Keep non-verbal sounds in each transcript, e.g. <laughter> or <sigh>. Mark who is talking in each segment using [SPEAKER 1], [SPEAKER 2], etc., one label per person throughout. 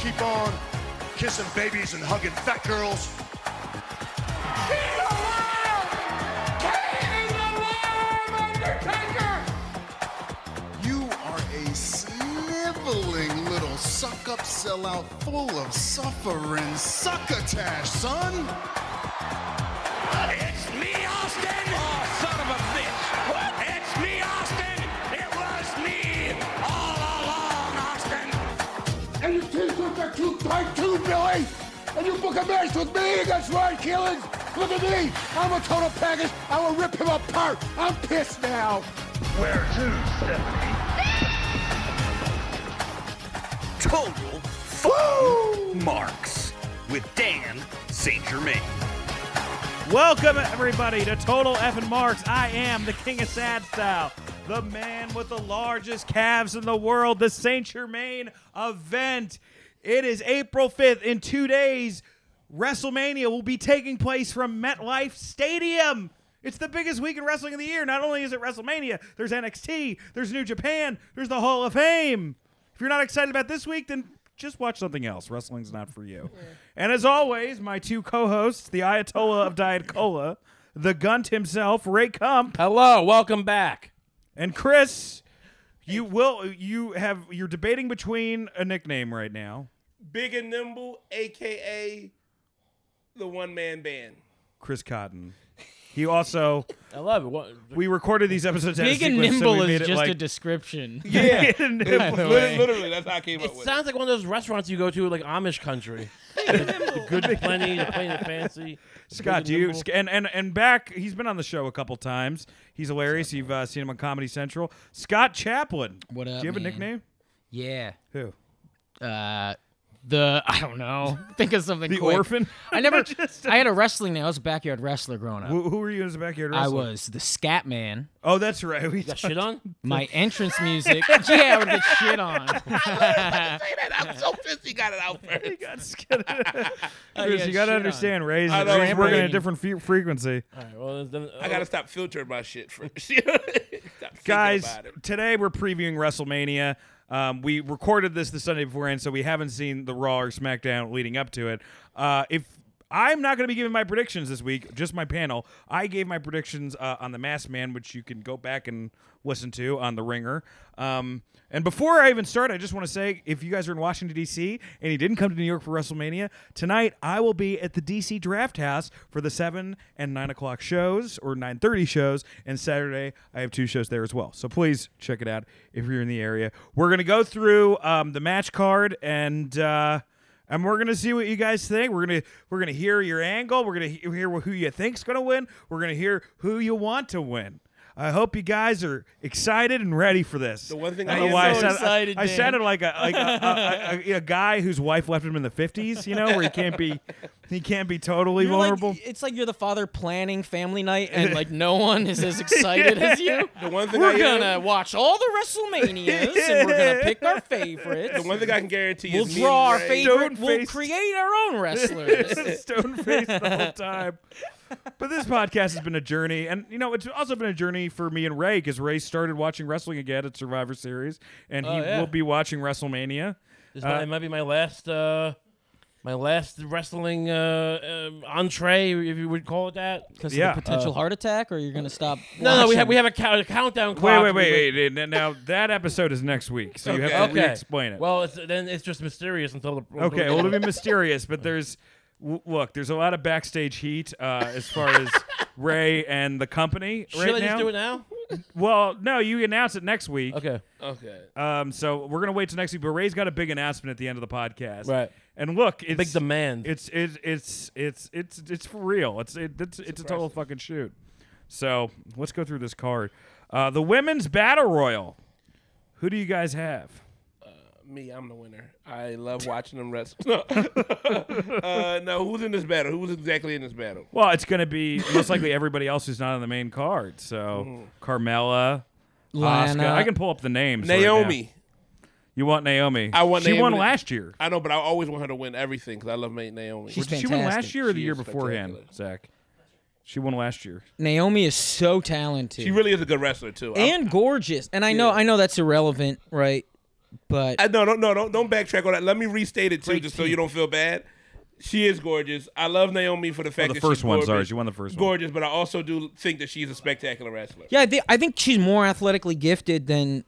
[SPEAKER 1] keep on kissing babies and hugging fat girls.
[SPEAKER 2] He's alive! Kane is alive, Undertaker!
[SPEAKER 3] You are a sniveling little suck up sellout full of suffering succotash, son.
[SPEAKER 2] It's me, Austin! Oh, son of a bitch! What? It's me, Austin! It was me all along, Austin!
[SPEAKER 4] and your t-shirts are too tight too, Billy. And you book a match with me against Ryan Keelan. Look at me. I'm a total package. I will rip him apart. I'm pissed now.
[SPEAKER 5] Where to, Stephanie?
[SPEAKER 6] Total Fool Marks with Dan St. Germain.
[SPEAKER 7] Welcome, everybody, to Total Effing Marks. I am the King of Sad Style, the man with the largest calves in the world, the St. Germain event. It is April 5th. In two days, WrestleMania will be taking place from MetLife Stadium. It's the biggest week in wrestling of the year. Not only is it WrestleMania, there's NXT, there's New Japan, there's the Hall of Fame. If you're not excited about this week, then just watch something else. Wrestling's not for you. And as always, my two co-hosts, the Ayatollah of Diet Cola, the Gunt himself, Ray Kump,
[SPEAKER 8] Hello, welcome back.
[SPEAKER 7] and Chris. You will. You have. You're debating between a nickname right now.
[SPEAKER 8] Big and nimble, aka the one man band.
[SPEAKER 7] Chris Cotton. He also.
[SPEAKER 9] I love it. What,
[SPEAKER 7] We recorded these episodes. out of
[SPEAKER 9] big and
[SPEAKER 7] sequence, so
[SPEAKER 9] nimble
[SPEAKER 7] we made
[SPEAKER 9] is
[SPEAKER 7] it <laughs>
[SPEAKER 9] just
[SPEAKER 7] like,
[SPEAKER 9] a description.
[SPEAKER 8] Yeah,
[SPEAKER 7] Big and nimble.
[SPEAKER 9] By the
[SPEAKER 8] literally,
[SPEAKER 9] way.
[SPEAKER 8] literally, that's how I came up
[SPEAKER 9] It
[SPEAKER 8] with. it.
[SPEAKER 9] sounds like one of those restaurants you go to, like
[SPEAKER 7] <laughs>
[SPEAKER 9] Amish country. Good plenty, the plain and fancy. the
[SPEAKER 7] Scott,
[SPEAKER 9] big
[SPEAKER 7] do you
[SPEAKER 9] nimble.
[SPEAKER 7] Sc- and and and back? He's been on the show a couple times. He's hilarious. You've uh, seen him on Comedy Central. Scott Chaplin.
[SPEAKER 9] What
[SPEAKER 7] Do
[SPEAKER 9] up,
[SPEAKER 7] you have a
[SPEAKER 9] man?
[SPEAKER 7] nickname?
[SPEAKER 9] Yeah.
[SPEAKER 7] Who?
[SPEAKER 9] Uh, the I don't know. <laughs> Think of something.
[SPEAKER 7] The
[SPEAKER 9] quick.
[SPEAKER 7] <laughs> orphan?
[SPEAKER 9] I never.
[SPEAKER 7] Just-
[SPEAKER 9] I had a wrestling name. I was a backyard wrestler growing up.
[SPEAKER 7] Who, who were you as a backyard wrestler?
[SPEAKER 9] I was the scat man.
[SPEAKER 7] Oh, that's right. <laughs> We
[SPEAKER 8] Got shit on?
[SPEAKER 9] My entrance music. yeah, I would get shit on.
[SPEAKER 8] I'm so pissed he got it <laughs> out first.
[SPEAKER 7] you got
[SPEAKER 9] <laughs>
[SPEAKER 7] scared. <laughs>
[SPEAKER 9] I
[SPEAKER 7] Chris, you
[SPEAKER 9] got
[SPEAKER 7] got
[SPEAKER 9] Oh, shit
[SPEAKER 7] to
[SPEAKER 9] on.
[SPEAKER 7] understand, Ray's,
[SPEAKER 8] I know,
[SPEAKER 7] Ray's
[SPEAKER 8] I'm
[SPEAKER 7] working at a
[SPEAKER 9] waiting.
[SPEAKER 7] different fe- frequency.
[SPEAKER 9] All right, well, then, uh,
[SPEAKER 8] I gotta stop filtering my shit <laughs> first. Stop thinking
[SPEAKER 7] Guys,
[SPEAKER 8] about it.
[SPEAKER 7] today we're previewing WrestleMania. Um, we recorded this the Sunday beforehand, so we haven't seen the Raw or SmackDown leading up to it. Uh, if I'm not going to be giving my predictions this week, just my panel. I gave my predictions uh, on the Mass Man, which you can go back and listen to on the Ringer. Um, and before I even start, I just want to say if you guys are in Washington D.C. and you didn't come to New York for WrestleMania tonight, I will be at the D.C. Draft House for the seven and nine o'clock shows or nine thirty shows, and Saturday I have two shows there as well. So please check it out if you're in the area. We're gonna go through um, the match card and. Uh, and we're gonna see what you guys think. We're gonna we're gonna hear your angle. We're gonna he- hear who you think's gonna win. We're gonna hear who you want to win. I hope you guys are excited and ready for this. The
[SPEAKER 8] one thing
[SPEAKER 7] I
[SPEAKER 8] I
[SPEAKER 7] don't know
[SPEAKER 8] am
[SPEAKER 7] why
[SPEAKER 8] so
[SPEAKER 7] I, sound-
[SPEAKER 9] excited,
[SPEAKER 7] I, I
[SPEAKER 9] Dan.
[SPEAKER 7] sounded like a like a, a, a, a guy whose wife left him in the fifties. You know where he can't be he can't be totally
[SPEAKER 9] You're like-
[SPEAKER 7] vulnerable.
[SPEAKER 9] it's like you're the father planning family night, and like no one is as excited as you.
[SPEAKER 8] The one thing I
[SPEAKER 9] We're
[SPEAKER 8] am-
[SPEAKER 9] gonna watch all the WrestleManias, and we're gonna pick our favorites.
[SPEAKER 8] The one thing I can guarantee
[SPEAKER 9] we'll
[SPEAKER 8] is
[SPEAKER 9] draw our
[SPEAKER 8] me and Ray-
[SPEAKER 9] favorite. We'll
[SPEAKER 7] Stone-faced.
[SPEAKER 9] create our own
[SPEAKER 7] <laughs>
[SPEAKER 9] wrestlers.
[SPEAKER 7] stone faced the whole time. But this podcast has been a journey, and you know it's also been a journey for me and Ray because Ray started watching wrestling again at Survivor Series, and he
[SPEAKER 9] Oh, yeah.
[SPEAKER 7] will be watching WrestleMania.
[SPEAKER 9] This
[SPEAKER 7] Uh,
[SPEAKER 9] might, it might be my last, uh, my last wrestling uh, um, entree, if you would call it that. Because
[SPEAKER 7] of the Yeah. potential
[SPEAKER 9] heart attack, or you're gonna stop? No, no, we have we have a, count, a countdown
[SPEAKER 7] Wait,
[SPEAKER 9] clock.
[SPEAKER 7] wait,
[SPEAKER 9] We-
[SPEAKER 7] wait, wait, n- Now that episode is next week, so you have to
[SPEAKER 9] Okay.
[SPEAKER 7] re-explain it.
[SPEAKER 9] Well, it's, then it's just mysterious until the until
[SPEAKER 7] okay,
[SPEAKER 9] the-
[SPEAKER 7] well, it'll be mysterious, but there's w- look, there's a lot of backstage heat uh, as far as Ray and the company
[SPEAKER 9] Should
[SPEAKER 7] right
[SPEAKER 9] I
[SPEAKER 7] now.
[SPEAKER 9] just do it now?
[SPEAKER 7] Well, no, you announce it next week.
[SPEAKER 9] Okay.
[SPEAKER 8] Okay.
[SPEAKER 7] Um, so we're gonna wait till next week. But Ray's got a big announcement at the end of the podcast.
[SPEAKER 9] Right.
[SPEAKER 7] And look, it's
[SPEAKER 9] Big demand.
[SPEAKER 7] It's it's it's it's it's it's for real. It's it, it's it's a total fucking shoot. So let's go through this card. Uh, the women's battle royal. Who do you guys have?
[SPEAKER 8] Me, I'm the winner. I love watching them wrestle. <laughs> No. uh, no, who's in this battle? Who's exactly in this battle?
[SPEAKER 7] Well, it's gonna be most likely everybody else who's not on the main card.
[SPEAKER 8] Mm.
[SPEAKER 7] So Carmella, Oscar.
[SPEAKER 9] Lana.
[SPEAKER 7] I can pull up the names. right now.
[SPEAKER 8] Naomi.
[SPEAKER 7] You want Naomi?
[SPEAKER 8] I want
[SPEAKER 7] She
[SPEAKER 8] Naomi
[SPEAKER 7] won
[SPEAKER 8] to-
[SPEAKER 7] last year.
[SPEAKER 8] I know, but I always want her to win everything because I love Ma- Naomi.
[SPEAKER 9] She's
[SPEAKER 7] Did she win
[SPEAKER 9] fantastic.
[SPEAKER 7] last year or the
[SPEAKER 8] She
[SPEAKER 7] year
[SPEAKER 8] is
[SPEAKER 7] beforehand,
[SPEAKER 8] spectacular.
[SPEAKER 7] Zach? She won last year.
[SPEAKER 10] Naomi is so talented
[SPEAKER 8] she really is a good wrestler too. I-
[SPEAKER 10] and gorgeous. And I know I know that's irrelevant, right? But
[SPEAKER 8] I, no, no, no, don't don't backtrack on that. Let me restate it too,
[SPEAKER 10] Great
[SPEAKER 8] just so
[SPEAKER 10] team.
[SPEAKER 8] you don't feel bad. She is gorgeous. I love Naomi for the fact
[SPEAKER 7] Oh, the
[SPEAKER 8] that
[SPEAKER 7] first
[SPEAKER 8] she's
[SPEAKER 7] one,
[SPEAKER 8] gorgeous.
[SPEAKER 7] sorry, she won the first one.
[SPEAKER 8] Gorgeous, but I also do think that she's a spectacular wrestler.
[SPEAKER 10] yeah, I, thi- I think she's more athletically gifted than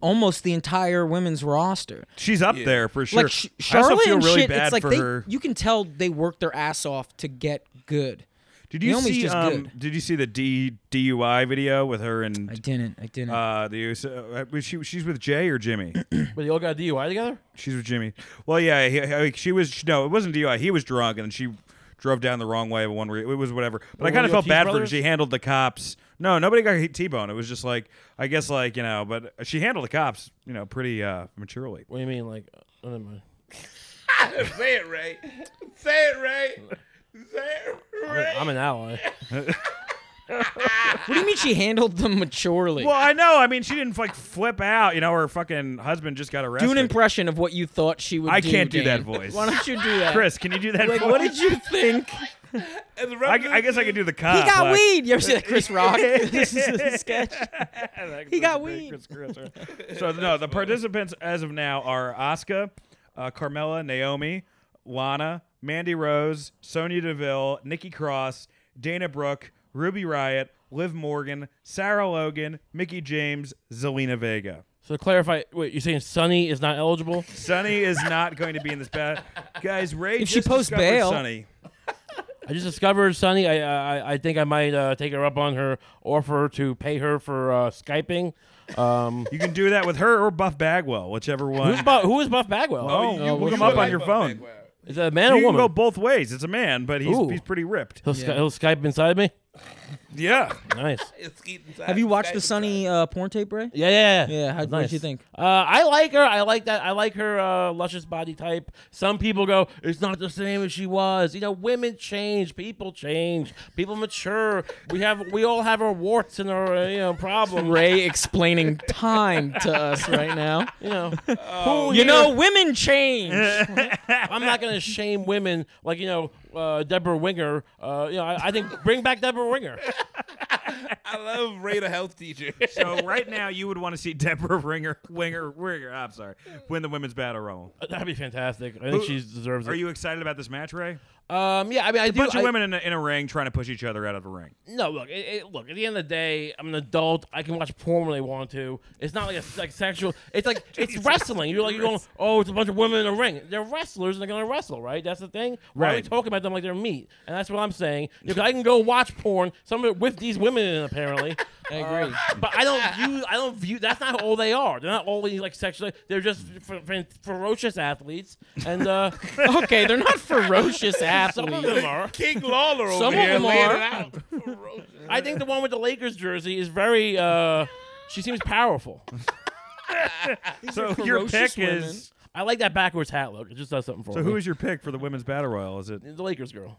[SPEAKER 10] almost the entire women's roster.
[SPEAKER 7] She's up there for sure.
[SPEAKER 10] Like Sh-
[SPEAKER 7] I also
[SPEAKER 10] Charlotte
[SPEAKER 7] feel
[SPEAKER 10] and
[SPEAKER 7] really
[SPEAKER 10] shit,
[SPEAKER 7] bad
[SPEAKER 10] it's like
[SPEAKER 7] for
[SPEAKER 10] they,
[SPEAKER 7] her.
[SPEAKER 10] you can tell they worked their ass off to get good.
[SPEAKER 7] Did you
[SPEAKER 10] Naomi's
[SPEAKER 7] see?
[SPEAKER 10] just
[SPEAKER 7] um,
[SPEAKER 10] good.
[SPEAKER 7] Did you see the D, DUI video with her
[SPEAKER 10] I
[SPEAKER 7] and
[SPEAKER 10] didn't. I didn't.
[SPEAKER 7] uh, the Uso- uh, was she? She's with Jay or Jimmy?
[SPEAKER 9] But they all got a DUI together.
[SPEAKER 7] she's with Jimmy. Well, yeah, he, he- she was. No, it wasn't DUI. He was drunk, and she drove down the wrong way. But one, re- it was whatever. But I
[SPEAKER 9] Were
[SPEAKER 7] kind
[SPEAKER 9] you
[SPEAKER 7] of felt
[SPEAKER 9] Ortiz
[SPEAKER 7] bad for her.
[SPEAKER 9] brothers?
[SPEAKER 7] She handled the cops. No, nobody got hit T-bone. It was just like I guess, like you know. But she handled the cops, you know, pretty uh, maturely.
[SPEAKER 9] What do you mean? Like, oh, never mind.
[SPEAKER 8] Say it right. Say it right. Say it right.
[SPEAKER 9] I'm an ally.
[SPEAKER 10] what do you mean she handled them maturely?
[SPEAKER 7] Well, I know. I mean, she didn't like flip out. You know, her fucking husband just got arrested.
[SPEAKER 10] do an impression of what you thought she would
[SPEAKER 7] I
[SPEAKER 10] do.
[SPEAKER 7] can't do that
[SPEAKER 10] Dan.
[SPEAKER 7] voice.
[SPEAKER 10] Why don't you do that?
[SPEAKER 7] Chris, can you do that?
[SPEAKER 10] Like,
[SPEAKER 7] voice?
[SPEAKER 10] what did you think?
[SPEAKER 7] <laughs>
[SPEAKER 10] He
[SPEAKER 8] As a
[SPEAKER 7] I,
[SPEAKER 8] representative-
[SPEAKER 7] I guess I could do the cop.
[SPEAKER 10] got
[SPEAKER 7] like-
[SPEAKER 10] weed. You ever see
[SPEAKER 7] <laughs>
[SPEAKER 10] that Chris Rock? <laughs> this is a sketch. He got weed. <laughs>
[SPEAKER 7] So no, the participants as of now are Asuka, uh, Carmella, Naomi, Lana, Mandy Rose, Sonya Deville, Nikki Cross, Dana Brooke, Ruby Riot, Liv Morgan, Sarah Logan, Mickey James, Zelina Vega.
[SPEAKER 9] So to clarify. Wait, you're saying Sunny is not eligible?
[SPEAKER 7] Sunny is not going to be in this battle. Guys, Ray
[SPEAKER 10] If she
[SPEAKER 7] just
[SPEAKER 10] posts
[SPEAKER 7] discovered
[SPEAKER 10] bail-
[SPEAKER 7] Sunny.
[SPEAKER 9] I just discovered Sunny. I I, I think I might uh, take her up on her offer to pay her for uh, skyping. Um,
[SPEAKER 7] You can do that with her or Buff Bagwell, whichever one.
[SPEAKER 9] who's Buff, who is Buff
[SPEAKER 7] oh,
[SPEAKER 9] Bagwell?
[SPEAKER 10] Oh,
[SPEAKER 7] you look
[SPEAKER 10] which
[SPEAKER 7] him up
[SPEAKER 10] one?
[SPEAKER 7] on your phone.
[SPEAKER 9] is that a man
[SPEAKER 7] You
[SPEAKER 9] or
[SPEAKER 7] can
[SPEAKER 9] woman?
[SPEAKER 7] go both ways. It's a man, but he's,
[SPEAKER 9] Ooh.
[SPEAKER 7] he's pretty ripped.
[SPEAKER 9] he'll, sky, he'll Skype inside me.
[SPEAKER 7] Yeah.
[SPEAKER 9] Nice.
[SPEAKER 8] It's Keaton Simon.
[SPEAKER 10] Have you watched
[SPEAKER 8] Skype
[SPEAKER 10] the
[SPEAKER 8] is
[SPEAKER 10] Sunny uh, porn tape, Ray?
[SPEAKER 9] Yeah, yeah,
[SPEAKER 10] Yeah, how- what'd you think?
[SPEAKER 9] Uh, I like her. I like that. I like her uh, luscious body type. Some people go, "It's not the same as she was." You know, women change, people change, people mature. We have, we all have our warts and our, uh, you know, problems.
[SPEAKER 10] Ray explaining time to us right now.
[SPEAKER 9] You know,
[SPEAKER 10] Oh, you know, <laughs> women change.
[SPEAKER 9] I'm not gonna shame women like you know uh, Deborah Winger. Uh, you know, I, I think bring back Deborah Winger.
[SPEAKER 8] I love Ray the health teacher.
[SPEAKER 10] <laughs>
[SPEAKER 7] So right now, you would want to see Deborah Ringer, Winger, Winger. I'm sorry, win the women's battle royal.
[SPEAKER 9] Uh, That'd be fantastic. I think she deserves it.
[SPEAKER 7] Are you excited about this match, Ray?
[SPEAKER 9] Um, yeah, I mean, I do.
[SPEAKER 7] Bunch
[SPEAKER 9] I-
[SPEAKER 7] of women in a, in a ring trying to push each other out of a ring.
[SPEAKER 9] No, look, it, it, look. At the end of the day, I'm an adult. I can watch porn when I want to. It's not like a like sexual. It's <laughs> like it's wrestling. You're like you're going, oh, it's a bunch of women in a ring. They're wrestlers and they're gonna wrestle, right? That's the thing. Why are we
[SPEAKER 7] Right.
[SPEAKER 9] talking about them like they're meat? And that's what I'm saying. Because I can go watch porn, some of it with these women in it, apparently. <laughs>
[SPEAKER 10] I agree.
[SPEAKER 9] But I don't view. I don't view. That's not all they are. They're not all these like sexually. They're just fer- fer- ferocious athletes. And <laughs> uh,
[SPEAKER 10] okay, they're not
[SPEAKER 9] <laughs>
[SPEAKER 10] ferocious
[SPEAKER 9] some of them
[SPEAKER 10] athletes.
[SPEAKER 9] are.
[SPEAKER 8] King Lawler over
[SPEAKER 10] Some of
[SPEAKER 8] here <laughs>
[SPEAKER 10] them
[SPEAKER 8] laying
[SPEAKER 10] are.
[SPEAKER 8] it out.
[SPEAKER 9] I think the one with the Lakers jersey is very. Uh, she seems powerful. <laughs>
[SPEAKER 7] So your
[SPEAKER 10] ferocious
[SPEAKER 7] pick
[SPEAKER 10] women.
[SPEAKER 7] is.
[SPEAKER 9] I like that backwards hat look. It just does something for
[SPEAKER 7] So
[SPEAKER 9] me.
[SPEAKER 7] who is your pick for the women's battle royal? Is it
[SPEAKER 9] the Lakers girl?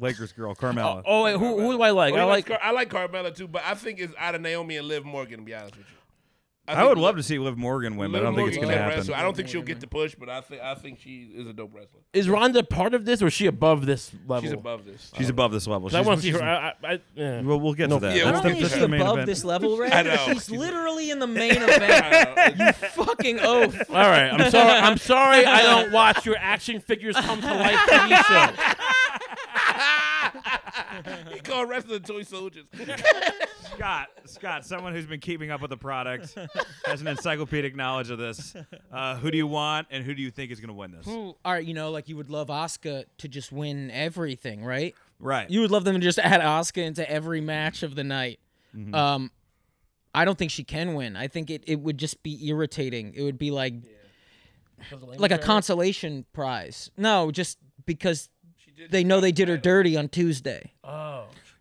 [SPEAKER 7] Lakers girl Carmella?
[SPEAKER 9] Oh wait, who, who do I like?
[SPEAKER 8] Well,
[SPEAKER 9] I
[SPEAKER 8] he likes
[SPEAKER 9] like.
[SPEAKER 8] Car- I like Carmella too, but I think it's out of Naomi and Liv Morgan. To be honest with you,
[SPEAKER 7] I would love to see Liv Morgan win, but I don't think it's
[SPEAKER 8] Morgan
[SPEAKER 7] going to
[SPEAKER 8] can
[SPEAKER 7] happen.
[SPEAKER 8] wrestle. I don't think she'll get the push, but I think I think she is a dope wrestler.
[SPEAKER 9] Is Ronda part of this, or is she above this level?
[SPEAKER 8] She's above this. Uh,
[SPEAKER 7] She's above this level.
[SPEAKER 9] 'Cause I
[SPEAKER 7] She's-
[SPEAKER 9] want to see her.
[SPEAKER 7] she's-
[SPEAKER 9] I, I, I, yeah.
[SPEAKER 7] Well, we'll get
[SPEAKER 9] No,
[SPEAKER 7] to that.
[SPEAKER 8] yeah,
[SPEAKER 7] That's
[SPEAKER 10] I don't
[SPEAKER 7] the-
[SPEAKER 10] think
[SPEAKER 7] that's
[SPEAKER 10] she's
[SPEAKER 7] the main
[SPEAKER 10] above
[SPEAKER 7] event.
[SPEAKER 10] this level, Ray.
[SPEAKER 8] I know.
[SPEAKER 10] She's literally in the main
[SPEAKER 8] <laughs>
[SPEAKER 7] <laughs>
[SPEAKER 10] event. Fucking oh, oaf.
[SPEAKER 9] All right, I'm sorry. I'm sorry. I don't watch your action figures come to life TV show.
[SPEAKER 8] he called wrestling toy soldiers.
[SPEAKER 7] Scott, Scott, someone who's been keeping up with the product, has an encyclopedic knowledge of this. Uh, who do you want, and who do you think is going to win this?
[SPEAKER 10] All right, you know, like you would love Oscar to just win everything, right?
[SPEAKER 7] Right.
[SPEAKER 10] You would love them to just <laughs> add Oscar into every match of the night. Um, I don't think she can win. I think it, it would just be irritating. It would be like like a consolation prize. No, just because they know they did her dirty on Tuesday.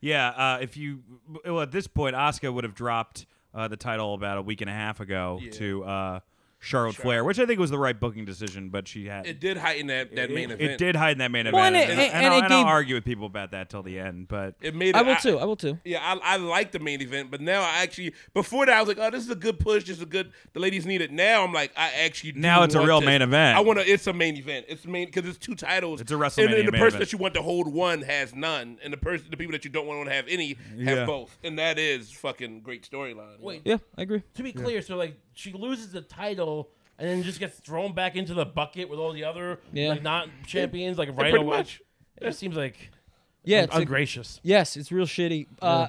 [SPEAKER 7] Yeah, uh, if you well at this point, Asuka would have dropped uh, the title about a week and a half ago to uh, Charlotte, Flair, which I think was the right booking decision, but she had
[SPEAKER 8] It did heighten that, that main
[SPEAKER 7] it,
[SPEAKER 8] event.
[SPEAKER 7] it did hide in that main
[SPEAKER 10] Well,
[SPEAKER 7] event,
[SPEAKER 10] and it-
[SPEAKER 7] and, and
[SPEAKER 10] and-
[SPEAKER 7] I'll,
[SPEAKER 10] and it
[SPEAKER 7] and I'll
[SPEAKER 10] gave-
[SPEAKER 7] argue with people about that till the end. But
[SPEAKER 8] It made. It,
[SPEAKER 10] I will too. I will too.
[SPEAKER 8] Yeah, I, I like the main event, but now I actually before that I was like, oh, this is a good push. This is a good. The ladies need it. Now I'm like, I actually do
[SPEAKER 7] Now it's a
[SPEAKER 8] want
[SPEAKER 7] real
[SPEAKER 8] this.
[SPEAKER 7] main event.
[SPEAKER 8] I want to. It's a main event. It's main because it's two titles.
[SPEAKER 7] It's a
[SPEAKER 8] And- And,
[SPEAKER 7] WrestleMania
[SPEAKER 8] the
[SPEAKER 7] main
[SPEAKER 8] person
[SPEAKER 7] event.
[SPEAKER 8] that you want to hold one has none, and the person, the people that you don't want to have any have
[SPEAKER 7] Yeah.
[SPEAKER 8] both, and that is fucking great storyline. you know?
[SPEAKER 9] Wait,
[SPEAKER 10] Yeah, I agree.
[SPEAKER 9] to be clear, so like she loses the title and then just gets thrown back into the bucket with all the other
[SPEAKER 10] Yeah.
[SPEAKER 9] like not champions like right
[SPEAKER 8] pretty
[SPEAKER 9] away.
[SPEAKER 8] much.
[SPEAKER 9] It just seems like
[SPEAKER 10] Yeah,
[SPEAKER 9] un-
[SPEAKER 10] it's a-
[SPEAKER 9] ungracious.
[SPEAKER 10] Yes, it's real shitty. Uh,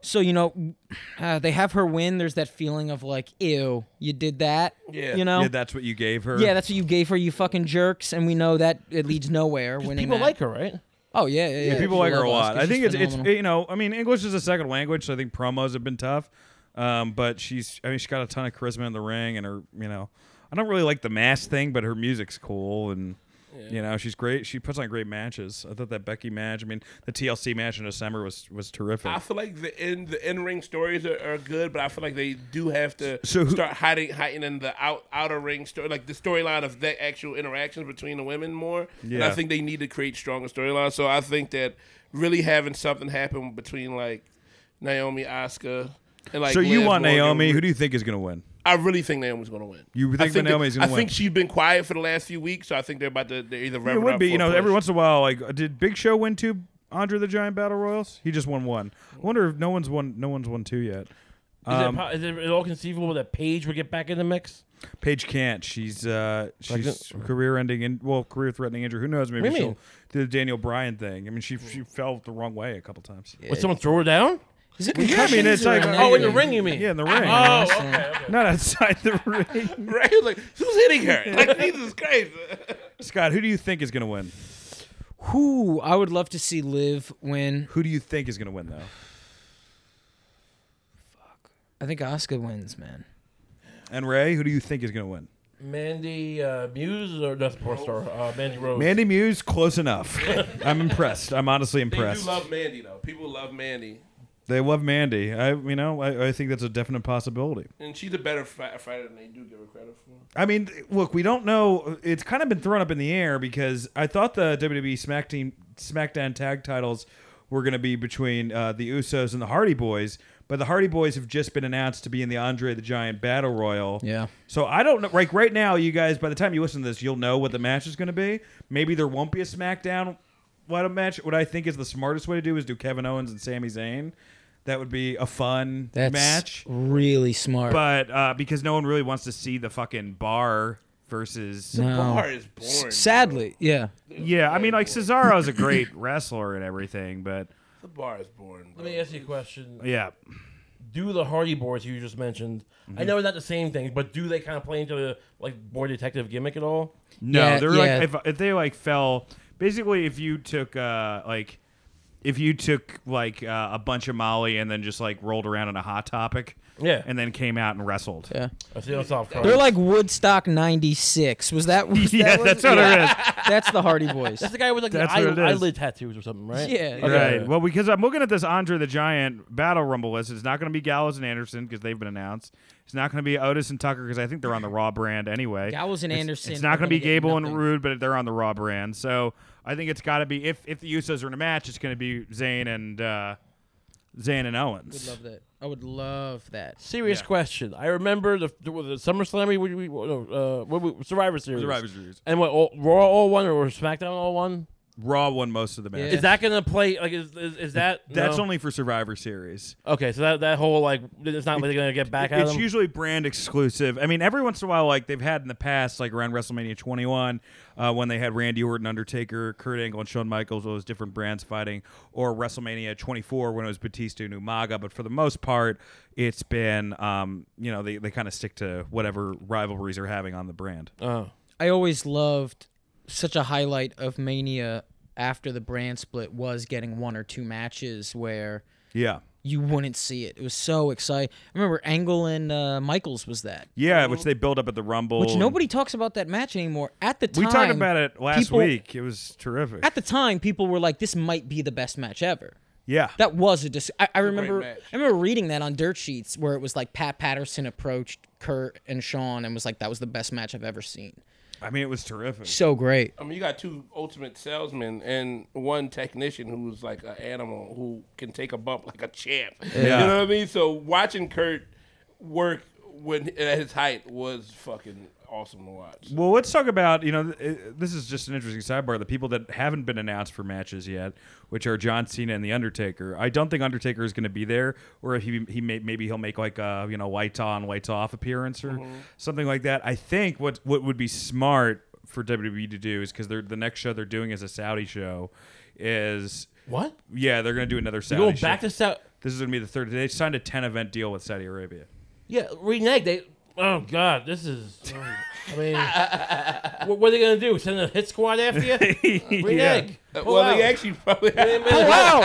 [SPEAKER 10] so you know, uh, they have her win. There's that feeling of like, ew, you did that.
[SPEAKER 8] Yeah.
[SPEAKER 10] You know.
[SPEAKER 7] Yeah, that's what you gave her.
[SPEAKER 10] Yeah, that's what you gave her, you fucking jerks, and we know that it leads nowhere. Winning
[SPEAKER 9] People
[SPEAKER 10] that.
[SPEAKER 9] like her, right?
[SPEAKER 10] Oh yeah, yeah, yeah.
[SPEAKER 7] people like her a
[SPEAKER 10] love us
[SPEAKER 7] lot.
[SPEAKER 10] 'cause
[SPEAKER 7] I think it's
[SPEAKER 10] she's
[SPEAKER 7] it's
[SPEAKER 10] phenomenal.
[SPEAKER 7] you know I mean English is a second language, so I think promos have been tough. Um, but she's I mean she's got a ton of charisma in the ring, and her you know I don't really like the mask thing, but her music's cool and. You know she's great. She puts on great matches. I thought that Becky match. I mean, the TLC match in December was was terrific.
[SPEAKER 8] I feel like the in the in ring stories are, are good, but I feel like they do have to
[SPEAKER 7] So who-
[SPEAKER 8] start hiding heightening the out outer ring story, like the storyline of the actual interactions between the women more. And I
[SPEAKER 7] Yeah.
[SPEAKER 8] think they need to create stronger storylines. So I think that really having something happen between like Naomi, Asuka, and like
[SPEAKER 7] so you
[SPEAKER 8] Liv
[SPEAKER 7] want
[SPEAKER 8] Morgan.
[SPEAKER 7] Naomi? Who do you think is going to win?
[SPEAKER 8] I really think Naomi's going to win.
[SPEAKER 7] You
[SPEAKER 8] I
[SPEAKER 7] think
[SPEAKER 8] think
[SPEAKER 7] Naomi's
[SPEAKER 8] that-
[SPEAKER 7] gonna
[SPEAKER 8] I
[SPEAKER 7] win?
[SPEAKER 8] think she's been quiet for the last few weeks, so I think they're about to they're either
[SPEAKER 7] It
[SPEAKER 8] revving
[SPEAKER 7] would
[SPEAKER 8] up
[SPEAKER 7] be.
[SPEAKER 8] for
[SPEAKER 7] You
[SPEAKER 8] a
[SPEAKER 7] know,
[SPEAKER 8] push.
[SPEAKER 7] every once in a while, like, uh, did Big Show win two Andre the Giant Battle Royals? He just won one. I wonder if no one's won. No one's won two yet.
[SPEAKER 9] Is, it, po- is it at all conceivable that Paige would get back in the mix?
[SPEAKER 7] Paige can't. She's uh, she's career-ending and well, career-threatening injury. Who knows? Maybe
[SPEAKER 9] What do you
[SPEAKER 7] she'll do the Daniel Bryan thing. I mean, she she fell the wrong way a couple times. Yeah,
[SPEAKER 9] Would someone throw her down?
[SPEAKER 10] Is it
[SPEAKER 7] I mean, it's
[SPEAKER 10] concussions or
[SPEAKER 7] like- Oh,
[SPEAKER 10] a
[SPEAKER 9] Oh, in the
[SPEAKER 10] negative?
[SPEAKER 9] ring, you mean?
[SPEAKER 7] in
[SPEAKER 9] <laughs>
[SPEAKER 7] the ring,
[SPEAKER 9] Oh, okay.
[SPEAKER 7] not outside the ring.
[SPEAKER 8] right? Like who's hitting her? Like Jesus Christ! <laughs>
[SPEAKER 7] Scott, who do you think is going to win?
[SPEAKER 10] Who I would love to see live win.
[SPEAKER 7] Who do you think is going to win though?
[SPEAKER 10] I think Oscar wins, man.
[SPEAKER 7] And Ray, who do you think is going to win?
[SPEAKER 9] Mandy uh, Muse or not the porn star? Uh, Mandy Rose.
[SPEAKER 7] Mandy Muse, close enough. <laughs> I'm impressed. I'm honestly
[SPEAKER 8] They do
[SPEAKER 7] impressed.
[SPEAKER 8] love Mandy though. People love Mandy.
[SPEAKER 7] They love Mandy. I, you know, I, I think that's a definite possibility.
[SPEAKER 8] And she's a better fi- fighter than they do give her credit for.
[SPEAKER 7] I mean, look, we don't know. It's kind of been thrown up in the air because I thought the WWE Smack Team, SmackDown tag titles were going to be between uh, the Usos and the Hardy Boys, but the Hardy Boys have just been announced to be in the Andre the Giant Battle Royal.
[SPEAKER 10] Yeah.
[SPEAKER 7] So I don't know. Like right now, you guys, by the time you listen to this, you'll know what the match is going to be. Maybe there won't be a SmackDown what a match. What I think is the smartest way to do is do Kevin Owens and Sami Zayn. That would be a fun
[SPEAKER 10] That's
[SPEAKER 7] match
[SPEAKER 10] really smart.
[SPEAKER 7] but uh, because no one really wants to see the fucking bar versus
[SPEAKER 10] No.
[SPEAKER 8] Bar is boring.
[SPEAKER 10] Sadly, yeah.
[SPEAKER 7] yeah i mean like cesaro's a great <laughs> wrestler and everything but
[SPEAKER 8] The bar is boring. Bro.
[SPEAKER 9] Let me ask you a question.
[SPEAKER 7] yeah
[SPEAKER 9] Do the Hardy Boys you just mentioned? I know they're not the same thing, but do they kind of play into the like boy detective gimmick at all?
[SPEAKER 7] no
[SPEAKER 10] Yeah,
[SPEAKER 7] they're
[SPEAKER 10] yeah.
[SPEAKER 7] like if, if they like fell basically if you took uh like if you took like uh, a bunch of molly and then just like rolled around in a hot topic
[SPEAKER 9] Yeah.
[SPEAKER 7] and then came out and wrestled
[SPEAKER 10] Yeah.
[SPEAKER 9] I see that's off.
[SPEAKER 10] They're like Woodstock 96. Was that
[SPEAKER 7] <laughs> <laughs>
[SPEAKER 10] was
[SPEAKER 7] yeah
[SPEAKER 10] that
[SPEAKER 7] that's what it is
[SPEAKER 10] That's
[SPEAKER 7] <laughs>
[SPEAKER 10] the Hardy Boys.
[SPEAKER 9] that's the guy with like the
[SPEAKER 7] That's what
[SPEAKER 9] eye,
[SPEAKER 7] it is.
[SPEAKER 9] eyelid tattoos or something, right?
[SPEAKER 10] Yeah.
[SPEAKER 7] Right. Well, because I'm looking at this Andre the Giant Battle Rumble list. It's not going to be Gallows and Anderson because they've been announced. It's not going to be Otis and Tucker because I think they're on the Raw brand anyway.
[SPEAKER 10] Gallows and
[SPEAKER 7] It's-
[SPEAKER 10] Anderson
[SPEAKER 7] It's
[SPEAKER 10] are
[SPEAKER 7] not going
[SPEAKER 10] gonna
[SPEAKER 7] to be
[SPEAKER 10] get
[SPEAKER 7] Gable and
[SPEAKER 10] nothing.
[SPEAKER 7] Rude, but they're on the Raw brand. So I think it's got to be if if the Usos are in a match, it's going to be Zayn and uh, Zayn and Owens.
[SPEAKER 10] Love that. I would love that.
[SPEAKER 9] Serious question. I remember the the, the SummerSlam. We, we, we no, uh, what we- Survivor Series.
[SPEAKER 7] Survivor Series.
[SPEAKER 9] And what all, Raw all one or SmackDown all one?
[SPEAKER 7] Raw won most of the matches.
[SPEAKER 10] Yeah.
[SPEAKER 9] Is that gonna play like is is, is that
[SPEAKER 7] That's
[SPEAKER 9] no?
[SPEAKER 7] only for Survivor Series.
[SPEAKER 9] okay? So that that whole like it's not really gonna get back at
[SPEAKER 7] it's
[SPEAKER 9] them.
[SPEAKER 7] usually brand exclusive. I mean, every once in a while, like they've had in the past, like around WrestleMania 21, uh, when they had Randy Orton, Undertaker, Kurt Angle, and Shawn Michaels, all those different brands fighting, or WrestleMania 24 when it was Batista and Umaga. But for the most part, it's been, um, you know, they, they kind of stick to whatever rivalries they're having on the brand.
[SPEAKER 9] oh.
[SPEAKER 10] I always loved such a highlight of Mania after the brand split was getting one or two matches where
[SPEAKER 7] Yeah.
[SPEAKER 10] you wouldn't see it. It was so exciting. I remember Angle and uh, Michaels was that,
[SPEAKER 7] Yeah, which they build up at the Rumble.
[SPEAKER 10] which
[SPEAKER 7] and-
[SPEAKER 10] nobody talks about that match anymore. At the time,
[SPEAKER 7] Oh. We talked about it last
[SPEAKER 10] people-
[SPEAKER 7] week. It was terrific.
[SPEAKER 10] At the time, people were like, "This might be the best match ever."
[SPEAKER 7] yeah.
[SPEAKER 10] That was a dis- I, I remember.
[SPEAKER 8] match.
[SPEAKER 10] I remember reading that on dirt sheets where it was like Pat Patterson approached Kurt and Sean and was like, "That was the best match I've ever seen."
[SPEAKER 7] I mean, it was terrific.
[SPEAKER 10] So great.
[SPEAKER 8] I mean, you got two ultimate salesmen and one technician who's like an animal who can take a bump like a champ.
[SPEAKER 7] Yeah.
[SPEAKER 8] You know what I mean? So watching Kurt work when at his height was fucking awesome to watch.
[SPEAKER 7] Well, let's talk about you know th- uh, this is just an interesting sidebar. The people that haven't been announced for matches yet, which are John Cena and the Undertaker. I don't think Undertaker is going to be there, or if he he may, maybe he'll make like a you know lights on lights off appearance or something like that. I think what what would be smart for WWE to do is because they're the next show they're doing is a Saudi show, is
[SPEAKER 9] What?
[SPEAKER 7] yeah they're going to do another Saudi.
[SPEAKER 9] Going
[SPEAKER 7] show.
[SPEAKER 9] back to South.
[SPEAKER 7] this is going to be the third. They signed a ten event deal with Saudi
[SPEAKER 9] <laughs>
[SPEAKER 7] Arabia.
[SPEAKER 9] Yeah, renege. They. Oh God, this is. I mean, <laughs> what, what are they gonna do? Send a hit squad
[SPEAKER 7] <laughs>
[SPEAKER 9] after you? Renege.
[SPEAKER 8] Uh,
[SPEAKER 9] Pull
[SPEAKER 8] well, they
[SPEAKER 9] out.
[SPEAKER 8] actually probably.
[SPEAKER 7] <laughs>
[SPEAKER 9] wow.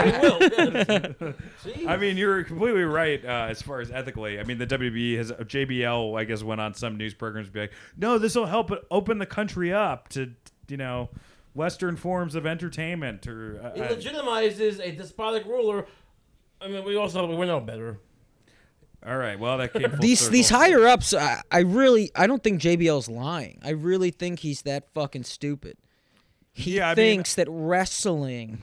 [SPEAKER 7] I mean, you're completely right uh, as far as ethically. I mean, the WWE has uh, JBL, I guess, went on some news programs to be like, no, this will help open the country up to you know Western forms of entertainment or uh,
[SPEAKER 9] He
[SPEAKER 7] uh,
[SPEAKER 9] legitimizes a despotic ruler. I mean, we also we know better.
[SPEAKER 7] all right. Well, that came full
[SPEAKER 10] these
[SPEAKER 7] circle.
[SPEAKER 10] these higher ups, I, I really I don't think JBL's lying. I really think he's that fucking stupid. He
[SPEAKER 7] Yeah, I mean-
[SPEAKER 10] thinks that wrestling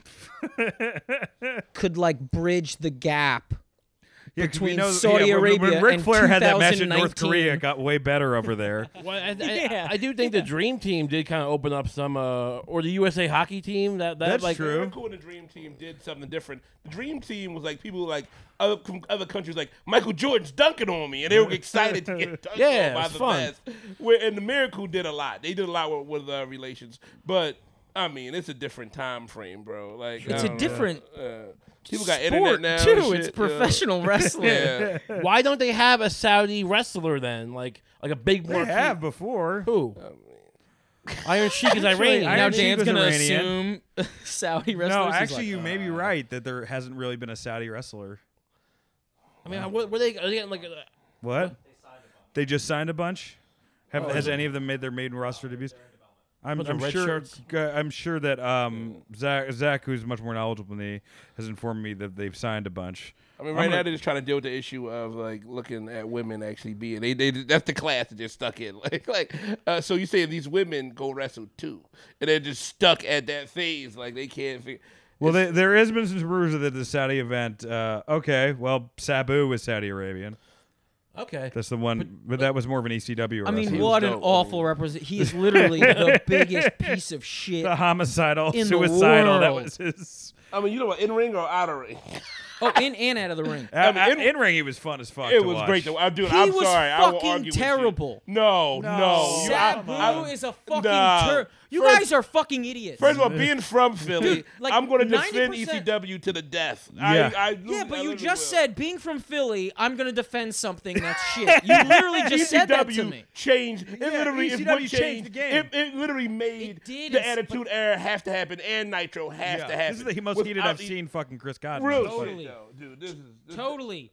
[SPEAKER 8] <laughs>
[SPEAKER 10] could like bridge the gap.
[SPEAKER 7] Yeah, 'cause we
[SPEAKER 10] between
[SPEAKER 7] know-
[SPEAKER 10] Saudi
[SPEAKER 7] yeah, when-
[SPEAKER 10] Arabia
[SPEAKER 7] when Ric
[SPEAKER 10] and
[SPEAKER 7] Flair had that match in North
[SPEAKER 10] 2019.
[SPEAKER 7] Korea, it got way better over
[SPEAKER 10] <laughs>
[SPEAKER 7] there.
[SPEAKER 9] Well, I, I, I, I do think the Dream Team did kind of open up some, uh, or the USA Hockey Team. That, that
[SPEAKER 7] That's
[SPEAKER 9] like,
[SPEAKER 7] true.
[SPEAKER 8] Cool. The Dream Team did something different. The Dream Team was like people like other com- other countries like Michael Jordan's dunking on me, and they were excited to
[SPEAKER 10] <laughs>
[SPEAKER 8] get dunked on
[SPEAKER 9] Yeah,
[SPEAKER 8] by
[SPEAKER 9] it's
[SPEAKER 8] the
[SPEAKER 9] fun.
[SPEAKER 8] best. Where and the Miracle did a lot. They did a lot with, with uh, relations, but I mean it's a different time frame, bro. Like I
[SPEAKER 10] It's a
[SPEAKER 8] don't know.
[SPEAKER 10] different
[SPEAKER 8] Uh, people Oh, got internet
[SPEAKER 10] sport
[SPEAKER 8] now.
[SPEAKER 10] too.
[SPEAKER 8] and
[SPEAKER 10] it's
[SPEAKER 8] shit, you know. <laughs>
[SPEAKER 10] professional wrestling.
[SPEAKER 8] Yeah.
[SPEAKER 9] <laughs> Why don't they have a Saudi wrestler then, like like a big
[SPEAKER 7] They
[SPEAKER 9] marquee?
[SPEAKER 7] have before.
[SPEAKER 9] Who? Iron Sheik is
[SPEAKER 7] Actually,
[SPEAKER 9] Iranian.
[SPEAKER 10] Now
[SPEAKER 7] Iron Sheik
[SPEAKER 10] Dan's
[SPEAKER 7] was
[SPEAKER 10] gonna
[SPEAKER 7] Iranian.
[SPEAKER 10] assume <laughs> Saudi wrestlers.
[SPEAKER 7] No,
[SPEAKER 10] He's
[SPEAKER 7] actually,
[SPEAKER 10] like,
[SPEAKER 7] you may be right that there hasn't really been a Saudi wrestler.
[SPEAKER 9] I mean, what were they? Are they getting like? uh,
[SPEAKER 7] What? They just signed a bunch. Have, has any of them made their maiden roster debuts? I'm,
[SPEAKER 9] Bunch of
[SPEAKER 7] I'm
[SPEAKER 9] red
[SPEAKER 7] sure.
[SPEAKER 9] shirts.
[SPEAKER 7] g- I'm sure that um, Zach, Zach, who's much more knowledgeable than me, has informed me that they've signed a bunch.
[SPEAKER 8] I mean, right
[SPEAKER 7] gonna-
[SPEAKER 8] now they're just trying to deal with the issue of like looking at women actually being they, they that's the class that they're stuck in. <laughs> Like like uh, so you saying these women go wrestle too, and they're just stuck at that phase like they can't. Figure,
[SPEAKER 7] Well, they, there has been some rumors that the Saudi event. Uh, okay, well, Sabu was Saudi Arabian.
[SPEAKER 9] Okay.
[SPEAKER 7] That's the one, but, that was more of an E ECW.
[SPEAKER 10] I mean,
[SPEAKER 7] wrestling.
[SPEAKER 8] was
[SPEAKER 10] what an
[SPEAKER 8] dope.
[SPEAKER 10] awful represent. He
[SPEAKER 8] <laughs>
[SPEAKER 10] is literally the biggest piece of shit.
[SPEAKER 7] the <laughs> homicidal,
[SPEAKER 10] in the
[SPEAKER 7] suicidal. That
[SPEAKER 10] world.
[SPEAKER 7] was his.
[SPEAKER 8] I mean, you know what, in ring or out of ring,
[SPEAKER 10] Oh, in and out of the ring.
[SPEAKER 7] I
[SPEAKER 8] mean, it-
[SPEAKER 7] in ring, he was fun as fuck.
[SPEAKER 8] it
[SPEAKER 7] to
[SPEAKER 8] was
[SPEAKER 7] watch.
[SPEAKER 8] great. Though. I dude,
[SPEAKER 10] He
[SPEAKER 8] I'm
[SPEAKER 10] was
[SPEAKER 8] sorry, I will
[SPEAKER 10] fucking
[SPEAKER 8] argue with you.
[SPEAKER 10] terrible.
[SPEAKER 8] No, no,
[SPEAKER 7] No.
[SPEAKER 8] Oh, You- I-
[SPEAKER 10] Sabu
[SPEAKER 8] I-
[SPEAKER 10] is a fucking
[SPEAKER 8] Nah.
[SPEAKER 10] turd. You
[SPEAKER 8] First-
[SPEAKER 10] guys are fucking idiots.
[SPEAKER 8] First of all, being from Philly,
[SPEAKER 10] Dude, like,
[SPEAKER 8] I'm going to defend
[SPEAKER 10] 90%
[SPEAKER 8] ECW to the death.
[SPEAKER 7] Yeah.
[SPEAKER 8] I, I,
[SPEAKER 10] yeah, but you
[SPEAKER 8] literally
[SPEAKER 10] just
[SPEAKER 8] will.
[SPEAKER 10] said being from Philly, I'm gonna defend something that's
[SPEAKER 8] <laughs>
[SPEAKER 10] shit. You literally just said that to
[SPEAKER 8] ECW
[SPEAKER 10] me.
[SPEAKER 8] E
[SPEAKER 10] E
[SPEAKER 8] Changed. It literally it
[SPEAKER 7] ECW
[SPEAKER 8] would
[SPEAKER 7] changed
[SPEAKER 8] change-
[SPEAKER 7] the game.
[SPEAKER 8] It, it literally made
[SPEAKER 10] It did,
[SPEAKER 8] the
[SPEAKER 10] it's-
[SPEAKER 8] Attitude Era have to happen and Nitro have
[SPEAKER 7] Yeah.
[SPEAKER 8] to happen.
[SPEAKER 7] This is the most
[SPEAKER 8] without
[SPEAKER 7] heated I've
[SPEAKER 8] the-
[SPEAKER 7] seen. Fucking Chris Cotton.
[SPEAKER 8] Real
[SPEAKER 10] Totally.
[SPEAKER 8] shit, though, dude. This is this,
[SPEAKER 10] Totally.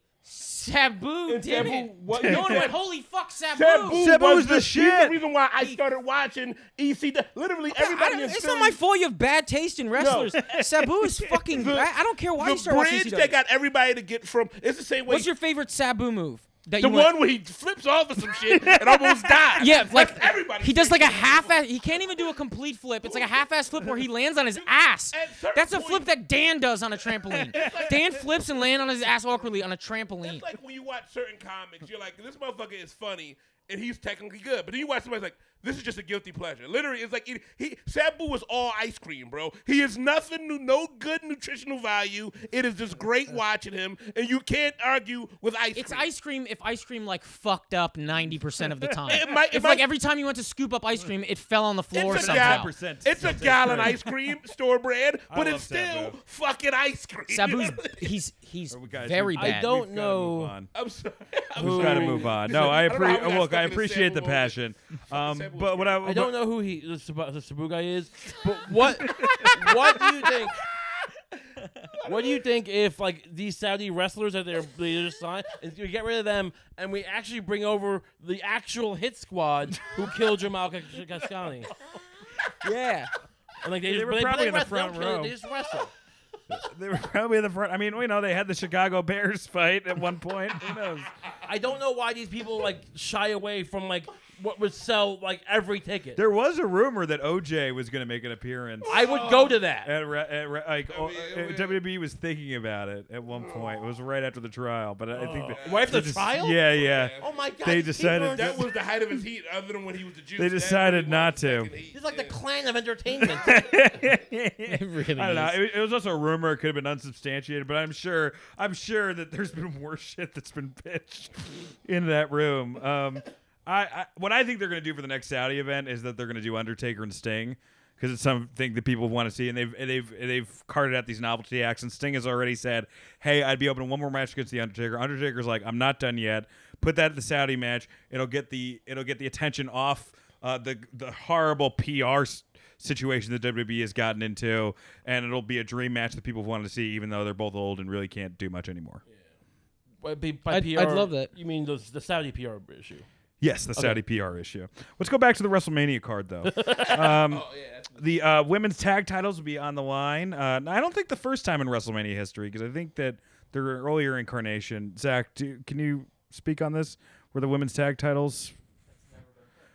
[SPEAKER 10] Sabu
[SPEAKER 8] It's
[SPEAKER 10] did
[SPEAKER 8] Sabu.
[SPEAKER 10] it.
[SPEAKER 8] What-
[SPEAKER 10] no
[SPEAKER 8] <laughs>
[SPEAKER 10] one went, holy fuck, Sabu.
[SPEAKER 8] Sabu,
[SPEAKER 7] Sabu
[SPEAKER 8] was
[SPEAKER 7] was the
[SPEAKER 8] the,
[SPEAKER 7] shit.
[SPEAKER 8] reason why I started watching ECW. Literally
[SPEAKER 10] I
[SPEAKER 8] everybody
[SPEAKER 10] don't-
[SPEAKER 8] in
[SPEAKER 10] it's
[SPEAKER 8] Philly.
[SPEAKER 10] not my fault you have bad taste in wrestlers.
[SPEAKER 8] <laughs>
[SPEAKER 10] Sabu is fucking.
[SPEAKER 8] The-
[SPEAKER 10] I, I don't care why you
[SPEAKER 8] The
[SPEAKER 10] start watching
[SPEAKER 8] bridge
[SPEAKER 10] CW.
[SPEAKER 8] that got everybody to get from. It's the same way.
[SPEAKER 10] E What's your favorite Sabu move? That
[SPEAKER 8] the
[SPEAKER 10] you
[SPEAKER 8] one
[SPEAKER 10] went-
[SPEAKER 8] where he flips off of some shit and
[SPEAKER 10] <laughs>
[SPEAKER 8] almost dies.
[SPEAKER 10] Yeah, like
[SPEAKER 8] That's everybody.
[SPEAKER 10] he does like a half ass. He can't even do a complete flip. It's like a half ass flip where he lands on his ass.
[SPEAKER 8] At certain
[SPEAKER 10] That's a
[SPEAKER 8] point-
[SPEAKER 10] flip that Dan does on
[SPEAKER 8] <laughs>
[SPEAKER 10] a trampoline. Dan flips and lands on his ass awkwardly on a trampoline.
[SPEAKER 8] It's like when you watch certain comics, you're like, this motherfucker is funny and he's technically good. But then you watch somebody's like, this is just a guilty pleasure. Literally, it's like he, he Sabu was all ice cream, bro. He is nothing, nu- no good nutritional value. It is just great watching him, and you can't argue with ice
[SPEAKER 10] It's
[SPEAKER 8] cream.
[SPEAKER 10] ice cream if ice cream like fucked up ninety percent of the time.
[SPEAKER 8] It might- it
[SPEAKER 10] it's like
[SPEAKER 8] might-
[SPEAKER 10] every time you went to scoop up ice cream, it fell on the floor
[SPEAKER 8] It's a,
[SPEAKER 10] somehow.
[SPEAKER 8] gal-
[SPEAKER 7] 100%.
[SPEAKER 8] it's a gallon ice cream,
[SPEAKER 7] <laughs>
[SPEAKER 8] store brand, but
[SPEAKER 7] love
[SPEAKER 8] it's still
[SPEAKER 7] Sabu.
[SPEAKER 8] fucking ice cream. <laughs>
[SPEAKER 10] Sabu's <laughs> he's he's
[SPEAKER 7] we guys-
[SPEAKER 10] very
[SPEAKER 7] I
[SPEAKER 10] bad.
[SPEAKER 9] don't
[SPEAKER 7] We've gotta
[SPEAKER 9] know.
[SPEAKER 7] move on.
[SPEAKER 8] I'm sorry.
[SPEAKER 7] We've got to move on. No, I,
[SPEAKER 8] I don't know how we
[SPEAKER 7] appre-
[SPEAKER 8] got
[SPEAKER 7] look.
[SPEAKER 8] stuck
[SPEAKER 7] I
[SPEAKER 8] in the
[SPEAKER 7] appreciate the
[SPEAKER 8] Sabu
[SPEAKER 7] <laughs> passion. Um,
[SPEAKER 8] Sabu
[SPEAKER 7] but what I, <laughs>
[SPEAKER 9] I don't know who he the, Sabu- the Sabu guy is, but what what do you think? What do you think if like these Saudi wrestlers that they're they just signed, if we get rid of them and we actually bring over the actual hit squad who killed Jamal Khash- Khashoggi?
[SPEAKER 10] yeah.
[SPEAKER 9] And like they, just
[SPEAKER 7] were
[SPEAKER 9] but but
[SPEAKER 7] probably in the
[SPEAKER 9] wrestle-
[SPEAKER 7] front
[SPEAKER 9] don't kill,
[SPEAKER 7] row.
[SPEAKER 9] They just wrestle.
[SPEAKER 7] They were probably in the front. I mean, you know, they had the Chicago Bears fight at one point. Who knows?
[SPEAKER 9] I don't know why these people like shy away from like what would sell like every
[SPEAKER 7] <laughs>
[SPEAKER 9] ticket.
[SPEAKER 7] There was a rumor that OJ was going to make an appearance.
[SPEAKER 9] I would go to that.
[SPEAKER 7] At, re- at re- like uh, uh, WWE was thinking about it at one point. It was right after the trial, but I I think that,
[SPEAKER 9] Right after
[SPEAKER 7] they
[SPEAKER 9] the
[SPEAKER 7] just-
[SPEAKER 9] trial?
[SPEAKER 7] Yeah, yeah.
[SPEAKER 9] Oh my god!
[SPEAKER 7] They
[SPEAKER 9] these people
[SPEAKER 7] decided
[SPEAKER 9] are
[SPEAKER 8] That
[SPEAKER 9] just-
[SPEAKER 8] was the height of his heat, other than when he was the Jew.
[SPEAKER 7] They decided not to.
[SPEAKER 9] He's like the clan of
[SPEAKER 7] <laughs>
[SPEAKER 9] entertainment.
[SPEAKER 10] <laughs> It really
[SPEAKER 7] I don't know.
[SPEAKER 10] is.
[SPEAKER 7] It, was- it was also a rumor. It could have been unsubstantiated, but I'm sure. I'm sure that there's been worse <laughs> shit that's been pitched in that room. Um, I, I what I think they're gonna do for the next Saudi event is that they're gonna do Undertaker and Sting because it's something that people want to see, and they've and they've and they've carted out these novelty acts. And Sting has already said, "Hey, I'd be open to one more match against the Undertaker." Undertaker's like, "I'm not done yet. Put that at the Saudi match. It'll get the it'll get the attention off." Uh, the the horrible PR s- situation that WWE E has gotten into, and it'll be a dream match that people wanted to see, even though they're both old and really can't do much anymore.
[SPEAKER 9] By- by- by
[SPEAKER 10] I'd- I'd
[SPEAKER 9] PR,
[SPEAKER 10] love that.
[SPEAKER 9] You mean the, the Saudi PR issue?
[SPEAKER 7] Yes, the Saudi PR issue. Let's go back to the WrestleMania card, <laughs> though. um, the uh, women's tag titles will be on the line. Uh, and I don't think the first time in WrestleMania history, because I think that their earlier incarnation, Zach, do, can you speak on this? Were the women's tag titles?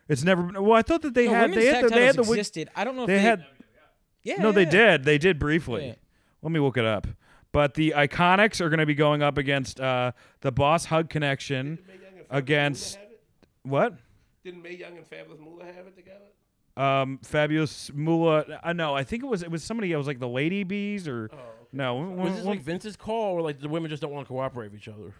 [SPEAKER 7] It's never been. Well, I thought that they
[SPEAKER 10] No,
[SPEAKER 7] had.
[SPEAKER 10] women's
[SPEAKER 7] They
[SPEAKER 10] tag
[SPEAKER 7] had, the, they had the.
[SPEAKER 10] titles
[SPEAKER 7] wi-
[SPEAKER 10] existed. I don't know if
[SPEAKER 7] They
[SPEAKER 10] they-
[SPEAKER 7] had.
[SPEAKER 10] Yeah.
[SPEAKER 7] No, they
[SPEAKER 10] yeah.
[SPEAKER 7] did. They did briefly.
[SPEAKER 10] Yeah.
[SPEAKER 7] Let me look it up. But the Iconics are going to be going up against uh, the Boss Hug Connection against what?
[SPEAKER 8] Didn't May Young and Fabulous Moolah have it together?
[SPEAKER 7] Um, Fabulous Moolah. I know. I think it was it was somebody. It was like the Lady Bees or no? w-
[SPEAKER 9] Was
[SPEAKER 7] w-
[SPEAKER 9] this like Vince's call, or like the women just don't want to cooperate with each other?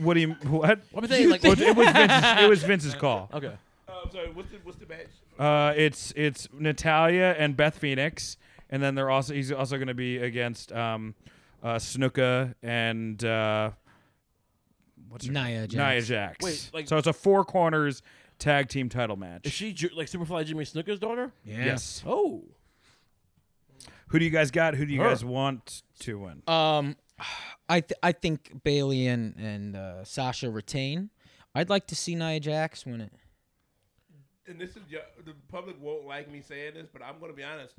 [SPEAKER 7] what do you what?
[SPEAKER 9] I'm saying, like-
[SPEAKER 7] Well, it was <laughs> Vince's, it was Vince's call.
[SPEAKER 9] Okay.
[SPEAKER 8] Oh, I'm sorry. What's the what's the match?
[SPEAKER 7] <laughs> Uh, it's it's Natalia and Beth Phoenix, and then they're also he's also going to be against um, uh, Snuka and uh, what's her
[SPEAKER 10] Nia
[SPEAKER 7] name?
[SPEAKER 10] Jax.
[SPEAKER 7] Nia Jax.
[SPEAKER 9] Wait, like-
[SPEAKER 7] so it's a four corners tag team title match.
[SPEAKER 9] Is she Ju- like Superfly Jimmy Snuka's daughter?
[SPEAKER 10] Yeah.
[SPEAKER 7] Yes.
[SPEAKER 9] Oh,
[SPEAKER 7] Who do you guys got? Who do you
[SPEAKER 9] Her. Uh,
[SPEAKER 7] guys want to win?
[SPEAKER 10] Um, I th- I think Bailey and and uh, Sasha retain. I'd like to see Nia Jax win it.
[SPEAKER 8] and this is y- the public won't like me saying this, but I'm going to be honest.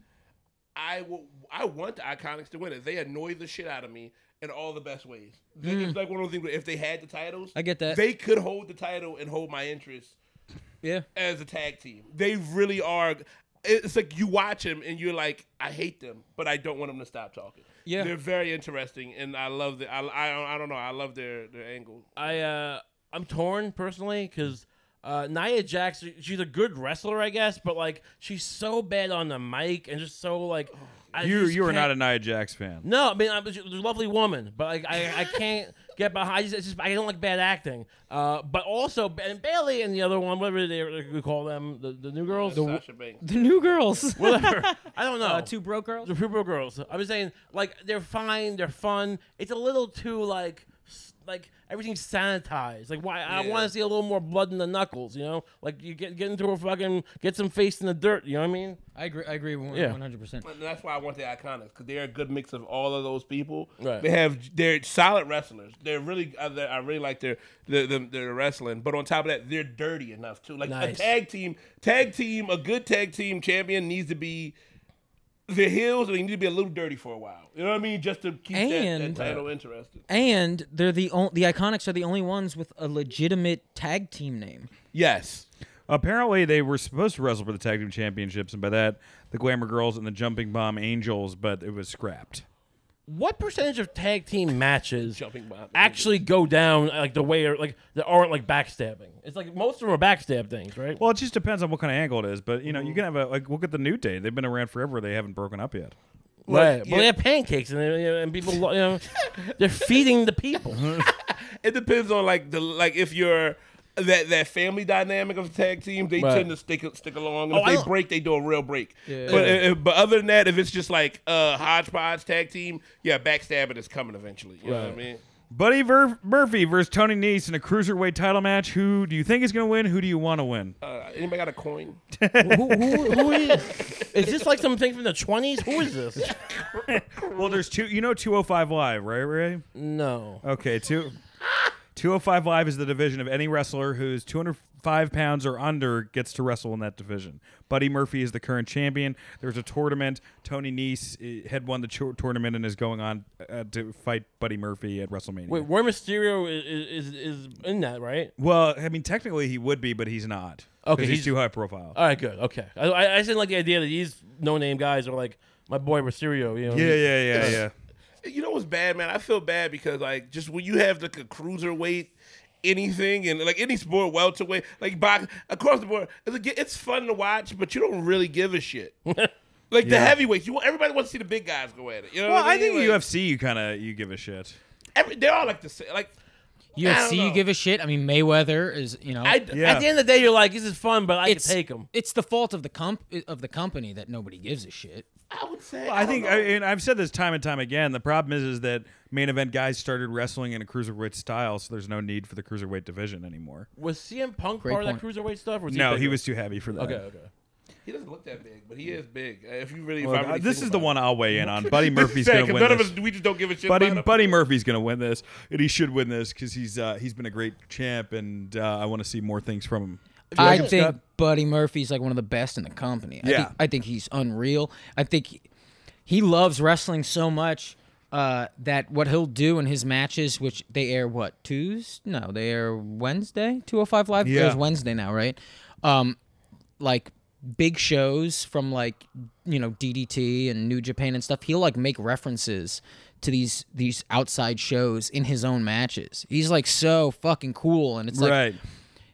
[SPEAKER 8] I will. I want the Iconics to win it. They annoy the shit out of me in all the best ways. They- It's like one of those things. Where if they had the titles,
[SPEAKER 10] Hmm. I get that.
[SPEAKER 8] They could hold the title and hold my interest
[SPEAKER 10] Yeah.
[SPEAKER 8] as a tag team. They really are. It's like you watch them and you're like, I hate them, but I don't want them to stop talking.
[SPEAKER 10] Yeah.
[SPEAKER 8] they're very interesting, and I love the. I, I, don't- I don't know. I love their their angle.
[SPEAKER 9] I uh, I'm torn personally because uh, Nia Jax, she's a good wrestler, I guess, but like she's so bad on the mic and just so like. I
[SPEAKER 7] You
[SPEAKER 9] just
[SPEAKER 7] you are
[SPEAKER 9] can't-
[SPEAKER 7] not a Nia Jax fan.
[SPEAKER 9] No, I mean, I'm she's a lovely woman, but like, I, I can't get behind. I just, it's just I don't like bad acting. Uh, but also, and Bailey and the other one, whatever they we call them, the, the new girls,
[SPEAKER 8] Sasha Banks.
[SPEAKER 10] The new girls.
[SPEAKER 9] whatever. I don't know.
[SPEAKER 10] <laughs> Uh, two broke girls.
[SPEAKER 9] the Pooper Girls. I'm just saying, like they're fine, they're fun. It's a little too like, s- like everything's sanitized. Like why? I
[SPEAKER 8] Yeah.
[SPEAKER 9] want to see a little more blood in the knuckles. You know, like you get get into a fucking get some face in the dirt. You know what I mean?
[SPEAKER 10] I agree. I agree. One
[SPEAKER 9] Yeah.
[SPEAKER 10] hundred percent.
[SPEAKER 8] And that's why I want the iconics because they're a good mix of all of those people.
[SPEAKER 9] Right.
[SPEAKER 8] They have they're solid wrestlers. They're really uh, they're, I really like their their, their their wrestling. But on top of that, they're dirty enough too. Like
[SPEAKER 9] Nice.
[SPEAKER 8] a tag team, tag team, a good tag team champion needs to be the heels, and they need to be a little dirty for a while. You know what I mean? Just to keep that-
[SPEAKER 10] And-
[SPEAKER 8] that, title interested.
[SPEAKER 10] And they're the on- the Iconics are the only ones with a legitimate tag team name.
[SPEAKER 8] Yes.
[SPEAKER 7] Apparently, they were supposed to wrestle for the tag team championships, and by that, the Glamour Girls and the Jumping Bomb Angels, but it was scrapped.
[SPEAKER 9] What percentage of tag team matches
[SPEAKER 8] Jumping bomb.
[SPEAKER 9] actually go down like the way or like that aren't like backstabbing? It's like most of them are backstab things, right?
[SPEAKER 7] Well, it just depends on what kind of angle it is, but you know, you can have a like. Look at the New Day; they've been around forever. They haven't broken up yet.
[SPEAKER 9] right.
[SPEAKER 8] like,
[SPEAKER 9] Well, they
[SPEAKER 8] yeah.
[SPEAKER 9] have pancakes and, they- you know, and people, you know, they're feeding the people.
[SPEAKER 8] It depends on like the like if you're. That, that family dynamic of tag team, they
[SPEAKER 9] Right.
[SPEAKER 8] tend to stick stick along. And
[SPEAKER 9] Oh, I
[SPEAKER 8] if they
[SPEAKER 9] don't-
[SPEAKER 8] break, they do a real break. But uh, but other than that, if it's just like uh, hodgepodge tag team, yeah, backstabbing is coming eventually. You know what I
[SPEAKER 9] Right.
[SPEAKER 8] mean?
[SPEAKER 7] Buddy Ver- Murphy versus Tony Nese in a cruiserweight title match. Who do you think is going to win? Who do you want to win?
[SPEAKER 8] Uh, anybody got a coin?
[SPEAKER 9] who, who, who
[SPEAKER 10] <laughs>
[SPEAKER 9] is? Is this like something from the twenties? Who is this?
[SPEAKER 7] well, there's two. You know, 205 Live, right, Ray?
[SPEAKER 9] No.
[SPEAKER 7] oh Okay, two. 205 Live is the division of any wrestler who's 200, five pounds or under gets to wrestle in that division. Buddy Murphy is the current champion. There's a tournament. Tony Nese eh, had won the tour- tournament and is going on uh, to fight Buddy Murphy at WrestleMania.
[SPEAKER 9] Wait, Roy Mysterio is, is is in that right?
[SPEAKER 7] Well, I mean, technically he would be, but he's not. 'Cause
[SPEAKER 9] Okay,
[SPEAKER 7] he's,
[SPEAKER 9] he's- Uh,
[SPEAKER 7] too high profile.
[SPEAKER 9] All right, good. Okay, I I, I just didn't like the idea that these no name guys are like my boy Mysterio. You know?
[SPEAKER 7] yeah, yeah, yeah, yeah.
[SPEAKER 8] You know what's bad, man? I feel bad because like just when you have like a cruiserweight, anything and like any sport, welterweight, like box across the board, it's, like, it's fun to watch, but you don't really give a shit. like the
[SPEAKER 7] <laughs> Yeah.
[SPEAKER 8] heavyweights, you want everybody wants to see the big guys go at it. You know
[SPEAKER 7] Well,
[SPEAKER 8] what
[SPEAKER 7] I
[SPEAKER 8] mean?
[SPEAKER 7] think
[SPEAKER 8] Like,
[SPEAKER 7] UFC you kind of you give a shit.
[SPEAKER 8] every, they're all like the same. Like I don't
[SPEAKER 10] UFC, you
[SPEAKER 8] know.
[SPEAKER 10] give a shit. I mean, Mayweather is, you know,
[SPEAKER 8] I,
[SPEAKER 7] Yeah.
[SPEAKER 9] At the end of the day, you're like, this is fun, but I can
[SPEAKER 10] it's
[SPEAKER 9] take him.
[SPEAKER 10] It's the fault of the comp of the company that nobody gives a shit.
[SPEAKER 8] I would say
[SPEAKER 7] I think, I, and I've said this time and time again. The problem is, is that main event guys started wrestling in a cruiserweight style, so there's no need for the cruiserweight division anymore.
[SPEAKER 9] Was CM Punk
[SPEAKER 10] Great
[SPEAKER 9] part of that
[SPEAKER 10] point.
[SPEAKER 9] cruiserweight stuff? Or was
[SPEAKER 7] no,
[SPEAKER 9] he,
[SPEAKER 7] he
[SPEAKER 9] bigger?
[SPEAKER 7] was too heavy for that.
[SPEAKER 9] Okay, okay.
[SPEAKER 8] he doesn't look that big, but he is big. Uh, If you really, if
[SPEAKER 7] Look,
[SPEAKER 8] I really
[SPEAKER 7] uh, this
[SPEAKER 8] think
[SPEAKER 7] is the
[SPEAKER 8] about
[SPEAKER 7] one
[SPEAKER 8] it.
[SPEAKER 7] I'll weigh in on. Buddy Murphy's
[SPEAKER 8] Sad,
[SPEAKER 7] gonna
[SPEAKER 8] 'cause
[SPEAKER 7] win
[SPEAKER 8] None
[SPEAKER 7] this.
[SPEAKER 8] of us, we just don't give a shit.
[SPEAKER 7] Buddy
[SPEAKER 8] about him.
[SPEAKER 7] Buddy Murphy's gonna win this, and he should win this because he's uh, he's been a great champ, and uh, I want to see more things from him.
[SPEAKER 10] I
[SPEAKER 7] Jacob
[SPEAKER 10] think
[SPEAKER 7] Scott?
[SPEAKER 10] Buddy Murphy's like one of the best in the company. I
[SPEAKER 7] Yeah.
[SPEAKER 10] think, I think he's unreal. I think he, he loves wrestling so much uh, that what he'll do in his matches, which they air what Tuesday? No, they air Wednesday. Two hundred five live
[SPEAKER 7] Yeah.
[SPEAKER 10] airs Wednesday now, right? Um, like big shows from like you know DDT and New Japan and stuff. He'll like make references to these these outside shows in his own matches. He's like so fucking cool, and it's like
[SPEAKER 7] right.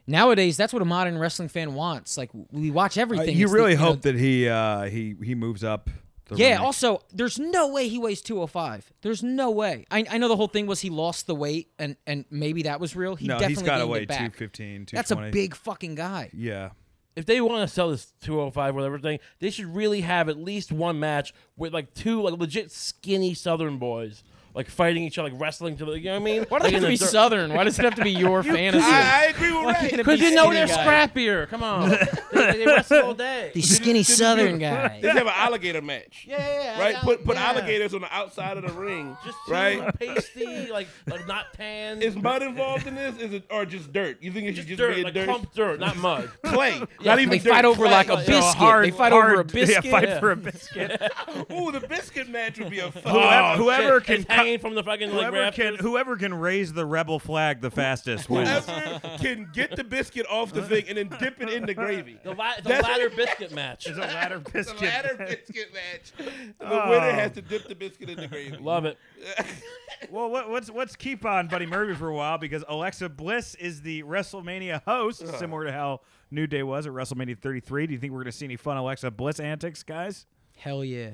[SPEAKER 10] nowadays that's what a modern wrestling fan wants like we watch
[SPEAKER 7] Uh,
[SPEAKER 10] everything
[SPEAKER 7] you
[SPEAKER 10] It's the-
[SPEAKER 7] really
[SPEAKER 10] know-
[SPEAKER 7] hope that he uh, he he moves up. The
[SPEAKER 10] yeah
[SPEAKER 7] ranks.
[SPEAKER 10] also there's no way he weighs 205 there's no way I, I know the whole thing was he lost the weight and and maybe that was real he
[SPEAKER 7] no,
[SPEAKER 10] definitely
[SPEAKER 7] he's got to
[SPEAKER 10] gained it
[SPEAKER 7] weigh
[SPEAKER 10] back.
[SPEAKER 7] 215, 220.
[SPEAKER 10] that's a big fucking guy
[SPEAKER 7] Yeah.
[SPEAKER 9] If they want to sell this 205 whatever thing, they should really have at least one match with like two like legit skinny Southern boys like fighting each other, like wrestling to the. You know what I mean? Why
[SPEAKER 10] Why does it have to be southern why does it have to
[SPEAKER 7] <laughs>
[SPEAKER 10] be your fantasy
[SPEAKER 8] I, I agree with
[SPEAKER 10] Why can't
[SPEAKER 8] Ray.
[SPEAKER 10] it
[SPEAKER 9] Because
[SPEAKER 10] be
[SPEAKER 9] you know
[SPEAKER 10] skinny
[SPEAKER 9] they're
[SPEAKER 10] guy?
[SPEAKER 9] scrappier.
[SPEAKER 7] <laughs>
[SPEAKER 9] Come
[SPEAKER 10] <laughs>
[SPEAKER 9] on, they, they wrestle all day.
[SPEAKER 10] the skinny southern
[SPEAKER 8] They
[SPEAKER 10] guy
[SPEAKER 8] have an alligator match. Yeah,
[SPEAKER 9] yeah,
[SPEAKER 8] Right?
[SPEAKER 9] I-
[SPEAKER 8] Put put
[SPEAKER 9] yeah.
[SPEAKER 8] alligators on the outside of the ring.
[SPEAKER 9] Just two
[SPEAKER 8] right?
[SPEAKER 9] pasty, like, like not tan.
[SPEAKER 8] Is mud involved in this? Is it or just dirt? You think it should just
[SPEAKER 9] just dirt,
[SPEAKER 8] be a
[SPEAKER 9] like
[SPEAKER 8] dirt <laughs>
[SPEAKER 9] clump dirt, not mud.
[SPEAKER 8] clay? Not even
[SPEAKER 10] they
[SPEAKER 8] dirt,
[SPEAKER 10] fight over
[SPEAKER 8] clay.
[SPEAKER 10] like a
[SPEAKER 9] like,
[SPEAKER 10] biscuit
[SPEAKER 9] you know, a
[SPEAKER 10] they
[SPEAKER 9] hard-
[SPEAKER 10] fight over a biscuit
[SPEAKER 7] Yeah, fight for a biscuit.
[SPEAKER 8] <laughs> Ooh, the biscuit match would be a fuck.
[SPEAKER 7] whoever, whoever
[SPEAKER 9] It's
[SPEAKER 7] can cut
[SPEAKER 9] hanging from the fucking like
[SPEAKER 7] whoever can
[SPEAKER 9] rafters.
[SPEAKER 7] whoever can raise the rebel flag the fastest wins.
[SPEAKER 8] Whoever can get the biscuit off the thing and then dip it in the gravy.
[SPEAKER 9] The, la- the
[SPEAKER 8] That's-
[SPEAKER 9] ladder biscuit match.
[SPEAKER 7] It's a ladder
[SPEAKER 8] <laughs> The
[SPEAKER 7] biscuit.
[SPEAKER 8] latter biscuit match. The winner has to dip the biscuit in the gravy. <laughs>
[SPEAKER 9] Love it.
[SPEAKER 7] Well, what, let's let's keep on Buddy Murphy for a while because Alexa Bliss is the WrestleMania host, similar to how New Day was at WrestleMania 33. Do you think we're gonna see any fun Alexa Bliss antics, guys?
[SPEAKER 10] <laughs> hell yeah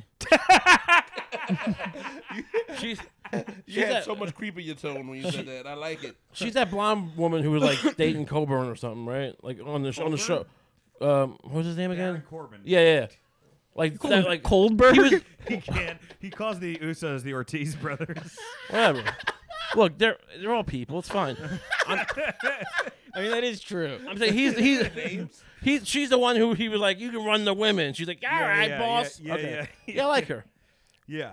[SPEAKER 9] She's
[SPEAKER 8] You had
[SPEAKER 9] that-
[SPEAKER 8] so much creep in your tone when you said that. I like it.
[SPEAKER 9] she's that blonde woman who was like dating Coburn or something, right? Like on the sh- on the show. Um, what was his name again?
[SPEAKER 7] Baron Corbin.
[SPEAKER 9] Yeah, yeah. Like that, like
[SPEAKER 10] Goldberg
[SPEAKER 9] he was
[SPEAKER 7] He can. He calls the Usos the Ortiz brothers.
[SPEAKER 9] whatever. Look, they're they're all people. It's fine.
[SPEAKER 10] I mean that is true
[SPEAKER 9] I'm
[SPEAKER 7] <laughs>
[SPEAKER 9] saying he's he's he's she's the one who he was like, you can run the women. She's like, all right,
[SPEAKER 7] yeah,
[SPEAKER 9] boss.
[SPEAKER 7] yeah, yeah,
[SPEAKER 9] okay.
[SPEAKER 7] yeah, <laughs>
[SPEAKER 9] I like her.
[SPEAKER 7] Yeah.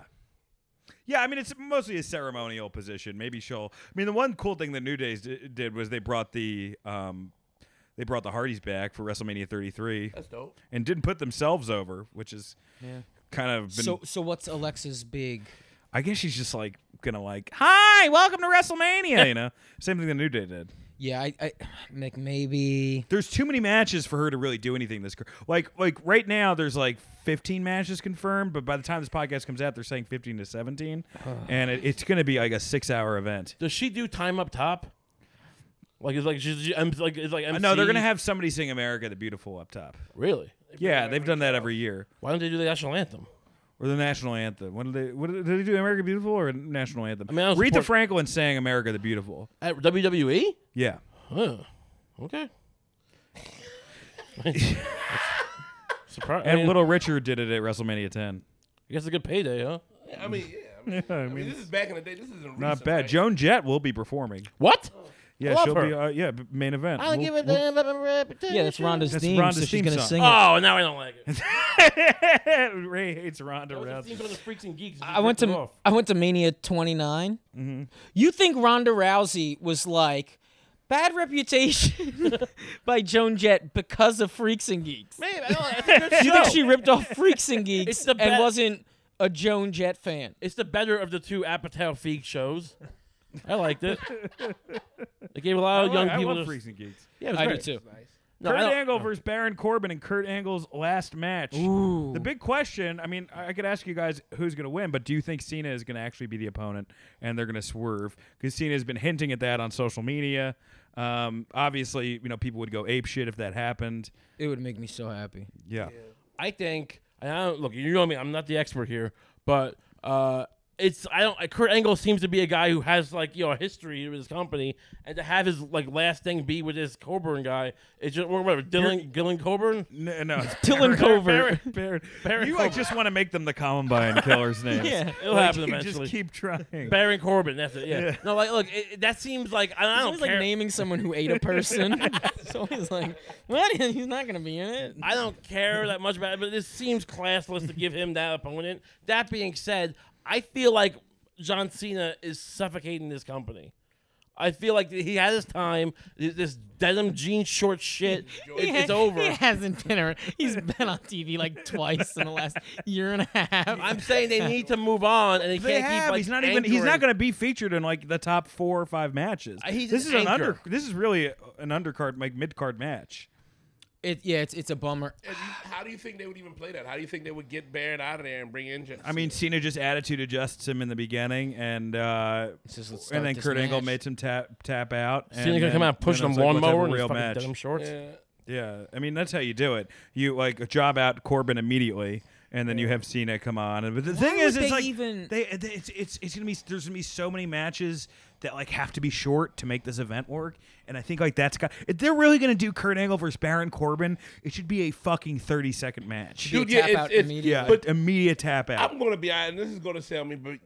[SPEAKER 7] Yeah, I mean it's mostly a ceremonial position. Maybe she'll. I mean, the one cool thing that New Days d- did was they brought the um, they brought the Hardys back for WrestleMania 33
[SPEAKER 8] That's dope.
[SPEAKER 7] and didn't put themselves over, which is kind of been.
[SPEAKER 10] so so what's Alexa's big
[SPEAKER 7] I guess she's just like gonna like, hi, welcome to WrestleMania. you know, same thing the New Day did.
[SPEAKER 10] yeah I, I like maybe
[SPEAKER 7] There's too many matches for her to really do anything this. cr- Like like right now, there's like 15 matches confirmed, but by the time this podcast comes out, they're saying 15 to 17, and it, it's gonna be like a six hour event.
[SPEAKER 9] Does she do time up top? Like it's like she's um, like it's like MC.
[SPEAKER 7] No, they're gonna have somebody sing "America the Beautiful" up top.
[SPEAKER 9] really.
[SPEAKER 7] Yeah, they've done that every year.
[SPEAKER 9] Why don't they do the national anthem?
[SPEAKER 7] Or the national anthem. What did they? What did did they do? "America Beautiful" or national anthem? I
[SPEAKER 9] mean, I don't
[SPEAKER 7] Aretha
[SPEAKER 9] support-
[SPEAKER 7] Franklin sang "America the Beautiful."
[SPEAKER 9] At WWE?
[SPEAKER 7] Yeah,
[SPEAKER 9] Huh.
[SPEAKER 7] <laughs>
[SPEAKER 9] Okay. Surprise.
[SPEAKER 7] and Little Richard did it at Wrestlemania 10.
[SPEAKER 9] I guess it's a good payday, huh?
[SPEAKER 8] I mean, yeah. I mean, I mean, this is back in the day. This isn't recent,
[SPEAKER 7] <laughs> Not bad.
[SPEAKER 8] Right?
[SPEAKER 7] Joan Jett will be performing.
[SPEAKER 9] What?
[SPEAKER 7] Yeah,
[SPEAKER 9] love
[SPEAKER 7] she'll be.
[SPEAKER 9] her.
[SPEAKER 7] Uh, yeah, b- main event. We'll- we'll-
[SPEAKER 9] damn about my reputation.
[SPEAKER 10] yeah that's Rhonda's
[SPEAKER 7] That's
[SPEAKER 10] theme
[SPEAKER 7] Rhonda's
[SPEAKER 10] so she's
[SPEAKER 7] theme
[SPEAKER 10] gonna
[SPEAKER 7] song.
[SPEAKER 10] sing it.
[SPEAKER 9] Oh, now I
[SPEAKER 7] <laughs>
[SPEAKER 9] don't like it.
[SPEAKER 7] Ray hates Ronda Rousey.
[SPEAKER 10] I went to
[SPEAKER 9] Mm-hmm.
[SPEAKER 10] I went to Mania 29. You think Ronda Rousey was like, Bad reputation <laughs> by Joan Jett because of Freaks and Geeks.
[SPEAKER 9] Man, I don't- it's a good
[SPEAKER 10] <laughs> you think
[SPEAKER 9] show.
[SPEAKER 10] she ripped off Freaks
[SPEAKER 9] <laughs>
[SPEAKER 10] and Geeks
[SPEAKER 9] It's the
[SPEAKER 10] and
[SPEAKER 9] best-
[SPEAKER 10] wasn't a Joan Jett fan?
[SPEAKER 9] It's the better of the two Apatow Feig shows. I liked it. It gave a lot of
[SPEAKER 7] I
[SPEAKER 9] young
[SPEAKER 7] like- I
[SPEAKER 9] people.
[SPEAKER 7] love
[SPEAKER 9] to-
[SPEAKER 7] Freaks and Geeks.
[SPEAKER 9] Yeah, it was
[SPEAKER 10] I do
[SPEAKER 9] great.
[SPEAKER 10] too.
[SPEAKER 9] No, I
[SPEAKER 7] Kurt
[SPEAKER 9] don't-
[SPEAKER 7] Angle versus Baron Corbin in Kurt Angle's last match.
[SPEAKER 10] Ooh.
[SPEAKER 7] The big question, I mean, I I could ask you guys who's going to win, but do you think Cena is going to actually be the opponent and they're going to swerve? Because Cena has been hinting at that on social media. Um, obviously, you know, people would go ape shit if that happened.
[SPEAKER 10] It would make me so happy.
[SPEAKER 7] Yeah.
[SPEAKER 9] I think and I don't, look, you know me. I'm not the expert here, but uh, it's I don't. Kurt Angle seems to be a guy who has like you know a history with his company, and to have his like last thing be with this Coburn guy, it's just or whatever. Dylan Dylan Coburn.
[SPEAKER 7] No, no.
[SPEAKER 9] <laughs>
[SPEAKER 7] it's
[SPEAKER 10] Dylan
[SPEAKER 7] Baron-
[SPEAKER 10] Covert.
[SPEAKER 7] Baron- Baron-
[SPEAKER 9] Baron
[SPEAKER 7] you like
[SPEAKER 9] Corbin.
[SPEAKER 7] just want to make them the
[SPEAKER 9] <laughs>
[SPEAKER 7] Columbine killer's names.
[SPEAKER 10] Yeah.
[SPEAKER 9] It'll
[SPEAKER 7] Like,
[SPEAKER 9] happen
[SPEAKER 7] you
[SPEAKER 9] eventually.
[SPEAKER 7] Just keep trying.
[SPEAKER 9] Baron Corbin. That's it. Yeah.
[SPEAKER 7] Yeah.
[SPEAKER 9] No, like look, it, it- that seems like I, I
[SPEAKER 10] It's
[SPEAKER 9] don't
[SPEAKER 10] always
[SPEAKER 9] care.
[SPEAKER 10] like naming someone who ate
[SPEAKER 9] <laughs>
[SPEAKER 10] a person. <laughs> it's always like, what? <laughs> He's not gonna be in it.
[SPEAKER 9] I don't care that much about it, but this seems classless to give him that opponent. That being said, I feel like John Cena is suffocating this company. I feel like he had his time. Th- This denim jean short shit, it, it's
[SPEAKER 10] He
[SPEAKER 9] over.
[SPEAKER 10] hasn't been around. He's been on TV like twice in the last year and a half.
[SPEAKER 9] I'm saying they need to move on, and they,
[SPEAKER 7] They
[SPEAKER 9] can't keep.
[SPEAKER 7] have.
[SPEAKER 9] Like,
[SPEAKER 7] he's not even. He's
[SPEAKER 9] anchoring-
[SPEAKER 7] not going to be featured in like the top four or five matches.
[SPEAKER 9] Uh, he's
[SPEAKER 7] this is
[SPEAKER 9] an
[SPEAKER 7] an under.
[SPEAKER 9] anchor.
[SPEAKER 7] This is really an undercard, like mid card match.
[SPEAKER 10] It, yeah, it's it's a bummer.
[SPEAKER 8] And you- how do you think they would even play that? How do you think they would get Baron out of there and bring in? Just,
[SPEAKER 7] I mean, Cena just attitude adjusts him in the beginning, and uh,
[SPEAKER 10] just, let's start
[SPEAKER 7] and then
[SPEAKER 10] this
[SPEAKER 7] Kurt Angle
[SPEAKER 10] match.
[SPEAKER 7] makes him tap tap out.
[SPEAKER 9] Cena's
[SPEAKER 7] and
[SPEAKER 9] gonna come
[SPEAKER 7] then-
[SPEAKER 9] out pushing
[SPEAKER 7] then
[SPEAKER 9] a
[SPEAKER 7] it's like, let's have
[SPEAKER 9] lawnmower
[SPEAKER 7] a
[SPEAKER 9] in his
[SPEAKER 7] real
[SPEAKER 9] fucking
[SPEAKER 7] match.
[SPEAKER 9] denim shorts.
[SPEAKER 7] Yeah, I mean that's how you do it. You like job out Corbin immediately, and then you have Cena come on. And- But the thing
[SPEAKER 10] would
[SPEAKER 7] is, it's
[SPEAKER 10] they
[SPEAKER 7] like
[SPEAKER 10] even-
[SPEAKER 7] they, they- it's, it's it's gonna be there's gonna be so many matches that like have to be short to make this event work. And I think like that's got if they're really gonna do Kurt Angle versus Baron Corbin, it should be a fucking thirty second match.
[SPEAKER 8] Dude,
[SPEAKER 10] Tap
[SPEAKER 8] yeah, it's,
[SPEAKER 10] out
[SPEAKER 8] it's-
[SPEAKER 10] immediately.
[SPEAKER 7] yeah,
[SPEAKER 8] but-
[SPEAKER 7] immediate tap out.
[SPEAKER 8] I'm gonna be honest. and This is gonna sound me, but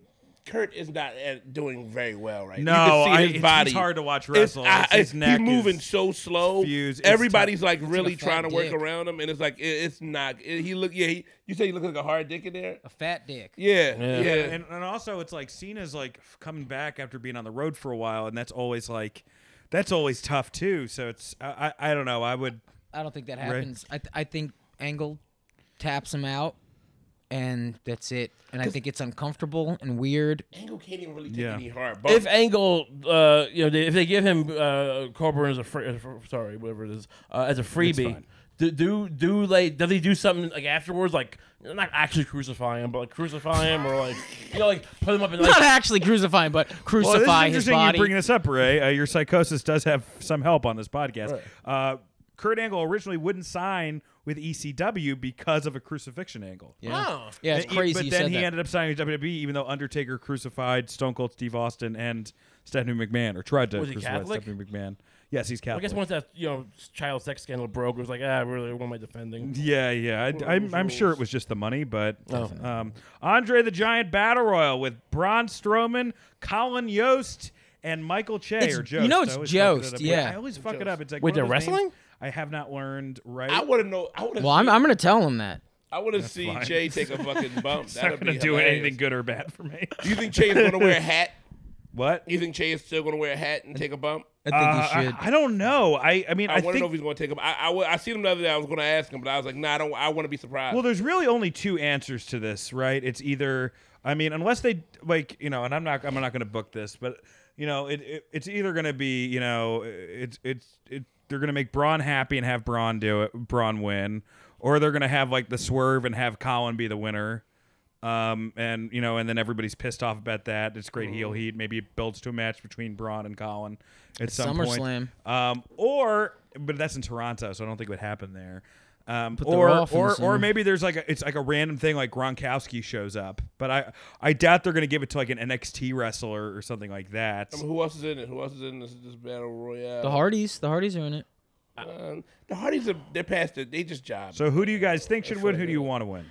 [SPEAKER 8] Kurt is not uh, doing very well right
[SPEAKER 7] No,
[SPEAKER 8] now. You can
[SPEAKER 7] I-
[SPEAKER 8] see
[SPEAKER 7] it's-
[SPEAKER 8] his
[SPEAKER 7] it's
[SPEAKER 8] body.
[SPEAKER 7] hard to watch
[SPEAKER 8] It's-
[SPEAKER 7] wrestle.
[SPEAKER 8] I-
[SPEAKER 7] It's- his
[SPEAKER 8] it's-
[SPEAKER 7] neck
[SPEAKER 8] he's moving
[SPEAKER 7] is
[SPEAKER 8] so slow.
[SPEAKER 7] fused. It's
[SPEAKER 8] Everybody's like really
[SPEAKER 10] fat
[SPEAKER 8] trying to work
[SPEAKER 10] dick.
[SPEAKER 8] around him, and it's like it, it's not. it- he look, yeah. He, you say he looks like a hard dick in there.
[SPEAKER 10] A fat dick.
[SPEAKER 8] Yeah, yeah.
[SPEAKER 7] and, and also it's like Cena's like f- coming back after being on the road for a while, and that's always like that's always tough too. So it's I I, I don't know. I would.
[SPEAKER 10] I don't think that happens. I, th- I think Angle taps him out, and that's it. And I think it's uncomfortable and weird.
[SPEAKER 8] Angle can't even really take
[SPEAKER 7] Yeah.
[SPEAKER 8] any hard.
[SPEAKER 9] If
[SPEAKER 8] bumps.
[SPEAKER 9] Angle, uh, you know, they, if they give him uh, Corbin as a free, sorry, whatever it is, uh, as a freebie,
[SPEAKER 7] fine.
[SPEAKER 9] do, do do like do they do something like afterwards, like not actually crucify him, but like crucify him or <laughs> like you know, like put him up in
[SPEAKER 10] Not
[SPEAKER 9] like.
[SPEAKER 10] actually crucify him, but <laughs>
[SPEAKER 7] Well,
[SPEAKER 10] crucify
[SPEAKER 7] this is
[SPEAKER 10] his
[SPEAKER 7] interesting
[SPEAKER 10] body.
[SPEAKER 7] you bring this up, Ray. Uh, your psychosis does have some help on this podcast. Uh, Kurt Angle originally wouldn't sign with ECW because of a crucifixion angle.
[SPEAKER 9] Oh.
[SPEAKER 10] yeah, it's
[SPEAKER 7] And he-
[SPEAKER 10] crazy.
[SPEAKER 7] But
[SPEAKER 10] you
[SPEAKER 7] then
[SPEAKER 10] said
[SPEAKER 7] he
[SPEAKER 10] that.
[SPEAKER 7] ended up signing with WWE, even though Undertaker crucified Stone Cold Steve Austin and Stephanie McMahon, or tried to
[SPEAKER 9] Was he
[SPEAKER 7] crucify
[SPEAKER 9] Catholic?
[SPEAKER 7] Stephanie McMahon. Yes, he's
[SPEAKER 9] I
[SPEAKER 7] Catholic.
[SPEAKER 9] guess once that you know child sex scandal broke, it was like ah, really, what am I defending?
[SPEAKER 7] Yeah, yeah. I, am I'm
[SPEAKER 8] rules.
[SPEAKER 7] sure it was just the money, but um, Andre the Giant Battle Royal with Braun Strowman, Colin Yost, and Michael Che
[SPEAKER 10] It's-
[SPEAKER 7] or Jost.
[SPEAKER 10] you know
[SPEAKER 7] I
[SPEAKER 10] it's
[SPEAKER 7] always fuck it
[SPEAKER 10] Jost,
[SPEAKER 7] up.
[SPEAKER 10] yeah.
[SPEAKER 7] I always fuck it up. It's like
[SPEAKER 9] Wait,
[SPEAKER 7] one
[SPEAKER 9] they're
[SPEAKER 7] of those names
[SPEAKER 9] wrestling?
[SPEAKER 7] I have not learned right.
[SPEAKER 8] I want to know. I want to.
[SPEAKER 10] well, I'm, I'm gonna tell him that.
[SPEAKER 8] I want to see
[SPEAKER 7] fine.
[SPEAKER 8] Jay take a
[SPEAKER 7] <laughs>
[SPEAKER 8] fucking bump.
[SPEAKER 7] it's
[SPEAKER 8] That'll
[SPEAKER 7] not
[SPEAKER 8] be
[SPEAKER 7] going to do
[SPEAKER 8] hilarious.
[SPEAKER 7] anything good or bad for me.
[SPEAKER 8] Do you think Jay is gonna wear
[SPEAKER 7] <laughs>
[SPEAKER 8] a hat?
[SPEAKER 7] what?
[SPEAKER 8] You think Jay is still gonna wear a hat and take a bump?
[SPEAKER 10] I think
[SPEAKER 7] Uh,
[SPEAKER 10] he should.
[SPEAKER 7] I, I don't know. I I mean
[SPEAKER 8] I,
[SPEAKER 7] I,
[SPEAKER 8] want to know if
[SPEAKER 7] think
[SPEAKER 8] he's going to take him. I, I, wa- I seen him the other day. I was going to ask him, but I was like, nah, I don't. I want to be surprised.
[SPEAKER 7] Well, there's really only two answers to this, right? It's either I mean, unless they like, you know, and I'm not I'm not going to book this, but you know, it, it it's either going to be, you know, it's it's it they're going to make Braun happy and have Braun do it, Braun win, or they're going to have like the swerve and have Colin be the winner. Um, and you know, and then everybody's pissed off about that. It's great
[SPEAKER 10] Mm.
[SPEAKER 7] heel heat. Maybe it builds to a match between Braun and Colin at, some
[SPEAKER 10] SummerSlam.
[SPEAKER 7] point. Um, or but that's in Toronto, so I don't think it would happen there. Um,
[SPEAKER 10] they're
[SPEAKER 7] or
[SPEAKER 10] off in the
[SPEAKER 7] or
[SPEAKER 10] summer.
[SPEAKER 7] or maybe there's like a, it's like a random thing like Gronkowski shows up, but I I doubt they're gonna give it to like an NXT wrestler or something like that.
[SPEAKER 8] who else is in it? Who else is in this, this battle royale?
[SPEAKER 10] the Hardys, the Hardys are in it.
[SPEAKER 8] Um, the Hardys are they're past it. They just job.
[SPEAKER 7] So who do you guys think should win? Who do you want to win?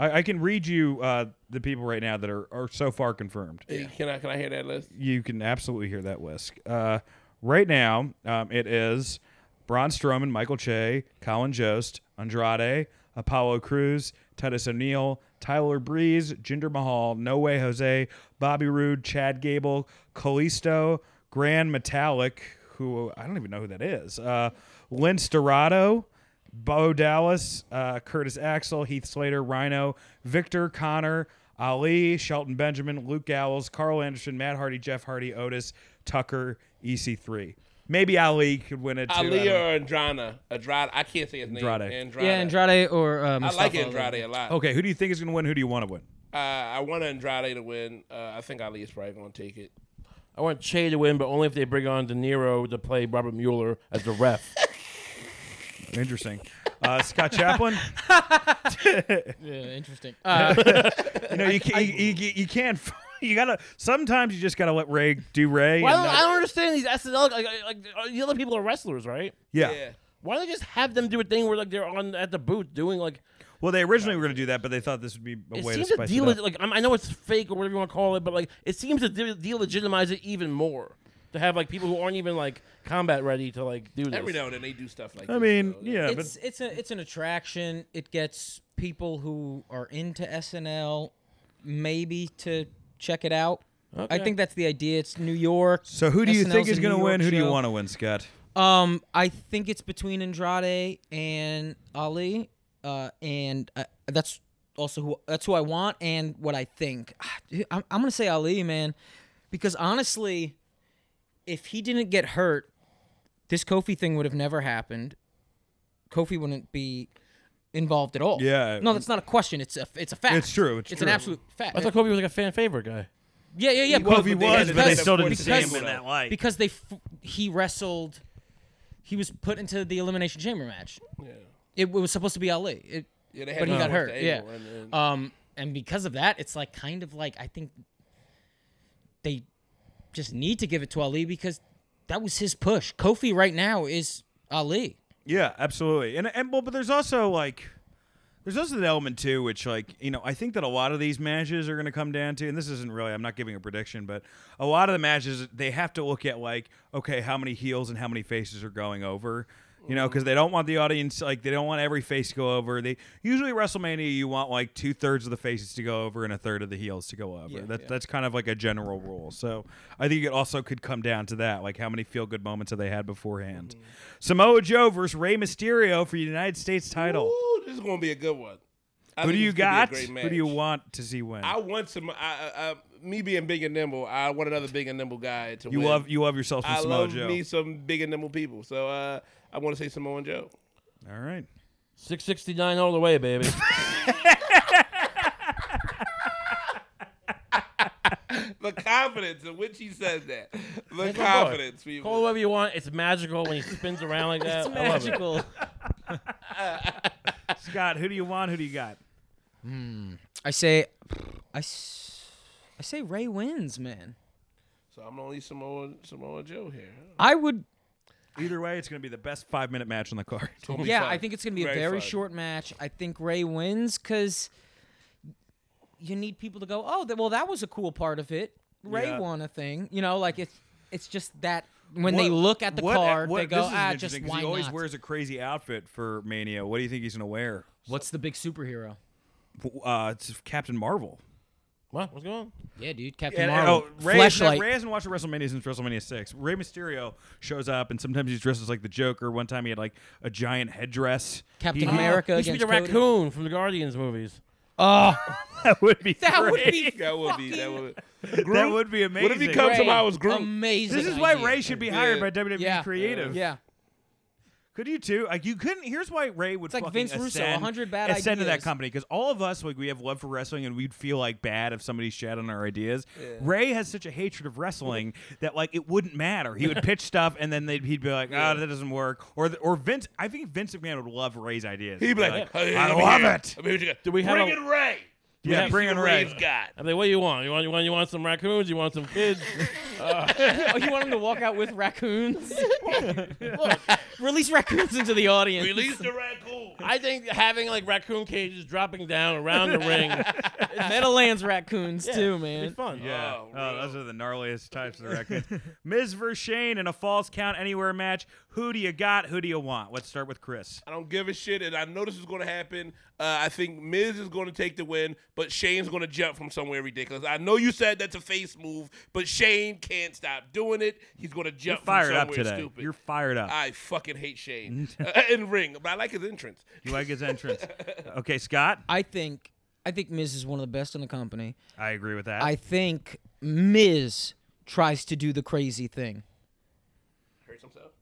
[SPEAKER 7] I, I can read you uh, the people right now that are are so far confirmed.
[SPEAKER 8] Hey, Can I can I hear that list?
[SPEAKER 7] You can absolutely hear that whisk. Uh, right now, um, it is Braun Strowman, Michael Che, Colin Jost, Andrade, Apollo Cruz, Titus O'Neil, Tyler Breeze, Jinder Mahal, No Way Jose, Bobby Roode, Chad Gable, Kalisto, Grand Metallic, who I don't even know who that is. Uh, Lince Dorado, Bo Dallas, uh, Curtis Axel, Heath Slater, Rhino, Victor Connor, Ali, Shelton Benjamin, Luke Gallows, Carl Anderson, Matt Hardy, Jeff Hardy, Otis Tucker, EC3. Maybe Ali could win it too. I don't
[SPEAKER 8] Ali
[SPEAKER 7] know.
[SPEAKER 8] or Andrana. Andrade. I can't say his name.
[SPEAKER 7] Andrade.
[SPEAKER 8] Andrade.
[SPEAKER 10] Yeah, Andrade or uh,
[SPEAKER 8] I like
[SPEAKER 10] Mustafa Ali.
[SPEAKER 8] Andrade a lot.
[SPEAKER 7] Okay, who do you think is going to win? Who do you want to win?
[SPEAKER 8] Uh, I want Andrade to win. Uh, I think Ali is probably going to take it.
[SPEAKER 9] I want Che to win, but only if they bring on De Niro to play Robert Mueller as the <laughs> ref.
[SPEAKER 7] Interesting. Uh, Scott Chaplin.
[SPEAKER 10] Yeah, interesting. Uh,
[SPEAKER 7] You know, you can't. You, you, you can't. <laughs> You gotta. Sometimes you just gotta let Ray do Ray.
[SPEAKER 9] Why
[SPEAKER 7] and
[SPEAKER 9] don't,
[SPEAKER 7] not-
[SPEAKER 9] I don't understand these SNL. Like, like, like, the other people are wrestlers, right?
[SPEAKER 7] yeah.
[SPEAKER 8] Yeah.
[SPEAKER 9] Why don't they just have them do a thing where like they're on at the booth doing like
[SPEAKER 7] Well, they originally were gonna do that, but they thought this would be a
[SPEAKER 9] it
[SPEAKER 7] way to
[SPEAKER 9] seems
[SPEAKER 7] spice
[SPEAKER 9] to deal
[SPEAKER 7] it up.
[SPEAKER 9] like I'm, I know it's fake or whatever you want to call it, but like it seems to de- delegitimize it even more to have like people who aren't even like combat ready to like do this.
[SPEAKER 8] Every now and then they do stuff like
[SPEAKER 7] I
[SPEAKER 8] this,
[SPEAKER 7] mean,
[SPEAKER 8] though.
[SPEAKER 7] yeah,
[SPEAKER 10] it's it's a it's an attraction. It gets people who are into SNL maybe to check it out. I
[SPEAKER 9] Okay.
[SPEAKER 10] think that's the idea. It's New York.
[SPEAKER 7] but so who do you
[SPEAKER 10] SNL's
[SPEAKER 7] think
[SPEAKER 10] a
[SPEAKER 7] is
[SPEAKER 10] New
[SPEAKER 7] gonna
[SPEAKER 10] York
[SPEAKER 7] win? Who do you
[SPEAKER 10] show.
[SPEAKER 7] want to win, Scott?
[SPEAKER 10] Um, I think it's between Andrade and Ali, uh, and uh, that's also who that's who I want and what I think. Ah, Dude, I'm, I'm gonna say Ali, man, because honestly, if he didn't get hurt, this Kofi thing would have never happened. Kofi wouldn't be involved at all.
[SPEAKER 7] Yeah.
[SPEAKER 10] No, that's not a question. It's a it's a fact.
[SPEAKER 7] It's true, it's
[SPEAKER 10] It's, an
[SPEAKER 7] true.
[SPEAKER 10] absolute fact.
[SPEAKER 9] I thought Kobe was like a fan favorite guy.
[SPEAKER 10] yeah, yeah, yeah.
[SPEAKER 7] Kobe
[SPEAKER 8] but they
[SPEAKER 7] was,
[SPEAKER 8] ended
[SPEAKER 7] but
[SPEAKER 8] up
[SPEAKER 7] they
[SPEAKER 8] with
[SPEAKER 7] still didn't
[SPEAKER 8] because-
[SPEAKER 7] see him in
[SPEAKER 8] because-
[SPEAKER 7] that light.
[SPEAKER 10] because they f- he wrestled he was put into the elimination chamber match yeah it was supposed to be ali it,
[SPEAKER 8] Yeah, they had
[SPEAKER 10] but he
[SPEAKER 8] to
[SPEAKER 10] got
[SPEAKER 8] go with
[SPEAKER 10] hurt
[SPEAKER 8] the
[SPEAKER 10] yeah
[SPEAKER 8] angle and then-
[SPEAKER 10] um and because of that it's like kind of like i think they just need to give it to ali because that was his push kofi right now is ali
[SPEAKER 7] Yeah, absolutely. And and well, but there's also like there's also an element too, which like you know I think that a lot of these matches are going to come down to, and this isn't really I'm not giving a prediction, but a lot of the matches they have to look at like okay, how many heels and how many faces are going over. You know, because they don't want the audience like they don't want every face to go over. They usually WrestleMania you want like two thirds of the faces to go over and a third of the heels to go over. that, That's kind of like a general rule. So I think it also could come down to that, like how many feel good moments have they had beforehand. Samoa Joe versus Rey Mysterio for the United States title.
[SPEAKER 8] Ooh, this is going to be a good one. I
[SPEAKER 7] Who
[SPEAKER 8] think
[SPEAKER 7] do you
[SPEAKER 8] it's gonna
[SPEAKER 7] got?
[SPEAKER 8] be a great
[SPEAKER 7] Who do you
[SPEAKER 8] match.
[SPEAKER 7] want to see win?
[SPEAKER 8] I want some. I, I, I, me being big and nimble, I want another big and nimble guy to
[SPEAKER 7] you
[SPEAKER 8] win.
[SPEAKER 7] love you love yourself some
[SPEAKER 8] I
[SPEAKER 7] Samoa
[SPEAKER 8] love
[SPEAKER 7] Joe.
[SPEAKER 8] me some big and nimble people. So uh, I want to say Samoan Joe.
[SPEAKER 7] All right.
[SPEAKER 9] Six sixty nine all the
[SPEAKER 7] <laughs>
[SPEAKER 9] way, baby.
[SPEAKER 8] The confidence in which he says that. The
[SPEAKER 9] That's my boy.
[SPEAKER 8] confidence. people.
[SPEAKER 9] Call it whatever you want. It's magical when he spins
[SPEAKER 7] <laughs>
[SPEAKER 9] around like that.
[SPEAKER 10] it's
[SPEAKER 9] I love it.
[SPEAKER 10] magical
[SPEAKER 7] Scott, who do you want? Who do you got?
[SPEAKER 10] i say i s- i say ray wins man
[SPEAKER 8] So I'm only Samoa Samoa Joe here.
[SPEAKER 10] i would
[SPEAKER 7] Either way, it's going to be the best five minute match on the
[SPEAKER 10] <laughs>
[SPEAKER 7] card.
[SPEAKER 10] yeah,
[SPEAKER 8] fun.
[SPEAKER 10] I think it's going to be a
[SPEAKER 8] Very
[SPEAKER 10] very
[SPEAKER 8] fun.
[SPEAKER 10] short match. I think Ray wins because you need people to go, oh, th- well, that was a cool part of it. Ray
[SPEAKER 7] Yeah.
[SPEAKER 10] won a thing. You know, like it's it's just that when they
[SPEAKER 7] What-
[SPEAKER 10] look at the
[SPEAKER 7] what-
[SPEAKER 10] card,
[SPEAKER 7] what-
[SPEAKER 10] they
[SPEAKER 7] this
[SPEAKER 10] go,
[SPEAKER 7] is
[SPEAKER 10] ah,
[SPEAKER 7] interesting,
[SPEAKER 10] just
[SPEAKER 7] 'cause
[SPEAKER 10] why
[SPEAKER 7] He always
[SPEAKER 10] not?
[SPEAKER 7] wears a crazy outfit for Mania. What do you think he's going to wear?
[SPEAKER 10] What's the big superhero?
[SPEAKER 7] Uh, it's Captain Marvel.
[SPEAKER 9] What? What's going on?
[SPEAKER 10] Yeah, dude, Captain
[SPEAKER 7] And,
[SPEAKER 10] Marvel.
[SPEAKER 7] oh, Ray,
[SPEAKER 10] Fleshlight.
[SPEAKER 7] Ray hasn't watched a WrestleMania since WrestleMania six. Ray Mysterio shows up, and sometimes he's dressed as like the Joker. One time he had like a giant headdress. He-
[SPEAKER 10] Captain Uh, America
[SPEAKER 9] He should be the
[SPEAKER 10] against Cody.
[SPEAKER 9] raccoon from the Guardians movies.
[SPEAKER 7] <laughs> <laughs> that would be
[SPEAKER 10] Oh, That would
[SPEAKER 7] great.
[SPEAKER 10] be
[SPEAKER 8] That would be that would.
[SPEAKER 7] that would be amazing.
[SPEAKER 8] What if he comes
[SPEAKER 10] Great.
[SPEAKER 8] tomorrow as Groot?
[SPEAKER 10] amazing.
[SPEAKER 7] This is why
[SPEAKER 10] idea.
[SPEAKER 7] Ray should be hired by WWE
[SPEAKER 10] Yeah.
[SPEAKER 7] Creative.
[SPEAKER 10] Yeah.
[SPEAKER 7] Could you too? Like you couldn't. Here's why Ray would. It's
[SPEAKER 10] like Vince Russo, 100 bad
[SPEAKER 7] ascend to that
[SPEAKER 10] ideas.
[SPEAKER 7] company because all of us like we have love for wrestling and we'd feel like bad if somebody shat on our ideas. Ray has such a hatred of wrestling that like it wouldn't matter. He would pitch stuff and then they'd, he'd be like, "Ah, that doesn't work." Or the, or Vince, I think Vince McMahon would love Ray's ideas.
[SPEAKER 8] He'd be like, hey,
[SPEAKER 7] "I
[SPEAKER 8] let me
[SPEAKER 7] love
[SPEAKER 8] hear
[SPEAKER 7] it."
[SPEAKER 8] Let me hear what you got.
[SPEAKER 9] Do we have
[SPEAKER 8] Bring
[SPEAKER 9] a-
[SPEAKER 8] it Ray.
[SPEAKER 7] Yeah, bring
[SPEAKER 8] See
[SPEAKER 7] in
[SPEAKER 8] what
[SPEAKER 7] Ray.
[SPEAKER 8] Ray's got.
[SPEAKER 9] I'm like, what do you want? You want you want you want some raccoons? You want
[SPEAKER 7] <laughs>
[SPEAKER 9] some kids?
[SPEAKER 10] oh, you want him to walk out with
[SPEAKER 7] <laughs>
[SPEAKER 10] raccoons? <laughs> Look, release raccoons into the audience.
[SPEAKER 8] Release the raccoon.
[SPEAKER 9] I think having like raccoon cages dropping down around
[SPEAKER 7] <laughs>
[SPEAKER 9] the ring
[SPEAKER 10] <laughs> Meadowlands raccoons too,
[SPEAKER 9] It'd be
[SPEAKER 10] man.
[SPEAKER 9] fun.
[SPEAKER 7] Yeah,
[SPEAKER 8] Oh,
[SPEAKER 7] Oh, those are the gnarliest types of records. Miz versus Shane in a false count anywhere match. Who do you got? Who do you want? Let's start with Chris.
[SPEAKER 8] I don't give a shit, and I know this is going to happen. Uh, I think Miz is going to take the win, but Shane's going to jump from somewhere ridiculous. I know you said that's a face move, but Shane can't stop doing it. He's going to
[SPEAKER 7] You're
[SPEAKER 8] jump
[SPEAKER 7] fired
[SPEAKER 8] from
[SPEAKER 7] up
[SPEAKER 8] somewhere
[SPEAKER 7] today.
[SPEAKER 8] stupid.
[SPEAKER 7] You're fired up.
[SPEAKER 8] I fucking hate
[SPEAKER 7] <laughs>
[SPEAKER 8] Shane Uh, and Ring, but I like his entrance.
[SPEAKER 7] you like
[SPEAKER 8] <laughs>
[SPEAKER 7] his entrance. Okay, Scott.
[SPEAKER 10] I think I think Miz is one of the best in the company.
[SPEAKER 7] I agree with that.
[SPEAKER 10] I think Miz tries to do the crazy thing,
[SPEAKER 8] Hurts himself.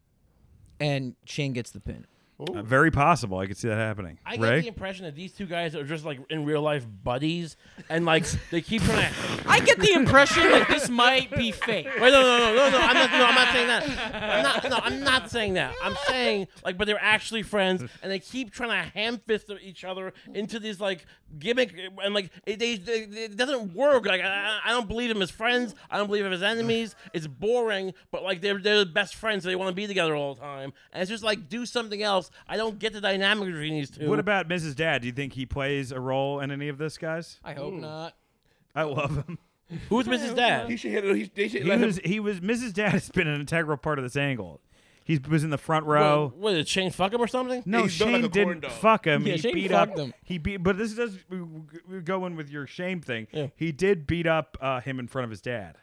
[SPEAKER 10] and Shane gets the pin.
[SPEAKER 7] Uh, very possible. I could see that happening.
[SPEAKER 9] I get the
[SPEAKER 7] Ray.
[SPEAKER 9] impression that these two guys are just like in real life buddies, and like <laughs> they keep trying to. <laughs>
[SPEAKER 10] I get the impression that this might be fake.
[SPEAKER 9] Wait, no, no, no, no, no. I'm not, no, I'm not saying that. I'm not, no, I'm not saying that. I'm saying like, but they're actually friends, and they keep trying to ham fist each other into these like gimmick, and like it, they, they, it doesn't work. Like I, I I don't believe him as friends. I don't believe him as enemies. It's boring, but like they're they're the best friends. So they want to be together all the time, and it's just like do something else. I don't get the dynamic between these two.
[SPEAKER 7] What about Mrs. Dad? Do you think he plays a role in any of this, guys?
[SPEAKER 10] I hope not.
[SPEAKER 7] I love him.
[SPEAKER 9] who's Mrs. Dad?
[SPEAKER 8] He should hit. He, they should
[SPEAKER 7] He
[SPEAKER 8] let him-
[SPEAKER 7] was. He was. Mrs. Dad has been an integral part of this angle. He was in the front row.
[SPEAKER 9] What, what did Shane fuck him or something?
[SPEAKER 7] no,
[SPEAKER 8] he's built
[SPEAKER 7] Shane
[SPEAKER 8] like a corn
[SPEAKER 7] didn't
[SPEAKER 8] dog.
[SPEAKER 7] fuck him.
[SPEAKER 10] Yeah,
[SPEAKER 7] he
[SPEAKER 10] Shane
[SPEAKER 7] beat up.
[SPEAKER 10] fucked him.
[SPEAKER 7] He beat. But this does we- we go in with your shame thing. He did beat up uh, him in front of his dad.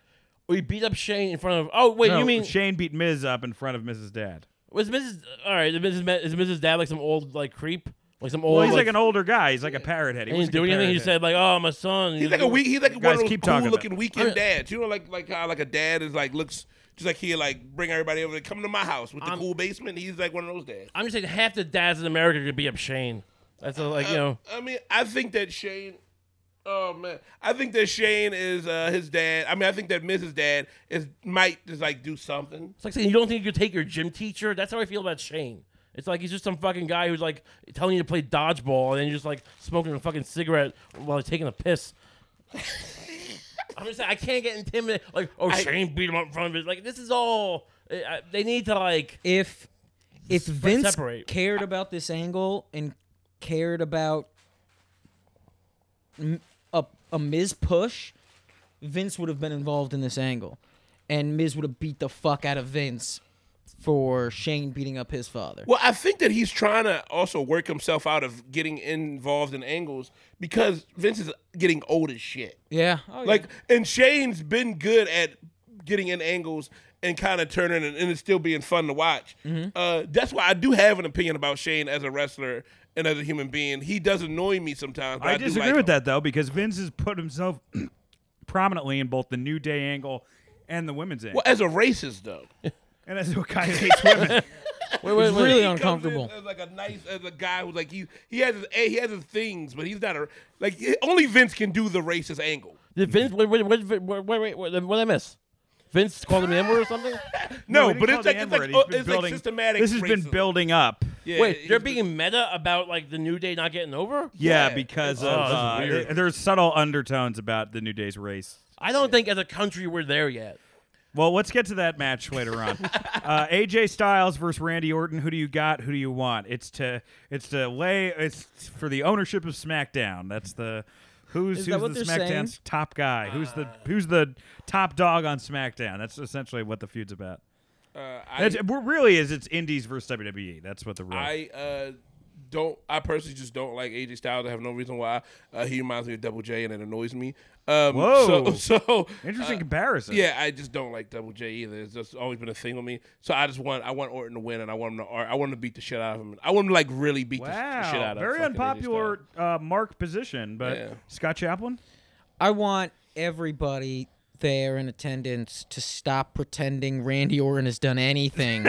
[SPEAKER 9] We beat up Shane in front of. Oh wait,
[SPEAKER 7] No,
[SPEAKER 9] you mean
[SPEAKER 7] Shane beat Miz up in front of Mrs. Dad?
[SPEAKER 9] was Mrs. All right, is Mrs. Ma- is Mrs. Dad like some old like creep, like some old.
[SPEAKER 7] Well, he's like an older guy. He's like a parrot head.
[SPEAKER 9] He didn't
[SPEAKER 7] was a
[SPEAKER 9] do
[SPEAKER 7] good
[SPEAKER 9] anything. He
[SPEAKER 7] parrot
[SPEAKER 9] just
[SPEAKER 7] head.
[SPEAKER 9] said like, "Oh, my son."
[SPEAKER 8] He's like a weak. He's like one
[SPEAKER 7] Guys,
[SPEAKER 8] of those
[SPEAKER 7] keep
[SPEAKER 8] cool
[SPEAKER 7] talking about
[SPEAKER 8] looking weekend dads. You know, like like how like a dad is like looks just like he like bring everybody over. Come to my house with the
[SPEAKER 9] I'm-
[SPEAKER 8] cool basement. He's like one of those dads.
[SPEAKER 9] I'm just saying, half the dads in America could be up Shane. That's a, like you know.
[SPEAKER 8] I mean, I think that Shane. Oh man, I think that Shane is uh, his dad. I mean, I think that Mrs. Dad is might just like do something.
[SPEAKER 9] It's like saying you don't think you could take your gym teacher. That's how I feel about Shane. It's like he's just some fucking guy who's like telling you to play dodgeball, and then you're just like smoking a fucking cigarette while taking a piss. <laughs> I'm just saying I can't get intimidated. Like, oh, Shane beat him up in front of his. Like, this is all. eh, I- I- they need to like.
[SPEAKER 10] If if Vince
[SPEAKER 9] separate.
[SPEAKER 10] cared about this angle and cared about m- a a Miz push, Vince would have been involved in this angle, and Miz would have beat the fuck out of Vince for Shane beating up his father.
[SPEAKER 8] Well, I think that he's trying to also work himself out of getting involved in angles because Vince is getting old as shit.
[SPEAKER 10] Yeah, Oh, yeah.
[SPEAKER 8] Like, and Shane's been good at getting in angles and kind of turning and, and it's still being fun to watch. Uh, that's why I do have an opinion about Shane as a wrestler and as a human being. He does annoy me sometimes. But I,
[SPEAKER 7] I
[SPEAKER 8] do
[SPEAKER 7] disagree
[SPEAKER 8] like
[SPEAKER 7] with
[SPEAKER 8] him.
[SPEAKER 7] that though, because Vince has put himself <clears throat> prominently in both the New Day angle and the women's angle,
[SPEAKER 8] Well, as a racist <laughs> though,
[SPEAKER 7] and as a guy who
[SPEAKER 8] <laughs>
[SPEAKER 7] hates women.
[SPEAKER 10] Wait, wait, wait. really
[SPEAKER 8] He comes in
[SPEAKER 10] uncomfortable.
[SPEAKER 8] As like a nice, as a guy who's like he he has his he has his things, but he's not a like only Vince can do the racist angle.
[SPEAKER 9] Did Vince? Wait, wait, wait, wait, wait, wait, wait what did I miss? Vince called him the N-word or something?
[SPEAKER 8] No,
[SPEAKER 7] he didn't
[SPEAKER 8] but
[SPEAKER 7] call
[SPEAKER 8] it's
[SPEAKER 7] the
[SPEAKER 8] like it's like,
[SPEAKER 7] N-word.
[SPEAKER 8] uh,
[SPEAKER 7] He's been
[SPEAKER 8] it's like
[SPEAKER 7] building-
[SPEAKER 8] systematic.
[SPEAKER 7] This has been
[SPEAKER 8] racism.
[SPEAKER 7] building up.
[SPEAKER 8] Yeah,
[SPEAKER 9] Wait,
[SPEAKER 8] it's
[SPEAKER 9] they're
[SPEAKER 8] been-
[SPEAKER 9] being meta about like the New Day not getting over?
[SPEAKER 8] Yeah.
[SPEAKER 7] Yeah, because
[SPEAKER 9] Oh,
[SPEAKER 7] of
[SPEAKER 9] this is
[SPEAKER 7] uh,
[SPEAKER 9] weird.
[SPEAKER 7] th- there's subtle undertones about the New Day's race.
[SPEAKER 9] I don't think as a country we're there yet.
[SPEAKER 7] Well, let's get to that match later
[SPEAKER 10] <laughs>
[SPEAKER 7] on. uh, AJ Styles versus Randy Orton. Who do you got? Who do you want? It's to it's to lay it's for the ownership of SmackDown. That's the who's
[SPEAKER 10] Is that
[SPEAKER 7] who's
[SPEAKER 10] what
[SPEAKER 7] the
[SPEAKER 10] they're saying? Uh.
[SPEAKER 7] SmackDown's top guy. Who's the who's the top dog on SmackDown? That's essentially what the feud's about.
[SPEAKER 8] Uh, I,
[SPEAKER 7] That's, it really is it's Indies versus WWE. That's what the real.
[SPEAKER 8] I uh, don't. I personally just don't like AJ Styles. I have no reason why. Uh, he reminds me of Double J, and it annoys me. Um,
[SPEAKER 7] Whoa.
[SPEAKER 8] <laughs> So, so
[SPEAKER 7] Interesting
[SPEAKER 8] uh,
[SPEAKER 7] comparison.
[SPEAKER 8] Yeah, I just don't like Double J either. It's just always been a thing with me. So I just want I want Orton to win, and I want him to ar- I want him to beat the shit out of him. I want him to like really beat the s- the, shit
[SPEAKER 7] Wow,
[SPEAKER 8] out of
[SPEAKER 7] very
[SPEAKER 8] fucking AJ
[SPEAKER 7] unpopular
[SPEAKER 8] Styles.
[SPEAKER 7] uh, mark position, but
[SPEAKER 8] Yeah.
[SPEAKER 7] Scott
[SPEAKER 8] <laughs>
[SPEAKER 7] Chaplin.
[SPEAKER 10] I want everybody there in attendance to stop pretending Randy Orton has done anything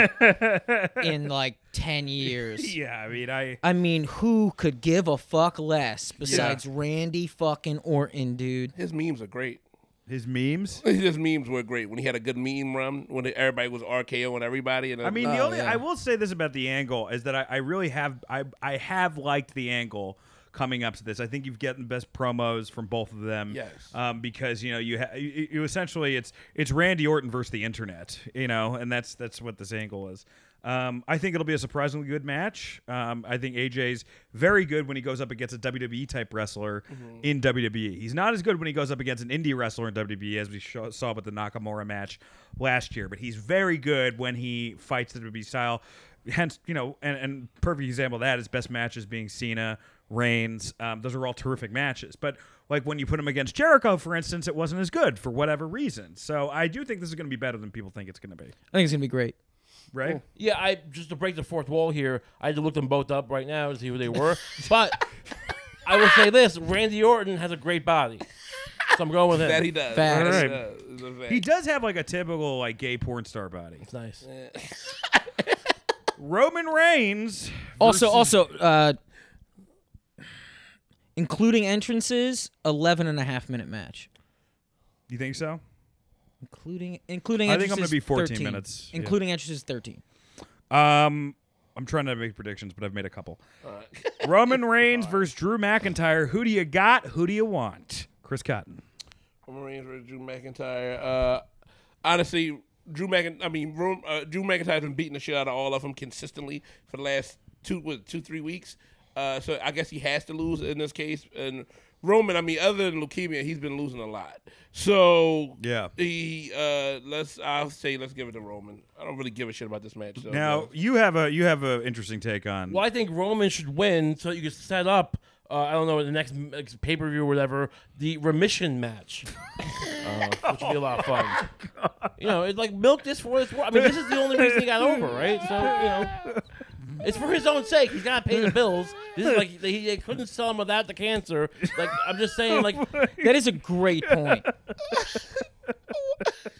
[SPEAKER 10] in like 10 years.
[SPEAKER 7] Yeah, I mean, I
[SPEAKER 10] I mean, who could give a fuck less besides Randy fucking Orton, dude?
[SPEAKER 8] His memes are great.
[SPEAKER 7] his memes.
[SPEAKER 8] <laughs> His memes were great when he had a good meme run when everybody was RKO and everybody. And uh,
[SPEAKER 7] I mean, the
[SPEAKER 10] Oh,
[SPEAKER 7] only
[SPEAKER 10] yeah.
[SPEAKER 7] I will say this about the angle is that I, I really have I I have liked the angle coming up to this. I think you've gotten the best promos from both of them.
[SPEAKER 8] Yes.
[SPEAKER 7] Um, because you know you, ha- you you essentially it's it's Randy Orton versus the internet, you know, and that's that's what this angle is. Um, I think it'll be a surprisingly good match. Um, I think AJ's very good when he goes up against a WWE type wrestler in WWE. He's not as good when he goes up against an indie wrestler in WWE as we sho- saw with the Nakamura match last year, but he's very good when he fights the WWE E style. hence you know and, and perfect example of that is best matches being cena reigns um, those are all terrific matches but like when you put him against jericho for instance it wasn't as good for whatever reason so i do think this is going to be better than people think it's going to be
[SPEAKER 10] I think it's gonna be great.
[SPEAKER 7] right
[SPEAKER 9] Yeah, I just to break the fourth wall here, I had to look them both up right now to see who they were. but
[SPEAKER 8] <laughs>
[SPEAKER 9] I will say this: Randy Orton has a great body, so I'm going with him.
[SPEAKER 8] That he does.
[SPEAKER 10] Facts.
[SPEAKER 8] That he
[SPEAKER 7] Alright.
[SPEAKER 8] does. It's a fact.
[SPEAKER 7] he does have like a typical like gay porn star body
[SPEAKER 9] It's nice.
[SPEAKER 7] roman reigns
[SPEAKER 10] Also,
[SPEAKER 7] versus-
[SPEAKER 10] also, uh, including entrances, 11 and a half minute match.
[SPEAKER 7] you think so
[SPEAKER 10] Including, including.
[SPEAKER 7] I think I'm gonna
[SPEAKER 10] entrances,
[SPEAKER 7] be 14
[SPEAKER 10] 13.
[SPEAKER 7] minutes, yeah.
[SPEAKER 10] Including entrances, 13.
[SPEAKER 7] Um, I'm trying to make predictions, but I've made a couple. <laughs> Roman Reigns versus Drew McIntyre. Who do you got? Who do you want? Chris Cotton.
[SPEAKER 8] Marines versus Drew McIntyre. Uh, honestly, Drew McIntyre. I mean, Ro- uh, Drew McIntyre's been beating the shit out of all of them consistently for the last two, what, two, three weeks. Uh, so I guess he has to lose in this case. And Roman, I mean, other than leukemia, he's been losing a lot. So
[SPEAKER 7] Yeah.
[SPEAKER 8] he uh, let's. I'll say let's give it to Roman. I don't really give a shit about this match. So
[SPEAKER 7] Now
[SPEAKER 8] uh,
[SPEAKER 7] you have a you have an interesting take on.
[SPEAKER 9] Well, I think Roman should win so you can set up. Uh, I don't know the next, next pay per view or whatever the remission match, <laughs> uh, which would be a lot of fun.
[SPEAKER 7] <laughs>
[SPEAKER 9] You know, it's like milk this for this. war. I mean, this is the only reason he got over, right? So you know, it's for his own sake. He's got to pay the bills. This is like they, they couldn't sell him without the cancer. Like I'm just
[SPEAKER 7] <laughs>
[SPEAKER 9] saying, like
[SPEAKER 10] That is a great
[SPEAKER 8] <laughs>
[SPEAKER 10] point.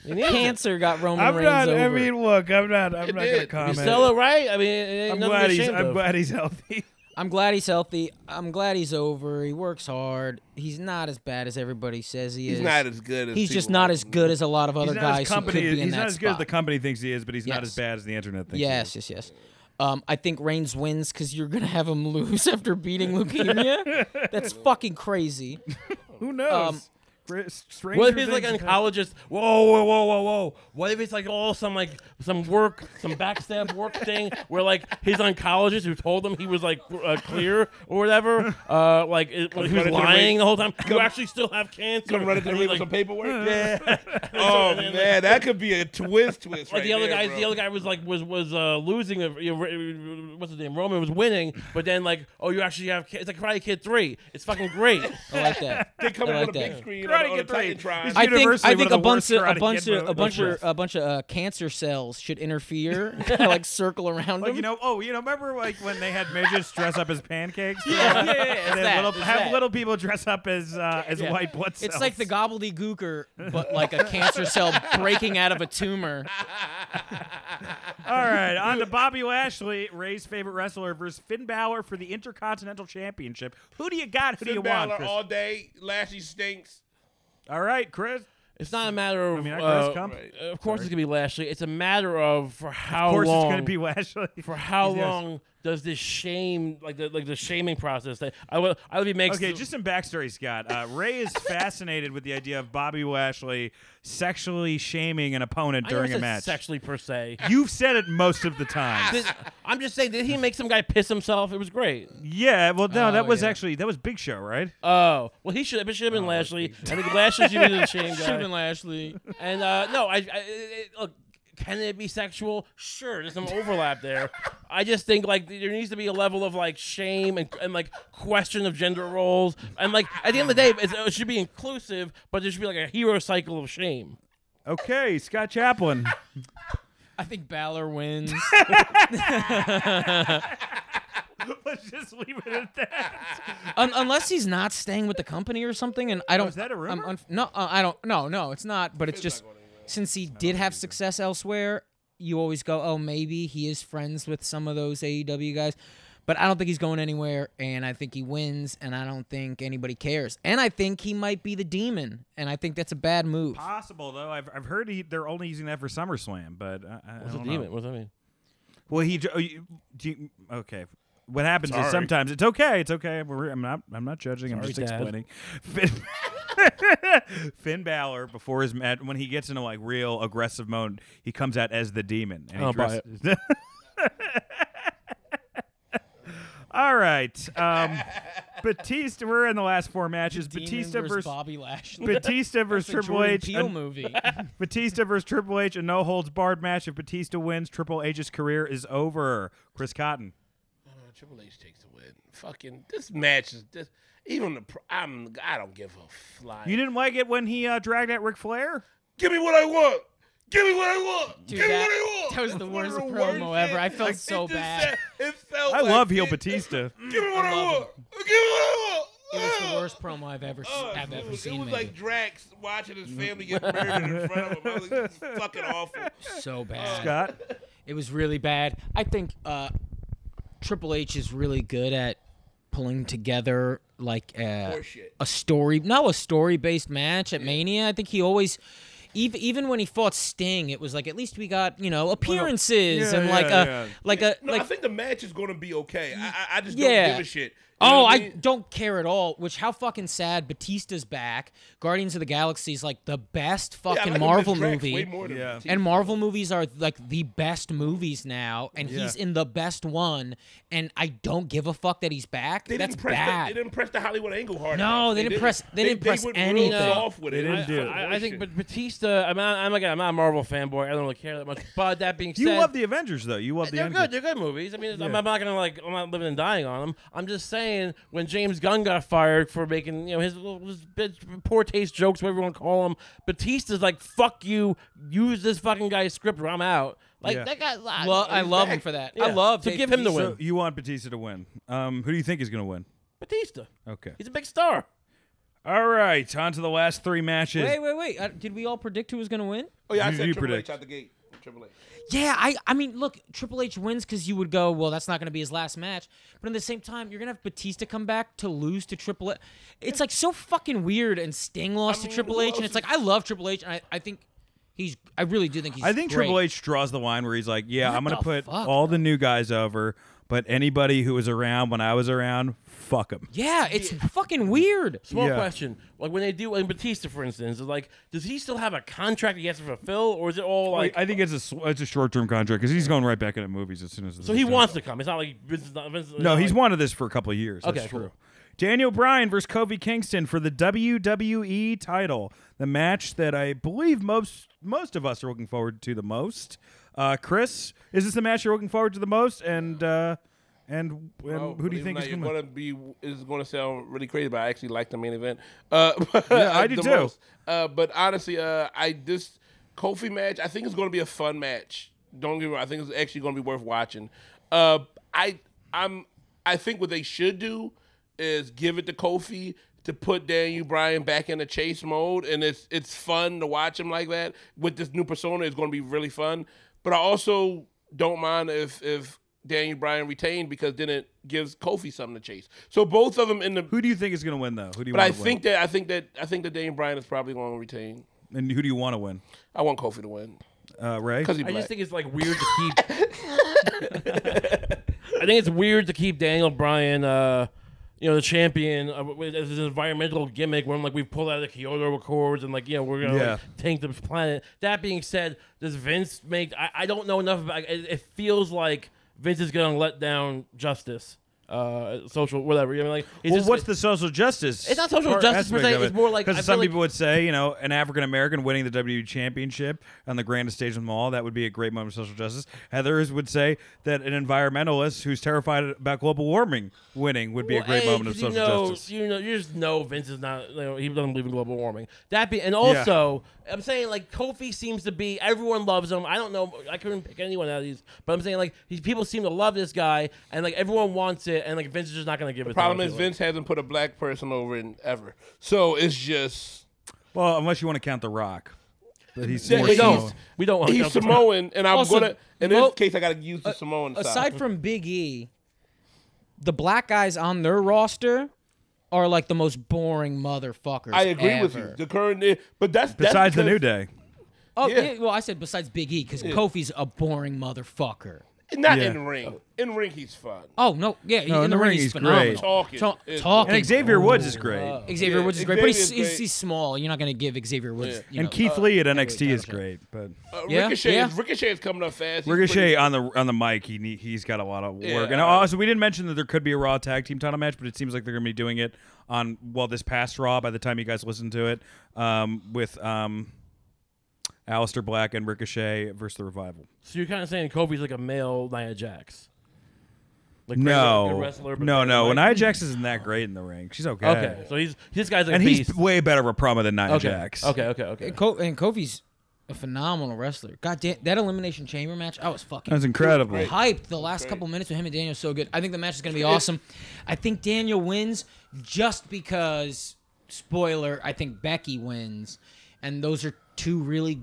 [SPEAKER 10] Cancer got Roman
[SPEAKER 7] I'm
[SPEAKER 10] Reigns
[SPEAKER 7] not.
[SPEAKER 10] over.
[SPEAKER 7] I mean, look, I'm not. I'm not gonna
[SPEAKER 8] did.
[SPEAKER 9] you
[SPEAKER 7] comment.
[SPEAKER 9] sell it right. I mean, it ain't
[SPEAKER 7] I'm
[SPEAKER 9] nothing to
[SPEAKER 7] glad
[SPEAKER 9] be
[SPEAKER 7] he's.
[SPEAKER 9] ashamed
[SPEAKER 7] I'm
[SPEAKER 9] of.
[SPEAKER 7] glad he's healthy.
[SPEAKER 10] I'm glad he's healthy. I'm glad he's over. He works hard. He's not as bad as everybody says he
[SPEAKER 8] he's
[SPEAKER 10] is.
[SPEAKER 8] not as good. as
[SPEAKER 10] He's just
[SPEAKER 8] people
[SPEAKER 10] not
[SPEAKER 8] like
[SPEAKER 10] as
[SPEAKER 8] him.
[SPEAKER 10] good as a lot of other
[SPEAKER 7] He's not
[SPEAKER 10] guys
[SPEAKER 7] as
[SPEAKER 10] who could
[SPEAKER 7] company.
[SPEAKER 10] be in
[SPEAKER 7] He's
[SPEAKER 10] that
[SPEAKER 7] not as good as
[SPEAKER 10] spot.
[SPEAKER 7] the company thinks he is, but he's not
[SPEAKER 10] Yes.
[SPEAKER 7] as bad as the internet thinks.
[SPEAKER 10] Yes, yes, yes. Um, I think Reigns wins because you're gonna have him lose <laughs>
[SPEAKER 7] <laughs>
[SPEAKER 10] after beating leukemia. That's fucking crazy.
[SPEAKER 7] He is. Who knows?
[SPEAKER 10] Um,
[SPEAKER 7] Str- stranger
[SPEAKER 9] What if he's like
[SPEAKER 7] things
[SPEAKER 9] an
[SPEAKER 7] have happened.
[SPEAKER 9] oncologist? Whoa, whoa, whoa, whoa, whoa! What if it's like all some like some work, some
[SPEAKER 7] <laughs>
[SPEAKER 9] backstab work thing where like his oncologist who told him he was like uh, clear or whatever, uh, like it, like, he
[SPEAKER 8] running to
[SPEAKER 9] was
[SPEAKER 8] the
[SPEAKER 9] lying
[SPEAKER 8] ring.
[SPEAKER 9] the whole time. You actually still have cancer.
[SPEAKER 8] Come <laughs> running to the
[SPEAKER 9] And
[SPEAKER 8] ring
[SPEAKER 9] he's
[SPEAKER 8] with some
[SPEAKER 9] like,
[SPEAKER 8] paperwork. <laughs> Yeah. oh man, that could be a twist. Twist.
[SPEAKER 9] like
[SPEAKER 8] right
[SPEAKER 9] the other
[SPEAKER 8] there,
[SPEAKER 9] guy,
[SPEAKER 8] bro.
[SPEAKER 9] the other guy was like was was uh, losing. uh, you know, re- what's his name? Roman was winning, but then like, oh, you actually have. ca- It's like Karate Kid Three. It's fucking
[SPEAKER 7] <laughs>
[SPEAKER 9] great.
[SPEAKER 10] I like that.
[SPEAKER 8] They come
[SPEAKER 10] I
[SPEAKER 8] in
[SPEAKER 10] like
[SPEAKER 8] on a
[SPEAKER 10] that.
[SPEAKER 8] big screen
[SPEAKER 7] Karate
[SPEAKER 8] on, a- on a
[SPEAKER 7] Kid three.
[SPEAKER 8] Titantron.
[SPEAKER 7] He's
[SPEAKER 10] I think
[SPEAKER 7] universally
[SPEAKER 10] I
[SPEAKER 7] one
[SPEAKER 10] think
[SPEAKER 7] of
[SPEAKER 10] a
[SPEAKER 7] the
[SPEAKER 10] bunch
[SPEAKER 7] worst
[SPEAKER 10] of a
[SPEAKER 7] Karate
[SPEAKER 10] bunch
[SPEAKER 7] Kid
[SPEAKER 10] of a
[SPEAKER 7] movies.
[SPEAKER 10] bunch of a bunch of uh, cancer cells should interfere,
[SPEAKER 7] <laughs>
[SPEAKER 10] <laughs> kinda like circle around
[SPEAKER 7] Like
[SPEAKER 10] him.
[SPEAKER 7] you know, oh, you know, remember like when they had midgets dress up as pancakes?
[SPEAKER 10] <laughs> Yeah, yeah, yeah, yeah, it's
[SPEAKER 7] And then
[SPEAKER 10] that,
[SPEAKER 7] little,
[SPEAKER 10] it's
[SPEAKER 7] have
[SPEAKER 10] that.
[SPEAKER 7] little people dress up as uh, as
[SPEAKER 10] Yeah.
[SPEAKER 7] white blood cells.
[SPEAKER 10] it's like the gobbledygooker, but like a
[SPEAKER 7] <laughs>
[SPEAKER 10] cancer cell breaking out of a tumor.
[SPEAKER 7] All right, on to Bobby Lashley, Ray's favorite wrestler versus Finn Balor for the Intercontinental Championship. Who do you got? Who do
[SPEAKER 8] Finn
[SPEAKER 7] you
[SPEAKER 8] Balor
[SPEAKER 7] want? Chris?
[SPEAKER 8] all day. Lashley stinks.
[SPEAKER 7] all right, Chris.
[SPEAKER 9] It's not a matter of.
[SPEAKER 7] I mean, I
[SPEAKER 9] uh,
[SPEAKER 7] Chris Kump.
[SPEAKER 9] Of course, it's gonna be Lashley. It's a matter of for how
[SPEAKER 7] Of course,
[SPEAKER 9] long.
[SPEAKER 7] it's going to be Lashley.
[SPEAKER 9] for how
[SPEAKER 7] Yes.
[SPEAKER 9] long does this shame like the like the shaming process that I would I would be
[SPEAKER 7] <laughs>
[SPEAKER 9] making
[SPEAKER 7] Okay, just some backstory, Scott. Uh, Ray <laughs> is fascinated with the idea of Bobby Lashley sexually shaming an opponent
[SPEAKER 9] I never
[SPEAKER 7] during a
[SPEAKER 9] said
[SPEAKER 7] match.
[SPEAKER 9] sexually per se.
[SPEAKER 7] You've said it most of the time. <laughs>
[SPEAKER 9] Did- I'm just saying, did he make some guy piss himself? It was great.
[SPEAKER 7] Yeah, Uh, well, no,
[SPEAKER 10] Oh,
[SPEAKER 7] that was
[SPEAKER 10] yeah.
[SPEAKER 7] actually that was Big Show, right?
[SPEAKER 9] Oh well, he should it should have been Lashley. I think Lashley should be the shame
[SPEAKER 10] Should have been
[SPEAKER 9] guy.
[SPEAKER 10] Lashley.
[SPEAKER 9] And uh, no, I, I it, it- look. Can it be sexual? Sure, there's some overlap there. I just think like there needs to be a level of like shame and, and like question of gender roles and like at the end of the day, it's, it should be inclusive, but there should be like a hero cycle of shame.
[SPEAKER 7] Okay, Scott Chaplin.
[SPEAKER 10] I think Balor wins.
[SPEAKER 7] <laughs> Let's just leave it at that.
[SPEAKER 10] Un- unless he's not staying with the company or something, and I don't.
[SPEAKER 7] is that a
[SPEAKER 10] I'm
[SPEAKER 7] rumor?
[SPEAKER 10] unf- no, uh, I don't. No, no, it's not. But it's just since he did have success elsewhere, you always go, oh, maybe he is friends with some of those AEW guys. But I don't think he's going anywhere, and I think he wins, and I don't think anybody cares. And I think he might be the demon, and I think that's a bad move.
[SPEAKER 7] Possible though. I've, I've heard he, they're only using that for SummerSlam, but uh, I, I, I
[SPEAKER 9] What's a
[SPEAKER 7] don't
[SPEAKER 9] demon?
[SPEAKER 7] know.
[SPEAKER 9] What does that mean?
[SPEAKER 7] Well, he. oh, you- Do you, okay. What happens is
[SPEAKER 8] Sorry.
[SPEAKER 7] sometimes it's okay. It's okay. We're- I'm not. I'm not judging. I'm
[SPEAKER 9] Sorry,
[SPEAKER 7] just
[SPEAKER 9] Dad.
[SPEAKER 7] explaining. Finn, Finn <laughs> Balor before his match, when he gets into like real aggressive mode, he comes
[SPEAKER 9] Oh,
[SPEAKER 7] out as the demon. And
[SPEAKER 9] I
[SPEAKER 7] he
[SPEAKER 9] don't buy
[SPEAKER 7] dresses- <laughs> All right. Um, Batista, we're in the last four matches.
[SPEAKER 10] Demon
[SPEAKER 7] Batista versus.
[SPEAKER 10] Bobby Lashley.
[SPEAKER 7] Batista versus
[SPEAKER 10] It's a
[SPEAKER 7] Triple
[SPEAKER 10] Jordan
[SPEAKER 7] H.
[SPEAKER 10] Peele
[SPEAKER 7] an- <laughs>
[SPEAKER 10] movie.
[SPEAKER 7] Batista versus Triple H, a no holds barred match. If Batista wins, Triple H's career is over. Chris Cotton.
[SPEAKER 8] Triple H takes the win. Fucking this match is this. Even the pro- I'm I don't give a fly.
[SPEAKER 7] You didn't like it when he uh, dragged out Ric Flair?
[SPEAKER 8] Give me what I want. Give me what I want.
[SPEAKER 10] Dude,
[SPEAKER 8] Give me
[SPEAKER 10] that-
[SPEAKER 8] what I want.
[SPEAKER 10] that was the
[SPEAKER 8] That's
[SPEAKER 10] worst
[SPEAKER 8] one of
[SPEAKER 10] promo
[SPEAKER 8] worst
[SPEAKER 10] ever. I
[SPEAKER 8] shit.
[SPEAKER 10] felt
[SPEAKER 8] Like,
[SPEAKER 10] so
[SPEAKER 8] it just
[SPEAKER 10] bad.
[SPEAKER 8] said- it felt
[SPEAKER 7] I
[SPEAKER 8] like
[SPEAKER 7] love heel
[SPEAKER 8] it.
[SPEAKER 7] Batista.
[SPEAKER 8] <laughs> Give me what I,
[SPEAKER 10] love
[SPEAKER 8] want. Give me what I
[SPEAKER 10] It
[SPEAKER 8] want.
[SPEAKER 10] was the
[SPEAKER 8] Ah.
[SPEAKER 10] worst promo I've ever
[SPEAKER 8] Oh,
[SPEAKER 10] have
[SPEAKER 8] it
[SPEAKER 10] ever
[SPEAKER 8] was,
[SPEAKER 10] seen. Mm-hmm.
[SPEAKER 8] It was
[SPEAKER 10] maybe.
[SPEAKER 8] like Drax watching his family get murdered in front of him. I was like, this
[SPEAKER 10] <laughs>
[SPEAKER 8] is fucking awful.
[SPEAKER 10] so bad.
[SPEAKER 7] Scott?
[SPEAKER 10] It was really bad. I think uh, Triple H is really good at pulling together like a,
[SPEAKER 8] Horseshit.
[SPEAKER 10] a story, no, a story based match at Mania. I think he always. Even, even when he fought Sting, it was like at least we got you know appearances
[SPEAKER 7] yeah,
[SPEAKER 10] and like
[SPEAKER 7] yeah,
[SPEAKER 10] a
[SPEAKER 7] yeah.
[SPEAKER 10] like a
[SPEAKER 8] No,
[SPEAKER 10] like
[SPEAKER 8] I think the match is going to be okay. I, I- I just
[SPEAKER 10] Yeah.
[SPEAKER 8] don't give a shit. You know
[SPEAKER 10] Oh,
[SPEAKER 8] what
[SPEAKER 10] I
[SPEAKER 8] mean?
[SPEAKER 10] don't care at all. Which how fucking sad. Batista's back. Guardians of the Galaxy is like the best
[SPEAKER 8] Yeah, I
[SPEAKER 10] fucking
[SPEAKER 8] like him as
[SPEAKER 10] Marvel
[SPEAKER 8] Drax way
[SPEAKER 10] movie.
[SPEAKER 8] more than
[SPEAKER 7] Yeah.
[SPEAKER 8] Batista.
[SPEAKER 10] And Marvel movies are like the best movies now, and he's in the best one. And I don't give a fuck that he's back.
[SPEAKER 8] They
[SPEAKER 10] That's
[SPEAKER 8] didn't press
[SPEAKER 10] bad.
[SPEAKER 8] The, they didn't press the Hollywood angle hard.
[SPEAKER 10] No,
[SPEAKER 8] enough.
[SPEAKER 10] they didn't press- they didn't press
[SPEAKER 8] went
[SPEAKER 10] anything.
[SPEAKER 8] Real soft with
[SPEAKER 7] They
[SPEAKER 8] it.
[SPEAKER 7] didn't do it.
[SPEAKER 9] I, I think but Batista. I'm not, I'm again. I'm not a Marvel fanboy. I don't really care that much. But that being said,
[SPEAKER 7] You love the Avengers, though. You love the
[SPEAKER 9] they're
[SPEAKER 7] Avengers.
[SPEAKER 9] good. They're good movies. I mean, I'm, I'm not gonna like. I'm not living and dying on them. I'm just saying when James Gunn got fired for making you know his, little- his bit, poor taste jokes, whatever you want to call them, Batista's like, "Fuck you. Use this fucking guy's script, or I'm out." Like
[SPEAKER 7] Yeah.
[SPEAKER 9] that guy. I,
[SPEAKER 10] Lo- I love him for that. I
[SPEAKER 9] Yeah.
[SPEAKER 10] love
[SPEAKER 9] So
[SPEAKER 10] Dave
[SPEAKER 9] give him the
[SPEAKER 10] Bautista.
[SPEAKER 9] win.
[SPEAKER 7] So you want Batista to win. Um, who do you think is going to win?
[SPEAKER 9] Batista.
[SPEAKER 7] Okay.
[SPEAKER 9] He's a big star.
[SPEAKER 7] All right. On to the last three matches.
[SPEAKER 10] Wait, wait, wait. Uh, did we all predict who was gonna win?
[SPEAKER 8] Oh yeah, I
[SPEAKER 7] You-
[SPEAKER 8] said
[SPEAKER 7] you
[SPEAKER 8] Triple
[SPEAKER 7] predict.
[SPEAKER 8] H out the gate. Triple H.
[SPEAKER 10] Yeah, I I mean, look, Triple H wins because you would go, well, that's not going to be his last match. But at the same time, you're going to have Batista come back to lose to Triple H. It's like so fucking weird. And Sting lost
[SPEAKER 8] mean,
[SPEAKER 10] to Triple
[SPEAKER 8] who
[SPEAKER 10] H, and
[SPEAKER 8] else
[SPEAKER 10] it's
[SPEAKER 8] is-
[SPEAKER 10] like I love Triple H, and I, I think he's I really do think he's.
[SPEAKER 7] I think
[SPEAKER 10] great.
[SPEAKER 7] Triple H draws the line where he's like, yeah, I'm going to
[SPEAKER 10] the
[SPEAKER 7] put
[SPEAKER 10] fuck,
[SPEAKER 7] all the new guys over, but anybody who was around when I was around, fuck them.
[SPEAKER 10] Yeah, it's fucking weird.
[SPEAKER 9] Small
[SPEAKER 7] Yeah.
[SPEAKER 9] question. Like when they do like Batista, for instance, is like, does he still have a contract he has to fulfill, or is it all like?
[SPEAKER 7] I think it's a sw- it's a short term contract because he's going right back into movies as soon as. This
[SPEAKER 9] so
[SPEAKER 7] is
[SPEAKER 9] he
[SPEAKER 7] done.
[SPEAKER 9] wants to come. It's not like Vince is not. Vince is
[SPEAKER 7] No,
[SPEAKER 9] not
[SPEAKER 7] he's
[SPEAKER 9] like,
[SPEAKER 7] wanted this for a couple of years. That's
[SPEAKER 9] Okay, cool.
[SPEAKER 7] true. Daniel Bryan versus Kofi Kingston for the WWE title, the match that I believe most most of us are looking forward to the most. Uh, Chris, is this the match you're looking forward to the most? And uh, and, and
[SPEAKER 8] Oh,
[SPEAKER 7] who do you think is going to
[SPEAKER 8] going
[SPEAKER 7] win?
[SPEAKER 8] to be? Is going to sound really crazy, but I actually like the main event. Uh, <laughs>
[SPEAKER 7] I do
[SPEAKER 8] the
[SPEAKER 7] too.
[SPEAKER 8] most. Uh, but honestly, uh, I this Kofi match, I think it's going to be a fun match. Don't get me wrong. I think it's actually going to be worth watching. Uh, I I'm I think what they should do is give it to Kofi to put Daniel Bryan back in the chase mode, and it's it's fun to watch him like that with this new persona. It's going to be really fun. But I also don't mind if if Daniel Bryan retained because then it gives Kofi something to chase. So both of them in the.
[SPEAKER 7] Who do you think is going to win though? Who do you?
[SPEAKER 8] But
[SPEAKER 7] want
[SPEAKER 8] I
[SPEAKER 7] to
[SPEAKER 8] think that I think that I think that Daniel Bryan is probably going to retain.
[SPEAKER 7] win? and who do you want to win?
[SPEAKER 8] I want Kofi to win
[SPEAKER 7] Uh, Ray.
[SPEAKER 8] because he's
[SPEAKER 9] I
[SPEAKER 8] black.
[SPEAKER 9] just think it's like weird to keep. <laughs> I think it's weird to keep Daniel Bryan, uh, you know, the champion uh, with- as an environmental gimmick. Where I'm like, we've pulled out of the Kyoto Accords, and like, you know, we're gonna
[SPEAKER 7] Yeah.
[SPEAKER 9] like, tank the planet. That being said, does Vince make? I, I don't know enough about. It, it feels like Vince is gonna let down justice, uh, social, whatever. You know, like, it's
[SPEAKER 7] Well,
[SPEAKER 9] just-
[SPEAKER 7] what's the social justice?
[SPEAKER 9] It's not social justice per se, it's more like- I
[SPEAKER 7] because
[SPEAKER 9] feel
[SPEAKER 7] some
[SPEAKER 9] like-
[SPEAKER 7] people would say, you know, an African American winning the WWE Championship on the grandest stage of them all, that would be a great moment of social justice. Others would say that an environmentalist who's terrified about global warming winning would be a
[SPEAKER 9] Well,
[SPEAKER 7] great
[SPEAKER 9] hey,
[SPEAKER 7] moment of
[SPEAKER 9] 'cause you
[SPEAKER 7] social
[SPEAKER 9] know-
[SPEAKER 7] justice.
[SPEAKER 9] You know, you just know Vince is not. You know, he doesn't believe in global warming. That be and also, I'm saying like Kofi seems to be. Everyone loves him. I don't know. I couldn't pick anyone out of these, but I'm saying like these people seem to love this guy, and like everyone wants it, and like Vince is just not going to give it. to
[SPEAKER 8] Problem
[SPEAKER 9] him, I
[SPEAKER 8] is
[SPEAKER 9] feel like.
[SPEAKER 8] Vince hasn't put a black person over in ever. So it's just
[SPEAKER 7] Well, unless you want to count The Rock, but
[SPEAKER 9] <laughs>
[SPEAKER 7] he's
[SPEAKER 8] Yeah,
[SPEAKER 7] more
[SPEAKER 8] he's-
[SPEAKER 7] Samoan.
[SPEAKER 9] We don't want
[SPEAKER 8] he's
[SPEAKER 9] Delta-
[SPEAKER 8] Samoan, and I'm
[SPEAKER 10] Also,
[SPEAKER 8] gonna. In
[SPEAKER 10] Mo-
[SPEAKER 8] this case, I gotta use the Samoan
[SPEAKER 10] Aside
[SPEAKER 8] side.
[SPEAKER 10] from Big E, the black guys on their roster are like the most boring motherfuckers.
[SPEAKER 8] I agree with you.
[SPEAKER 10] ever.
[SPEAKER 8] The current, but that's that's
[SPEAKER 7] Besides the
[SPEAKER 8] because-
[SPEAKER 7] New Day,
[SPEAKER 10] Oh
[SPEAKER 8] Yeah.
[SPEAKER 10] yeah. well, I said besides Big E because Kofi's a boring motherfucker.
[SPEAKER 8] Not
[SPEAKER 7] Yeah.
[SPEAKER 8] in ring. In ring, he's fun.
[SPEAKER 10] Oh no, yeah,
[SPEAKER 7] No,
[SPEAKER 10] in the ring, he's phenomenal.
[SPEAKER 7] great.
[SPEAKER 8] Talking
[SPEAKER 10] Ta-
[SPEAKER 8] is-
[SPEAKER 10] talking.
[SPEAKER 7] And Xavier Woods is great.
[SPEAKER 10] Xavier
[SPEAKER 8] Yeah,
[SPEAKER 10] Woods is great, but he's,
[SPEAKER 8] Xavier's
[SPEAKER 10] he's,
[SPEAKER 8] great.
[SPEAKER 10] he's small. You're not going to give Xavier Woods. you
[SPEAKER 7] and
[SPEAKER 10] know, uh,
[SPEAKER 7] Keith Lee at NXT is great, but
[SPEAKER 8] Uh,
[SPEAKER 10] Yeah,
[SPEAKER 8] Ricochet,
[SPEAKER 10] yeah.
[SPEAKER 8] Ricochet is coming up fast. He's pretty-
[SPEAKER 7] Ricochet uh, on the on the mic, he need, he's got a lot of work.
[SPEAKER 8] Yeah,
[SPEAKER 7] and
[SPEAKER 8] uh,
[SPEAKER 7] also, we didn't mention that there could be a Raw tag team title match, but it seems like they're going to be doing it on well this past Raw by the time you guys listen to it um, with um, Aleister Black and Ricochet versus the Revival.
[SPEAKER 9] So you're kind of saying Kofi's like a male Nia Jax. Like
[SPEAKER 7] No,
[SPEAKER 9] regular- a wrestler, but
[SPEAKER 7] no,
[SPEAKER 9] like-
[SPEAKER 7] no. Nia Jax isn't that great in the ring. She's okay.
[SPEAKER 9] Okay, so he's this guy's like
[SPEAKER 7] and
[SPEAKER 9] a
[SPEAKER 7] he's
[SPEAKER 9] beast.
[SPEAKER 7] way better of a promo than Nia
[SPEAKER 9] okay.
[SPEAKER 7] Jax.
[SPEAKER 9] okay, okay, okay.
[SPEAKER 10] And, Co- and Kofi's a phenomenal wrestler. God damn, that Elimination Chamber match, I was fucking
[SPEAKER 7] that was incredible.
[SPEAKER 10] hyped. The last couple minutes with him and Daniel was so good. I think the match is going to be awesome. I think Daniel wins just because, spoiler, I think Becky wins. And those are two really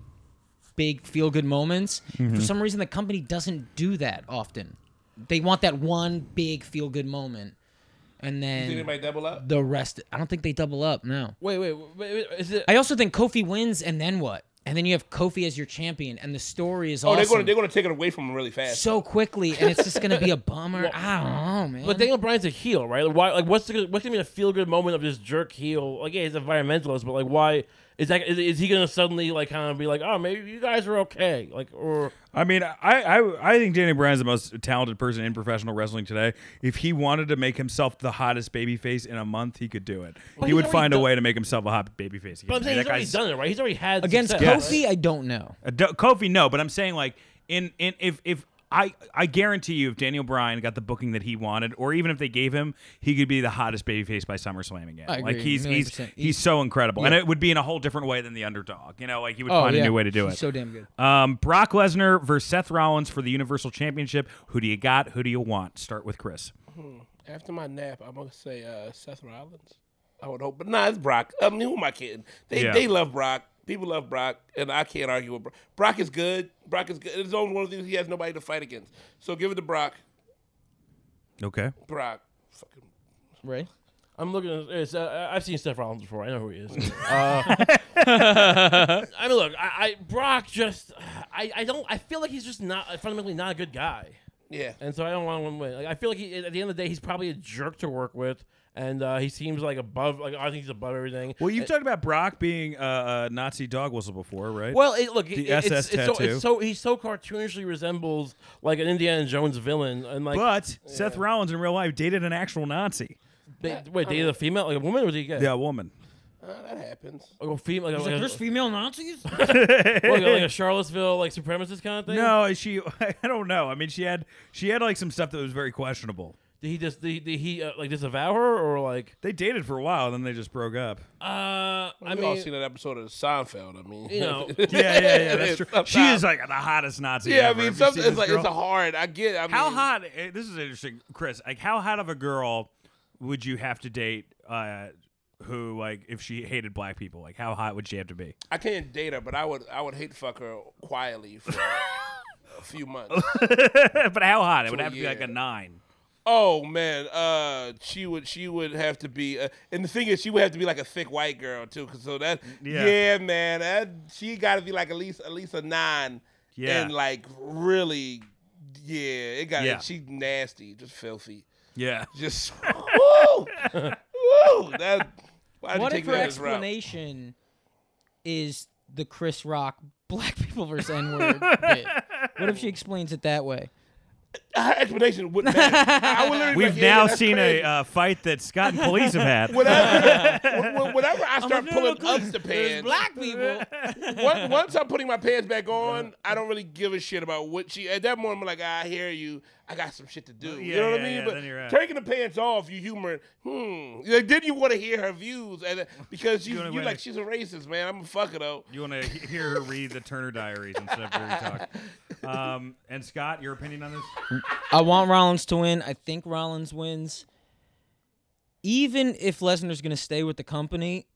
[SPEAKER 10] big feel good moments. For some reason, the company doesn't do that often. They want that one big feel good moment. And
[SPEAKER 8] Did
[SPEAKER 10] then
[SPEAKER 8] anybody double up?
[SPEAKER 10] the rest, I don't think they double up. No.
[SPEAKER 9] Wait, wait, wait, wait, is it?
[SPEAKER 10] I also think Kofi wins, and then what? And then you have Kofi as your champion, and the story is
[SPEAKER 8] Oh, they're
[SPEAKER 10] awesome
[SPEAKER 8] going to they're going to take it away from him really fast.
[SPEAKER 10] so quickly, and it's just going to be a <laughs> bummer. I don't know, man.
[SPEAKER 9] But Daniel Bryan's a heel, right? Like, why? Like, what's the, what's gonna be the feel good moment of this jerk heel? Like, yeah, he's environmentalist, but like, why is that? Is, is he gonna suddenly like kind of be like, oh, maybe you guys are okay, like, or
[SPEAKER 7] I mean, I, I I think Danny Bryan's the most talented person in professional wrestling today. If he wanted to make himself the hottest babyface in a month, he could do it. he
[SPEAKER 9] he's
[SPEAKER 7] would
[SPEAKER 9] already
[SPEAKER 7] find a
[SPEAKER 9] done-
[SPEAKER 7] way to make himself a hot babyface.
[SPEAKER 9] but I'm saying he's already done it, right? He's already had
[SPEAKER 10] Against
[SPEAKER 9] success, right?
[SPEAKER 10] Kofi, I don't know.
[SPEAKER 7] Uh, Do- Kofi, no, but I'm saying like in in if if I I guarantee you if Daniel Bryan got the booking that he wanted, or even if they gave him, he could be the hottest babyface by SummerSlam again.
[SPEAKER 10] I
[SPEAKER 7] Like
[SPEAKER 10] agree,
[SPEAKER 7] he's
[SPEAKER 10] a million
[SPEAKER 7] he's
[SPEAKER 10] percent.
[SPEAKER 7] he's so incredible, and it would be in a whole different way than the underdog. You know, like he would
[SPEAKER 10] Oh,
[SPEAKER 7] find a
[SPEAKER 10] yeah.
[SPEAKER 7] new way to do
[SPEAKER 10] He's
[SPEAKER 7] it.
[SPEAKER 10] so damn good.
[SPEAKER 7] Um, Brock Lesnar versus Seth Rollins for the Universal Championship. Who do you got? Who do you want? Start with Chris.
[SPEAKER 8] After my nap, I'm gonna say uh, Seth Rollins. I would hope, but nah, it's Brock. I mean, who am I kidding? They
[SPEAKER 7] Yeah.
[SPEAKER 8] they love Brock. People love Brock, and I can't argue with Brock. Brock is good. Brock is good. It's only one of the things he has nobody to fight against. So give it to Brock.
[SPEAKER 7] Okay.
[SPEAKER 8] Brock. Fucking.
[SPEAKER 10] Right?
[SPEAKER 9] I'm looking. At, it's, uh, I've seen Steph Rollins before. I know who he is. Uh, <laughs> I mean, look, I, I Brock just, I, I don't. I feel like he's just not uh, fundamentally not a good guy,
[SPEAKER 8] Yeah.
[SPEAKER 9] and so I don't want him to win. Like, I feel like he, at the end of the day, he's probably a jerk to work with, and uh, he seems like above. Like I think he's above everything.
[SPEAKER 7] Well,
[SPEAKER 8] Uh,
[SPEAKER 7] you've talked about Brock being a, a Nazi dog whistle before, right?
[SPEAKER 9] Well, it, look, it, it's,
[SPEAKER 7] SS
[SPEAKER 9] it's, so,
[SPEAKER 7] tattoo.
[SPEAKER 9] it's so he so cartoonishly resembles like an Indiana Jones villain, and like
[SPEAKER 7] but Seth Rollins in real life dated an actual Nazi.
[SPEAKER 9] they, wait, dated a female, like a woman, or was he gay?
[SPEAKER 7] Yeah, a woman.
[SPEAKER 8] Uh, that happens.
[SPEAKER 9] Like a female, like, a- like,
[SPEAKER 10] There's
[SPEAKER 9] a-
[SPEAKER 10] female
[SPEAKER 8] <laughs>
[SPEAKER 10] Nazis?
[SPEAKER 9] like, a- like a Charlottesville like supremacist kind of thing.
[SPEAKER 7] No, she. <laughs> I don't know. I mean, she had she had like some stuff that was very questionable.
[SPEAKER 9] Did he just did, did he uh, like disavow her or like?
[SPEAKER 7] They dated for a while, then they just broke
[SPEAKER 8] <laughs>
[SPEAKER 7] up.
[SPEAKER 9] Uh, I
[SPEAKER 8] I mean, all
[SPEAKER 9] mean,
[SPEAKER 8] seen that episode of Seinfeld. I mean, <laughs>
[SPEAKER 9] you know,
[SPEAKER 7] <laughs> Yeah, yeah, yeah. That's true.
[SPEAKER 8] Sometimes-
[SPEAKER 7] She is like the hottest Nazi.
[SPEAKER 8] Yeah, I
[SPEAKER 7] ever.
[SPEAKER 8] mean,
[SPEAKER 7] Have you seen
[SPEAKER 8] something, it's
[SPEAKER 7] this
[SPEAKER 8] like
[SPEAKER 7] girl?
[SPEAKER 8] it's a hard. I get. I mean,
[SPEAKER 7] How hot? eh, This is interesting, Chris. Like, how hot of a girl would you have to date? Uh, who like if she hated black people? Like, how hot would she have to be? <laughs>
[SPEAKER 8] I can't date her, but I would. I would hate to fuck her quietly
[SPEAKER 7] <laughs>
[SPEAKER 8] for a few months.
[SPEAKER 7] but how hot? It would
[SPEAKER 8] To a
[SPEAKER 7] have to be like a
[SPEAKER 8] year.
[SPEAKER 7] nine.
[SPEAKER 8] Oh man, uh, she would she would have to be, uh, and the thing is, she would have to be like a thick white girl too, 'cause so that
[SPEAKER 7] Yeah.
[SPEAKER 8] yeah, man, that she got to be like at least at least a nine,
[SPEAKER 7] Yeah.
[SPEAKER 8] and like really, yeah, it got
[SPEAKER 7] Yeah.
[SPEAKER 8] to she nasty, just filthy,
[SPEAKER 7] Yeah. <laughs>
[SPEAKER 8] just <laughs> woo, woo. That why
[SPEAKER 10] what
[SPEAKER 8] did you take
[SPEAKER 10] if her
[SPEAKER 8] me down this route?
[SPEAKER 10] explanation is the Chris Rock <laughs> black people versus
[SPEAKER 7] <laughs>
[SPEAKER 10] N word bit? What if she explains it that way?
[SPEAKER 8] Her <laughs> explanation wouldn't matter. I would literally be
[SPEAKER 7] We've
[SPEAKER 8] like, yeah,
[SPEAKER 7] now
[SPEAKER 8] that's
[SPEAKER 7] seen
[SPEAKER 8] crazy.
[SPEAKER 7] a uh, fight that Scott and police
[SPEAKER 8] <laughs>
[SPEAKER 7] have had. <laughs>
[SPEAKER 8] Whenever, when- whenever I start
[SPEAKER 10] no,
[SPEAKER 8] pulling
[SPEAKER 10] no,
[SPEAKER 8] up
[SPEAKER 10] <laughs>
[SPEAKER 8] the pants,
[SPEAKER 10] Black people.
[SPEAKER 8] once, once I'm putting my pants back on, I don't really give a shit about what she. At that moment, I'm like, I hear you. I got some shit to do. you
[SPEAKER 7] yeah,
[SPEAKER 8] know what
[SPEAKER 7] yeah,
[SPEAKER 8] I mean?
[SPEAKER 7] yeah,
[SPEAKER 8] but
[SPEAKER 7] then you're out.
[SPEAKER 8] taking the pants off, you humor. Hmm. Like, then you want to hear her views,
[SPEAKER 7] <laughs>
[SPEAKER 8] and uh, because you
[SPEAKER 7] You wanna
[SPEAKER 8] you
[SPEAKER 7] wait.
[SPEAKER 8] like she's a racist, man. I'm a fucker though.
[SPEAKER 7] You want to hear her read the Turner Diaries and
[SPEAKER 8] <laughs>
[SPEAKER 7] stuff where we talk. Um, and Scott, your opinion on this?
[SPEAKER 10] I want Rollins to win. I think Rollins wins. Even if Lesnar's going to stay with the company,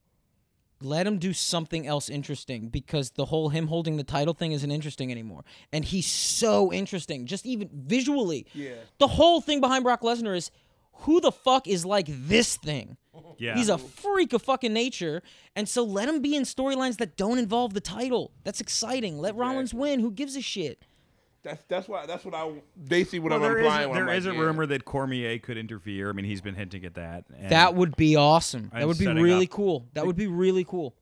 [SPEAKER 10] let him do something else interesting because the whole him holding the title thing isn't interesting anymore. And he's so interesting, just even visually. Yeah. The whole thing behind Brock Lesnar is who the fuck is like this thing?
[SPEAKER 7] Yeah,
[SPEAKER 10] He's a freak of fucking nature. And so let him be in storylines that don't involve the title. That's exciting. Let Rollins win. Who gives a shit?
[SPEAKER 8] That's that's why that's what I they see what
[SPEAKER 7] Well,
[SPEAKER 8] I'm
[SPEAKER 7] there is,
[SPEAKER 8] implying. when I'm
[SPEAKER 7] there
[SPEAKER 8] like,
[SPEAKER 7] is a
[SPEAKER 8] yeah.
[SPEAKER 7] rumor that Cormier could interfere. I mean, he's been hinting at that. and-
[SPEAKER 10] That would be awesome.
[SPEAKER 7] I'm
[SPEAKER 10] That would be
[SPEAKER 7] setting
[SPEAKER 10] really
[SPEAKER 7] up-
[SPEAKER 10] cool. That would be really cool.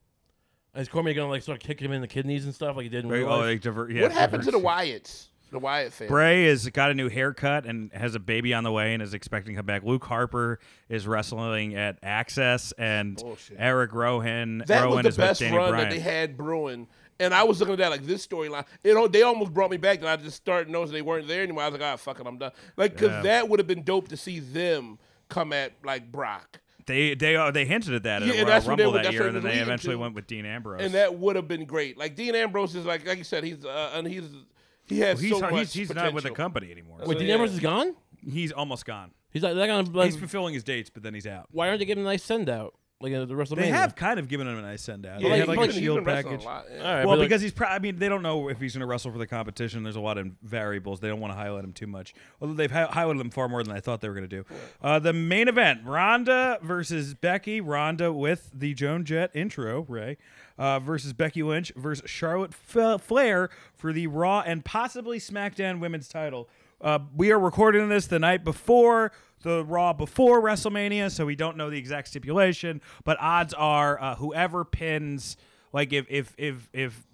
[SPEAKER 9] Is Cormier gonna like sort of kick him in the kidneys and stuff like he did in
[SPEAKER 7] Bray-
[SPEAKER 9] real
[SPEAKER 7] oh,
[SPEAKER 9] life?
[SPEAKER 7] they diver- yeah,
[SPEAKER 8] What happened to the
[SPEAKER 7] diverse-
[SPEAKER 8] Wyatts? The Wyatt family.
[SPEAKER 7] Bray has got a new haircut and has a baby on the way and is expecting to come back. Luke Harper is wrestling at Access and Eric Rowan.
[SPEAKER 8] that
[SPEAKER 7] Rowan
[SPEAKER 8] was
[SPEAKER 7] is
[SPEAKER 8] the best
[SPEAKER 7] with
[SPEAKER 8] run
[SPEAKER 7] Danny Bryan.
[SPEAKER 8] that they had brewing. And I was looking at that like this storyline. You know, they almost brought me back, and I just started noticing they weren't there anymore. I was like, ah, fuck it, I'm done. Like, because
[SPEAKER 7] Yeah.
[SPEAKER 8] that would have been dope to see them come at like Brock,
[SPEAKER 7] They they uh, they hinted at that at
[SPEAKER 8] Yeah,
[SPEAKER 7] a
[SPEAKER 8] and
[SPEAKER 7] Royal
[SPEAKER 8] that's what they
[SPEAKER 7] Rumble
[SPEAKER 8] were-
[SPEAKER 7] that
[SPEAKER 8] that's
[SPEAKER 7] year,
[SPEAKER 8] what
[SPEAKER 7] and
[SPEAKER 8] it was
[SPEAKER 7] then they
[SPEAKER 8] leading
[SPEAKER 7] eventually
[SPEAKER 8] to.
[SPEAKER 7] went with Dean Ambrose.
[SPEAKER 8] and that would have been great. Like Dean Ambrose is like, like you said, he's uh, and he's he has
[SPEAKER 7] Well, he's
[SPEAKER 8] so much
[SPEAKER 7] he's, he's not with the
[SPEAKER 8] potential.
[SPEAKER 7] company anymore.
[SPEAKER 9] Wait,
[SPEAKER 8] So,
[SPEAKER 9] Dean
[SPEAKER 8] yeah.
[SPEAKER 9] Ambrose is gone?
[SPEAKER 7] He's almost gone.
[SPEAKER 9] He's like they're gonna like.
[SPEAKER 7] he's fulfilling his dates, but then he's out.
[SPEAKER 9] why aren't they giving him a nice send out like uh, the WrestleMania?
[SPEAKER 7] They have kind of given him a nice send out.
[SPEAKER 8] Yeah,
[SPEAKER 7] they
[SPEAKER 8] he's
[SPEAKER 7] had like
[SPEAKER 8] been-
[SPEAKER 7] a
[SPEAKER 8] he's been
[SPEAKER 7] shield
[SPEAKER 8] wrestling a
[SPEAKER 7] package.
[SPEAKER 8] lot, yeah.
[SPEAKER 9] All right,
[SPEAKER 7] well,
[SPEAKER 9] but, like,
[SPEAKER 7] because he's probably, I mean, they don't know if he's going to wrestle for the competition. There's a lot of variables. They don't want to highlight him too much. Although they've hi- highlighted him far more than I thought they were going to do. Uh, the main event Ronda versus Becky. Ronda with the Joan Jett intro, Ray, uh, versus Becky Lynch versus Charlotte F- Flair for the Raw and possibly SmackDown women's title. Uh, we are recording this the night before the Raw before WrestleMania, so we don't know the exact stipulation, but odds are uh, whoever pins. Like if if if if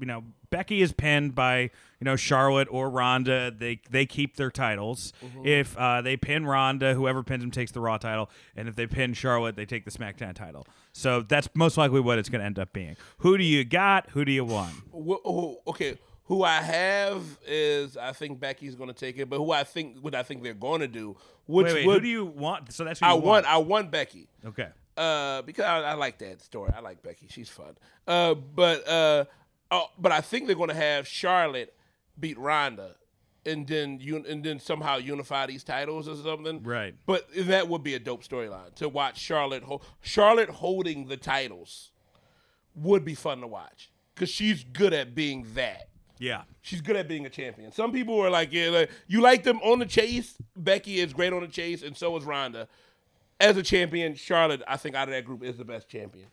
[SPEAKER 7] you know Becky is pinned by you know Charlotte or Ronda. They they keep their titles. If uh, they pin Ronda, whoever pins them takes the Raw title, and if they pin Charlotte, they take the SmackDown title. So that's most likely what it's going to end up being. Who do you got? Who do you want?
[SPEAKER 8] Wh- who, okay, who I have is I think Becky's going to take it, but who I think what I think they're going to do, which
[SPEAKER 7] Wait, wait,
[SPEAKER 8] would
[SPEAKER 7] who do you want? So that's who
[SPEAKER 8] I
[SPEAKER 7] you
[SPEAKER 8] want, I want Becky.
[SPEAKER 7] okay.
[SPEAKER 8] Uh, because I, I like that story. I like Becky. She's fun. Uh, but uh, oh, but I think they're going to have Charlotte beat Ronda, and then you and then somehow unify these titles or something.
[SPEAKER 7] Right.
[SPEAKER 8] But that would be a dope storyline to watch Charlotte. Ho- Charlotte holding the titles would be fun to watch because she's good at being that.
[SPEAKER 7] Yeah.
[SPEAKER 8] She's good at being a champion. Some people are like, yeah, like, you like them on the chase. Becky is great on the chase, and so is Ronda. As a champion, Charlotte, I think out of that group is the best champion.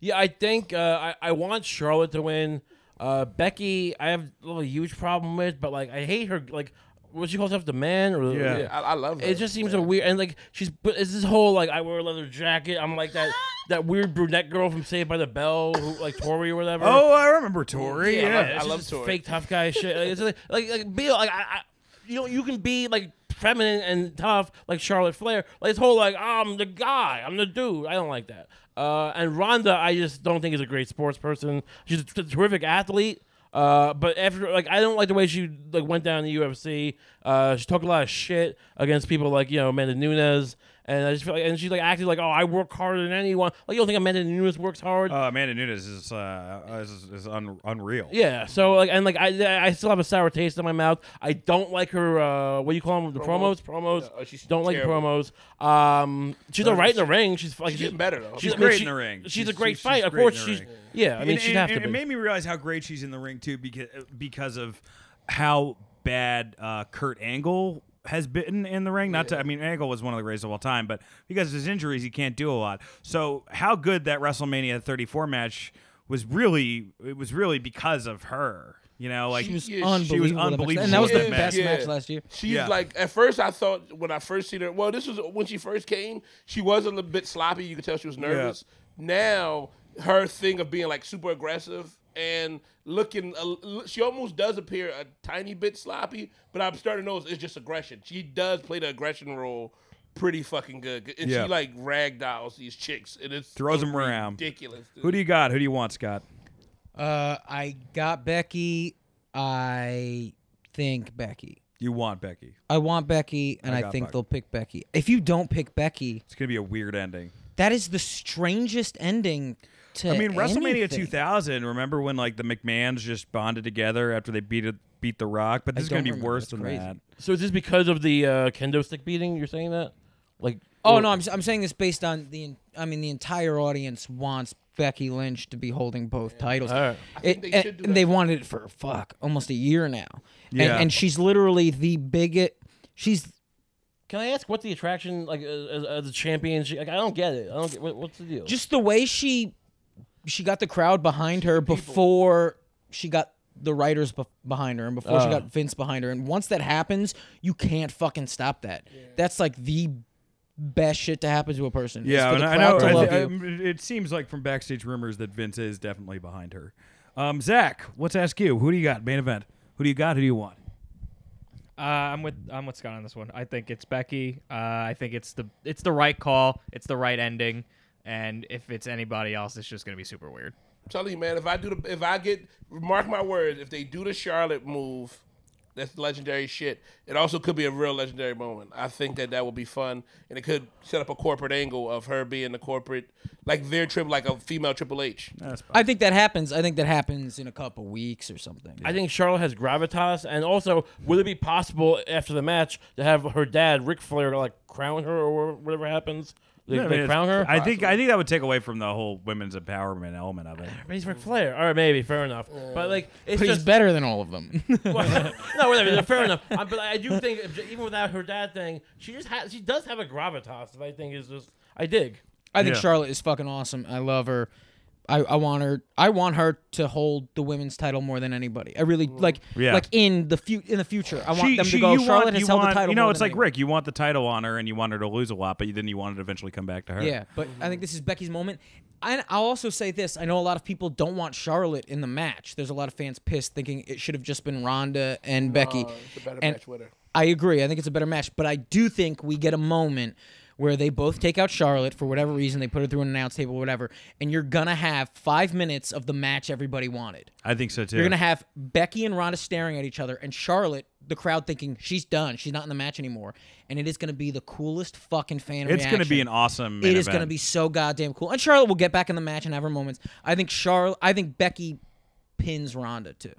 [SPEAKER 9] Yeah, I think uh, I I want Charlotte to win. Uh, Becky, I have a huge problem with, but like I hate her. Like what she calls herself, the man or
[SPEAKER 7] Yeah.
[SPEAKER 8] Yeah, I, I love her.
[SPEAKER 9] It just seems so weird, and like she's, but it's this whole like I wear a leather jacket. I'm
[SPEAKER 8] <laughs>
[SPEAKER 9] like that that weird brunette girl from Saved by the Bell, who, like Tori or whatever.
[SPEAKER 7] Oh, I remember Tori. Yeah.
[SPEAKER 9] like, it's
[SPEAKER 8] I love
[SPEAKER 9] just
[SPEAKER 8] Tori.
[SPEAKER 9] fake tough guy shit. Like, it's like, like, like be like I, I, you know, you can be like feminine and tough like Charlotte Flair. Like this whole like "Oh, I'm the guy, I'm the dude. I don't like that. Uh, and Ronda, I just don't think is a great sports person. She's a t- terrific athlete. Uh, but after like I don't like the way she like went down in the UFC. Uh, she talked a lot of shit against people like you know Amanda Nunes, and I just feel like and she like acted like oh I work harder than anyone. Like you don't think Amanda Nunes works hard?
[SPEAKER 7] Uh, Amanda Nunes is uh, is, is un- unreal.
[SPEAKER 9] Yeah. So like, and like, I I still have a sour taste in my mouth. I don't like her. Uh, what do you call them? The promos. Promos.
[SPEAKER 8] Yeah, oh, she's
[SPEAKER 9] don't
[SPEAKER 8] terrible.
[SPEAKER 9] like promos. Um, she's all right in the ring. She's like
[SPEAKER 8] She's getting better, though.
[SPEAKER 7] She's
[SPEAKER 9] I mean,
[SPEAKER 7] great
[SPEAKER 9] she-
[SPEAKER 7] in the ring.
[SPEAKER 9] She's, a
[SPEAKER 7] She's-
[SPEAKER 9] great
[SPEAKER 7] she's-
[SPEAKER 9] fight.
[SPEAKER 7] she's
[SPEAKER 9] of
[SPEAKER 7] great
[SPEAKER 9] course,
[SPEAKER 7] in the
[SPEAKER 9] she's
[SPEAKER 7] ring.
[SPEAKER 9] yeah. I mean,
[SPEAKER 7] and,
[SPEAKER 9] she'd
[SPEAKER 7] and-
[SPEAKER 9] have to
[SPEAKER 7] and
[SPEAKER 9] be.
[SPEAKER 7] It made me realize how great she's in the ring too, because because of how bad uh, Kurt Angle has been in the ring. Not to, I mean, Angle was one of the greatest of all time, but because of his injuries, he can't do a lot. So how good that WrestleMania 34 match was really, it was really because of her. You know, like
[SPEAKER 8] She was-
[SPEAKER 7] she
[SPEAKER 10] Unbelievable. that match.
[SPEAKER 7] unbelievable
[SPEAKER 10] And that was the
[SPEAKER 7] in that
[SPEAKER 10] best
[SPEAKER 8] match.
[SPEAKER 10] match
[SPEAKER 8] Yeah.
[SPEAKER 10] last year.
[SPEAKER 8] She's
[SPEAKER 7] Yeah.
[SPEAKER 8] like at first I thought when I first seen her. Well, this was when she first came. She was a little bit sloppy. You could tell she was nervous. Now her thing of being like super aggressive and looking, a l- she almost does appear a tiny bit sloppy. But I'm starting to notice it's just aggression. She does play the aggression role pretty fucking good, and
[SPEAKER 7] Yeah.
[SPEAKER 8] she like ragdolls these chicks, and it's
[SPEAKER 7] throws him around.
[SPEAKER 8] ridiculous. dude.
[SPEAKER 7] Who do you got? Who do you want, Scott?
[SPEAKER 10] Uh, I got Becky. I think Becky.
[SPEAKER 7] You want Becky?
[SPEAKER 10] I want Becky, and
[SPEAKER 7] I
[SPEAKER 10] I,
[SPEAKER 7] got
[SPEAKER 10] think
[SPEAKER 7] Becky.
[SPEAKER 10] they'll pick Becky. If you don't pick Becky,
[SPEAKER 7] It's gonna be a weird ending.
[SPEAKER 10] that is the strangest ending to
[SPEAKER 7] I mean, WrestleMania
[SPEAKER 10] anything.
[SPEAKER 7] 2000. Remember when like the McMahons just bonded together after they beat it, beat The Rock? But this is
[SPEAKER 10] don't
[SPEAKER 7] going to be
[SPEAKER 10] remember.
[SPEAKER 7] worse
[SPEAKER 10] It's
[SPEAKER 7] than
[SPEAKER 10] crazy.
[SPEAKER 7] that.
[SPEAKER 9] so is this because of the uh, kendo stick beating? You're saying that? Like,
[SPEAKER 10] Oh no, I'm, s- I'm saying this based on the. en- I mean, the entire audience wants Becky Lynch to be holding both titles.
[SPEAKER 9] All right.
[SPEAKER 10] It-
[SPEAKER 8] they
[SPEAKER 10] and-
[SPEAKER 8] should do
[SPEAKER 10] and
[SPEAKER 8] that.
[SPEAKER 10] they wanted it for fuck almost a year now. And-
[SPEAKER 7] Yeah.
[SPEAKER 10] And, she's literally the biggest. She's
[SPEAKER 9] Can I ask what's the attraction like uh, as, as a champion? She, like, I don't get it. I don't get what, what's the deal.
[SPEAKER 10] just the way she she got the crowd behind her before she got the writers bef behind her and before she
[SPEAKER 9] Uh.
[SPEAKER 10] got Vince behind her. And once that happens, you can't fucking stop that. That's like the best shit to happen to a person. is
[SPEAKER 7] Yeah,
[SPEAKER 10] for
[SPEAKER 7] and
[SPEAKER 10] the
[SPEAKER 7] I
[SPEAKER 10] crowd
[SPEAKER 7] know.
[SPEAKER 10] to
[SPEAKER 7] I-
[SPEAKER 10] love
[SPEAKER 7] I-
[SPEAKER 10] you.
[SPEAKER 7] um, it seems like from backstage rumors that Vince is definitely behind her. Um, Zach, let's ask you. Who do you got? Main event. Who do you got? Who do you want?
[SPEAKER 11] Uh, I'm with I'm with Scott on this one. I think it's Becky. Uh, I think it's the it's the right call. It's the right ending. And if it's anybody else, it's just gonna be super weird.
[SPEAKER 8] I'm telling you, man, if I do the, if I get, mark my words, if they do the Charlotte move, that's legendary shit. It also could be a real legendary moment. I think that that would be fun, and it could set up a corporate angle of her being the corporate, like their trip, like a female Triple H.
[SPEAKER 10] I think that happens. I think that happens in a couple weeks or something.
[SPEAKER 9] I think Charlotte has gravitas, and also, would it be possible after the match to have her dad, Ric Flair, like crown her or whatever happens? They,
[SPEAKER 7] Yeah, I
[SPEAKER 9] they
[SPEAKER 7] mean,
[SPEAKER 9] crown her.
[SPEAKER 7] I think I think that would take away from the whole women's empowerment element of it.
[SPEAKER 9] But he's Ric Flair. All right, maybe fair enough. But like, it's
[SPEAKER 10] But he's
[SPEAKER 9] just
[SPEAKER 10] better than all of them.
[SPEAKER 9] <laughs> Well, no, whatever. yeah, Fair
[SPEAKER 7] <laughs>
[SPEAKER 9] enough. Um, but I do think if- even without her dad thing, she just has. She does have a gravitas that I think is just. I dig.
[SPEAKER 10] I think
[SPEAKER 9] Yeah.
[SPEAKER 10] Charlotte is fucking awesome. I love her. I, I want her. I want her to hold the women's title more than anybody. I really like.
[SPEAKER 7] Mm. Yeah.
[SPEAKER 10] Like in the fu- in the future, I want
[SPEAKER 7] She-
[SPEAKER 10] them
[SPEAKER 7] she-
[SPEAKER 10] to go.
[SPEAKER 7] you
[SPEAKER 10] Charlotte
[SPEAKER 7] want-
[SPEAKER 10] has
[SPEAKER 7] you
[SPEAKER 10] held
[SPEAKER 7] want-
[SPEAKER 10] the title.
[SPEAKER 7] You know,
[SPEAKER 10] more
[SPEAKER 7] it's
[SPEAKER 10] than
[SPEAKER 7] like Rick. You want the title on her, and you want her to lose a lot, but then you want it to eventually come back to her.
[SPEAKER 10] Yeah, but I think this is Becky's moment. And I'll also say this: I know a lot of people don't want Charlotte in the match. There's a lot of fans pissed, thinking it should have just been Ronda and Becky.
[SPEAKER 8] Oh, it's a Uh, better
[SPEAKER 10] and
[SPEAKER 8] match with her.
[SPEAKER 10] I agree. I think it's a better match, but I do think we get a moment where they both take out Charlotte for whatever reason. They put her through an announce table, whatever, and you're gonna have five minutes of the match everybody wanted.
[SPEAKER 7] I think so too.
[SPEAKER 10] You're gonna have Becky and Ronda staring at each other, and Charlotte, the crowd thinking she's done, she's not in the match anymore, and it is gonna be the coolest fucking fan.
[SPEAKER 7] It's gonna be
[SPEAKER 10] reaction.
[SPEAKER 7] an awesome
[SPEAKER 10] It
[SPEAKER 7] main
[SPEAKER 10] is gonna
[SPEAKER 7] event.
[SPEAKER 10] be so goddamn cool, and Charlotte will get back in the match and have her moments. I think Charlotte. I think Becky pins Ronda too.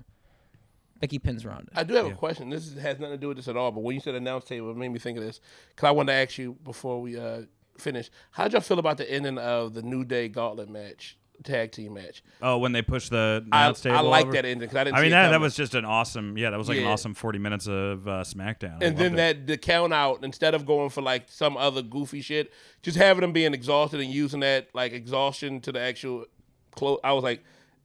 [SPEAKER 10] Becky pins Ronda.
[SPEAKER 8] I do have a question. This is, has nothing to do with this at all, but when you said announce table, it made me think of this because I wanted to ask you before we uh, finish. How would y'all feel about the ending of the New Day Gauntlet match, tag team match?
[SPEAKER 7] Oh, when they push the
[SPEAKER 8] I-
[SPEAKER 7] announce
[SPEAKER 8] I
[SPEAKER 7] table
[SPEAKER 8] like
[SPEAKER 7] over?
[SPEAKER 8] that ending, 'cause I didn't see
[SPEAKER 7] mean,
[SPEAKER 8] it
[SPEAKER 7] that that
[SPEAKER 8] coming.
[SPEAKER 7] was just an awesome. Yeah, that was like an
[SPEAKER 8] Yeah.
[SPEAKER 7] awesome forty minutes of uh, SmackDown. I
[SPEAKER 8] and then
[SPEAKER 7] loved it.
[SPEAKER 8] that the count out instead of going for like some other goofy shit, just having them being exhausted and using that like exhaustion to the actual close. I was like,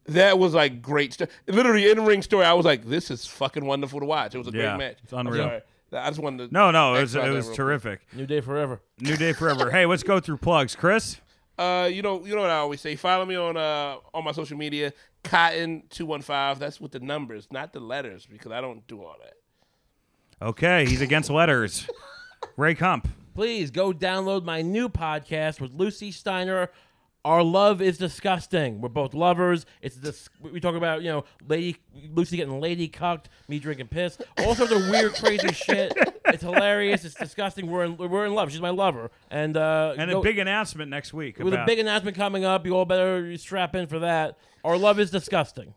[SPEAKER 8] that was like great stuff. Literally in ring story, I was like, this is fucking wonderful to watch. It was a
[SPEAKER 7] Yeah,
[SPEAKER 8] great match.
[SPEAKER 7] it's
[SPEAKER 8] I'm
[SPEAKER 7] unreal.
[SPEAKER 8] sorry. I just wanted to.
[SPEAKER 7] No, no, it
[SPEAKER 8] ask
[SPEAKER 7] was
[SPEAKER 8] about
[SPEAKER 7] it
[SPEAKER 8] that
[SPEAKER 7] was
[SPEAKER 8] real quick.
[SPEAKER 7] terrific.
[SPEAKER 9] New day forever.
[SPEAKER 7] New day forever. hey, let's go through plugs, Chris.
[SPEAKER 8] Uh, you know, you know what I always say. Follow me on uh on my social media, Cotton two one five. That's with the numbers, not the letters, because I don't do all that.
[SPEAKER 7] Okay, he's
[SPEAKER 8] <laughs>
[SPEAKER 7] against letters. Ray Kump.
[SPEAKER 9] Please go download my new podcast with Lucy Steiner. Our love is disgusting. We're both lovers. It's this. We talk about you know, lady Lucy getting lady cucked, me drinking piss, all sorts of weird,
[SPEAKER 7] <laughs>
[SPEAKER 9] crazy shit. It's hilarious. It's disgusting. We're in, we're in love. She's my lover, and uh,
[SPEAKER 7] And
[SPEAKER 9] go-
[SPEAKER 7] a big announcement next week.
[SPEAKER 9] with a
[SPEAKER 7] about-
[SPEAKER 9] big announcement coming up. You all better strap in for that. Our love is disgusting.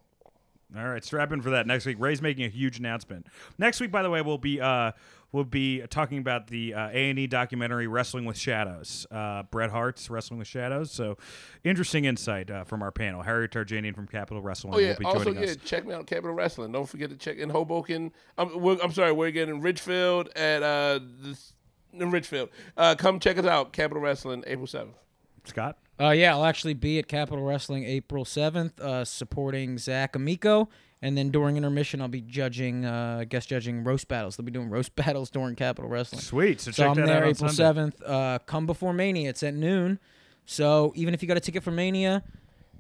[SPEAKER 7] All right, strap in for that next week. Ray's making a huge announcement. Next week, by the way, we'll be uh, we'll be talking about the uh, A and E documentary Wrestling with Shadows, uh, Bret Hart's Wrestling with Shadows. So, interesting insight uh, from our panel. Harry Tarjanian from Capital Wrestling
[SPEAKER 8] Oh yeah.
[SPEAKER 7] will be
[SPEAKER 8] Also,
[SPEAKER 7] joining
[SPEAKER 8] yeah.
[SPEAKER 7] us.
[SPEAKER 8] Check me out, Capital Wrestling. Don't forget to check in Hoboken. I'm, we're, I'm sorry, we're getting Ridgefield at uh this, in Ridgefield. Uh, come check us out, Capital Wrestling, April seventh.
[SPEAKER 7] Scott.
[SPEAKER 10] Uh, yeah, I'll actually be at Capital Wrestling April 7th, uh, supporting Zach Amico. And then during intermission, I'll be judging, uh, guest judging roast battles. They'll be doing <laughs> roast battles during Capital Wrestling.
[SPEAKER 7] Sweet, so
[SPEAKER 10] so
[SPEAKER 7] check
[SPEAKER 10] I'm
[SPEAKER 7] that
[SPEAKER 10] there
[SPEAKER 7] out on
[SPEAKER 10] April
[SPEAKER 7] Sunday.
[SPEAKER 10] 7th. Uh, come before Mania. It's at noon. So even if you got a ticket for Mania,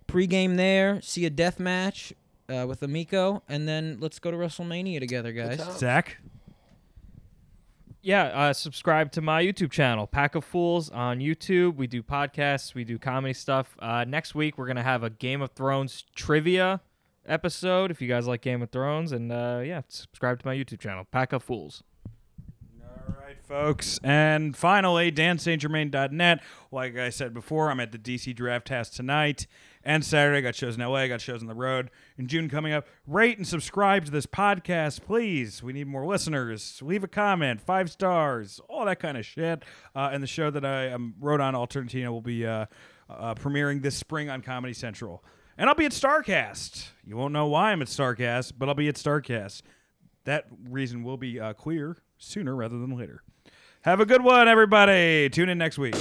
[SPEAKER 10] pregame there, see a death match uh, with Amico, and then let's go to WrestleMania together, guys.
[SPEAKER 8] oh.
[SPEAKER 7] Zach.
[SPEAKER 11] Yeah, uh, subscribe to my YouTube channel, Pack of Fools, on YouTube. We do podcasts, we do comedy stuff. Uh, next week, we're going to have a Game of Thrones trivia episode if you guys like Game of Thrones. And uh, yeah, subscribe to my YouTube channel, Pack of Fools.
[SPEAKER 7] folks. And finally, danstgermain.net. Like I said before, I'm at the DC Draft House tonight and Saturday. Got shows in LA, got shows on the road in June coming up. Rate and subscribe to this podcast, please. We need more listeners. Leave a comment, five stars, all that kind of shit. Uh, and the show that I um, wrote on Alternatina will be uh, uh, premiering this spring on Comedy Central. And I'll be at StarCast. You won't know why I'm at StarCast, but I'll be at StarCast. That reason will be uh, clear sooner rather than later. Have a good one, everybody. Tune in next week.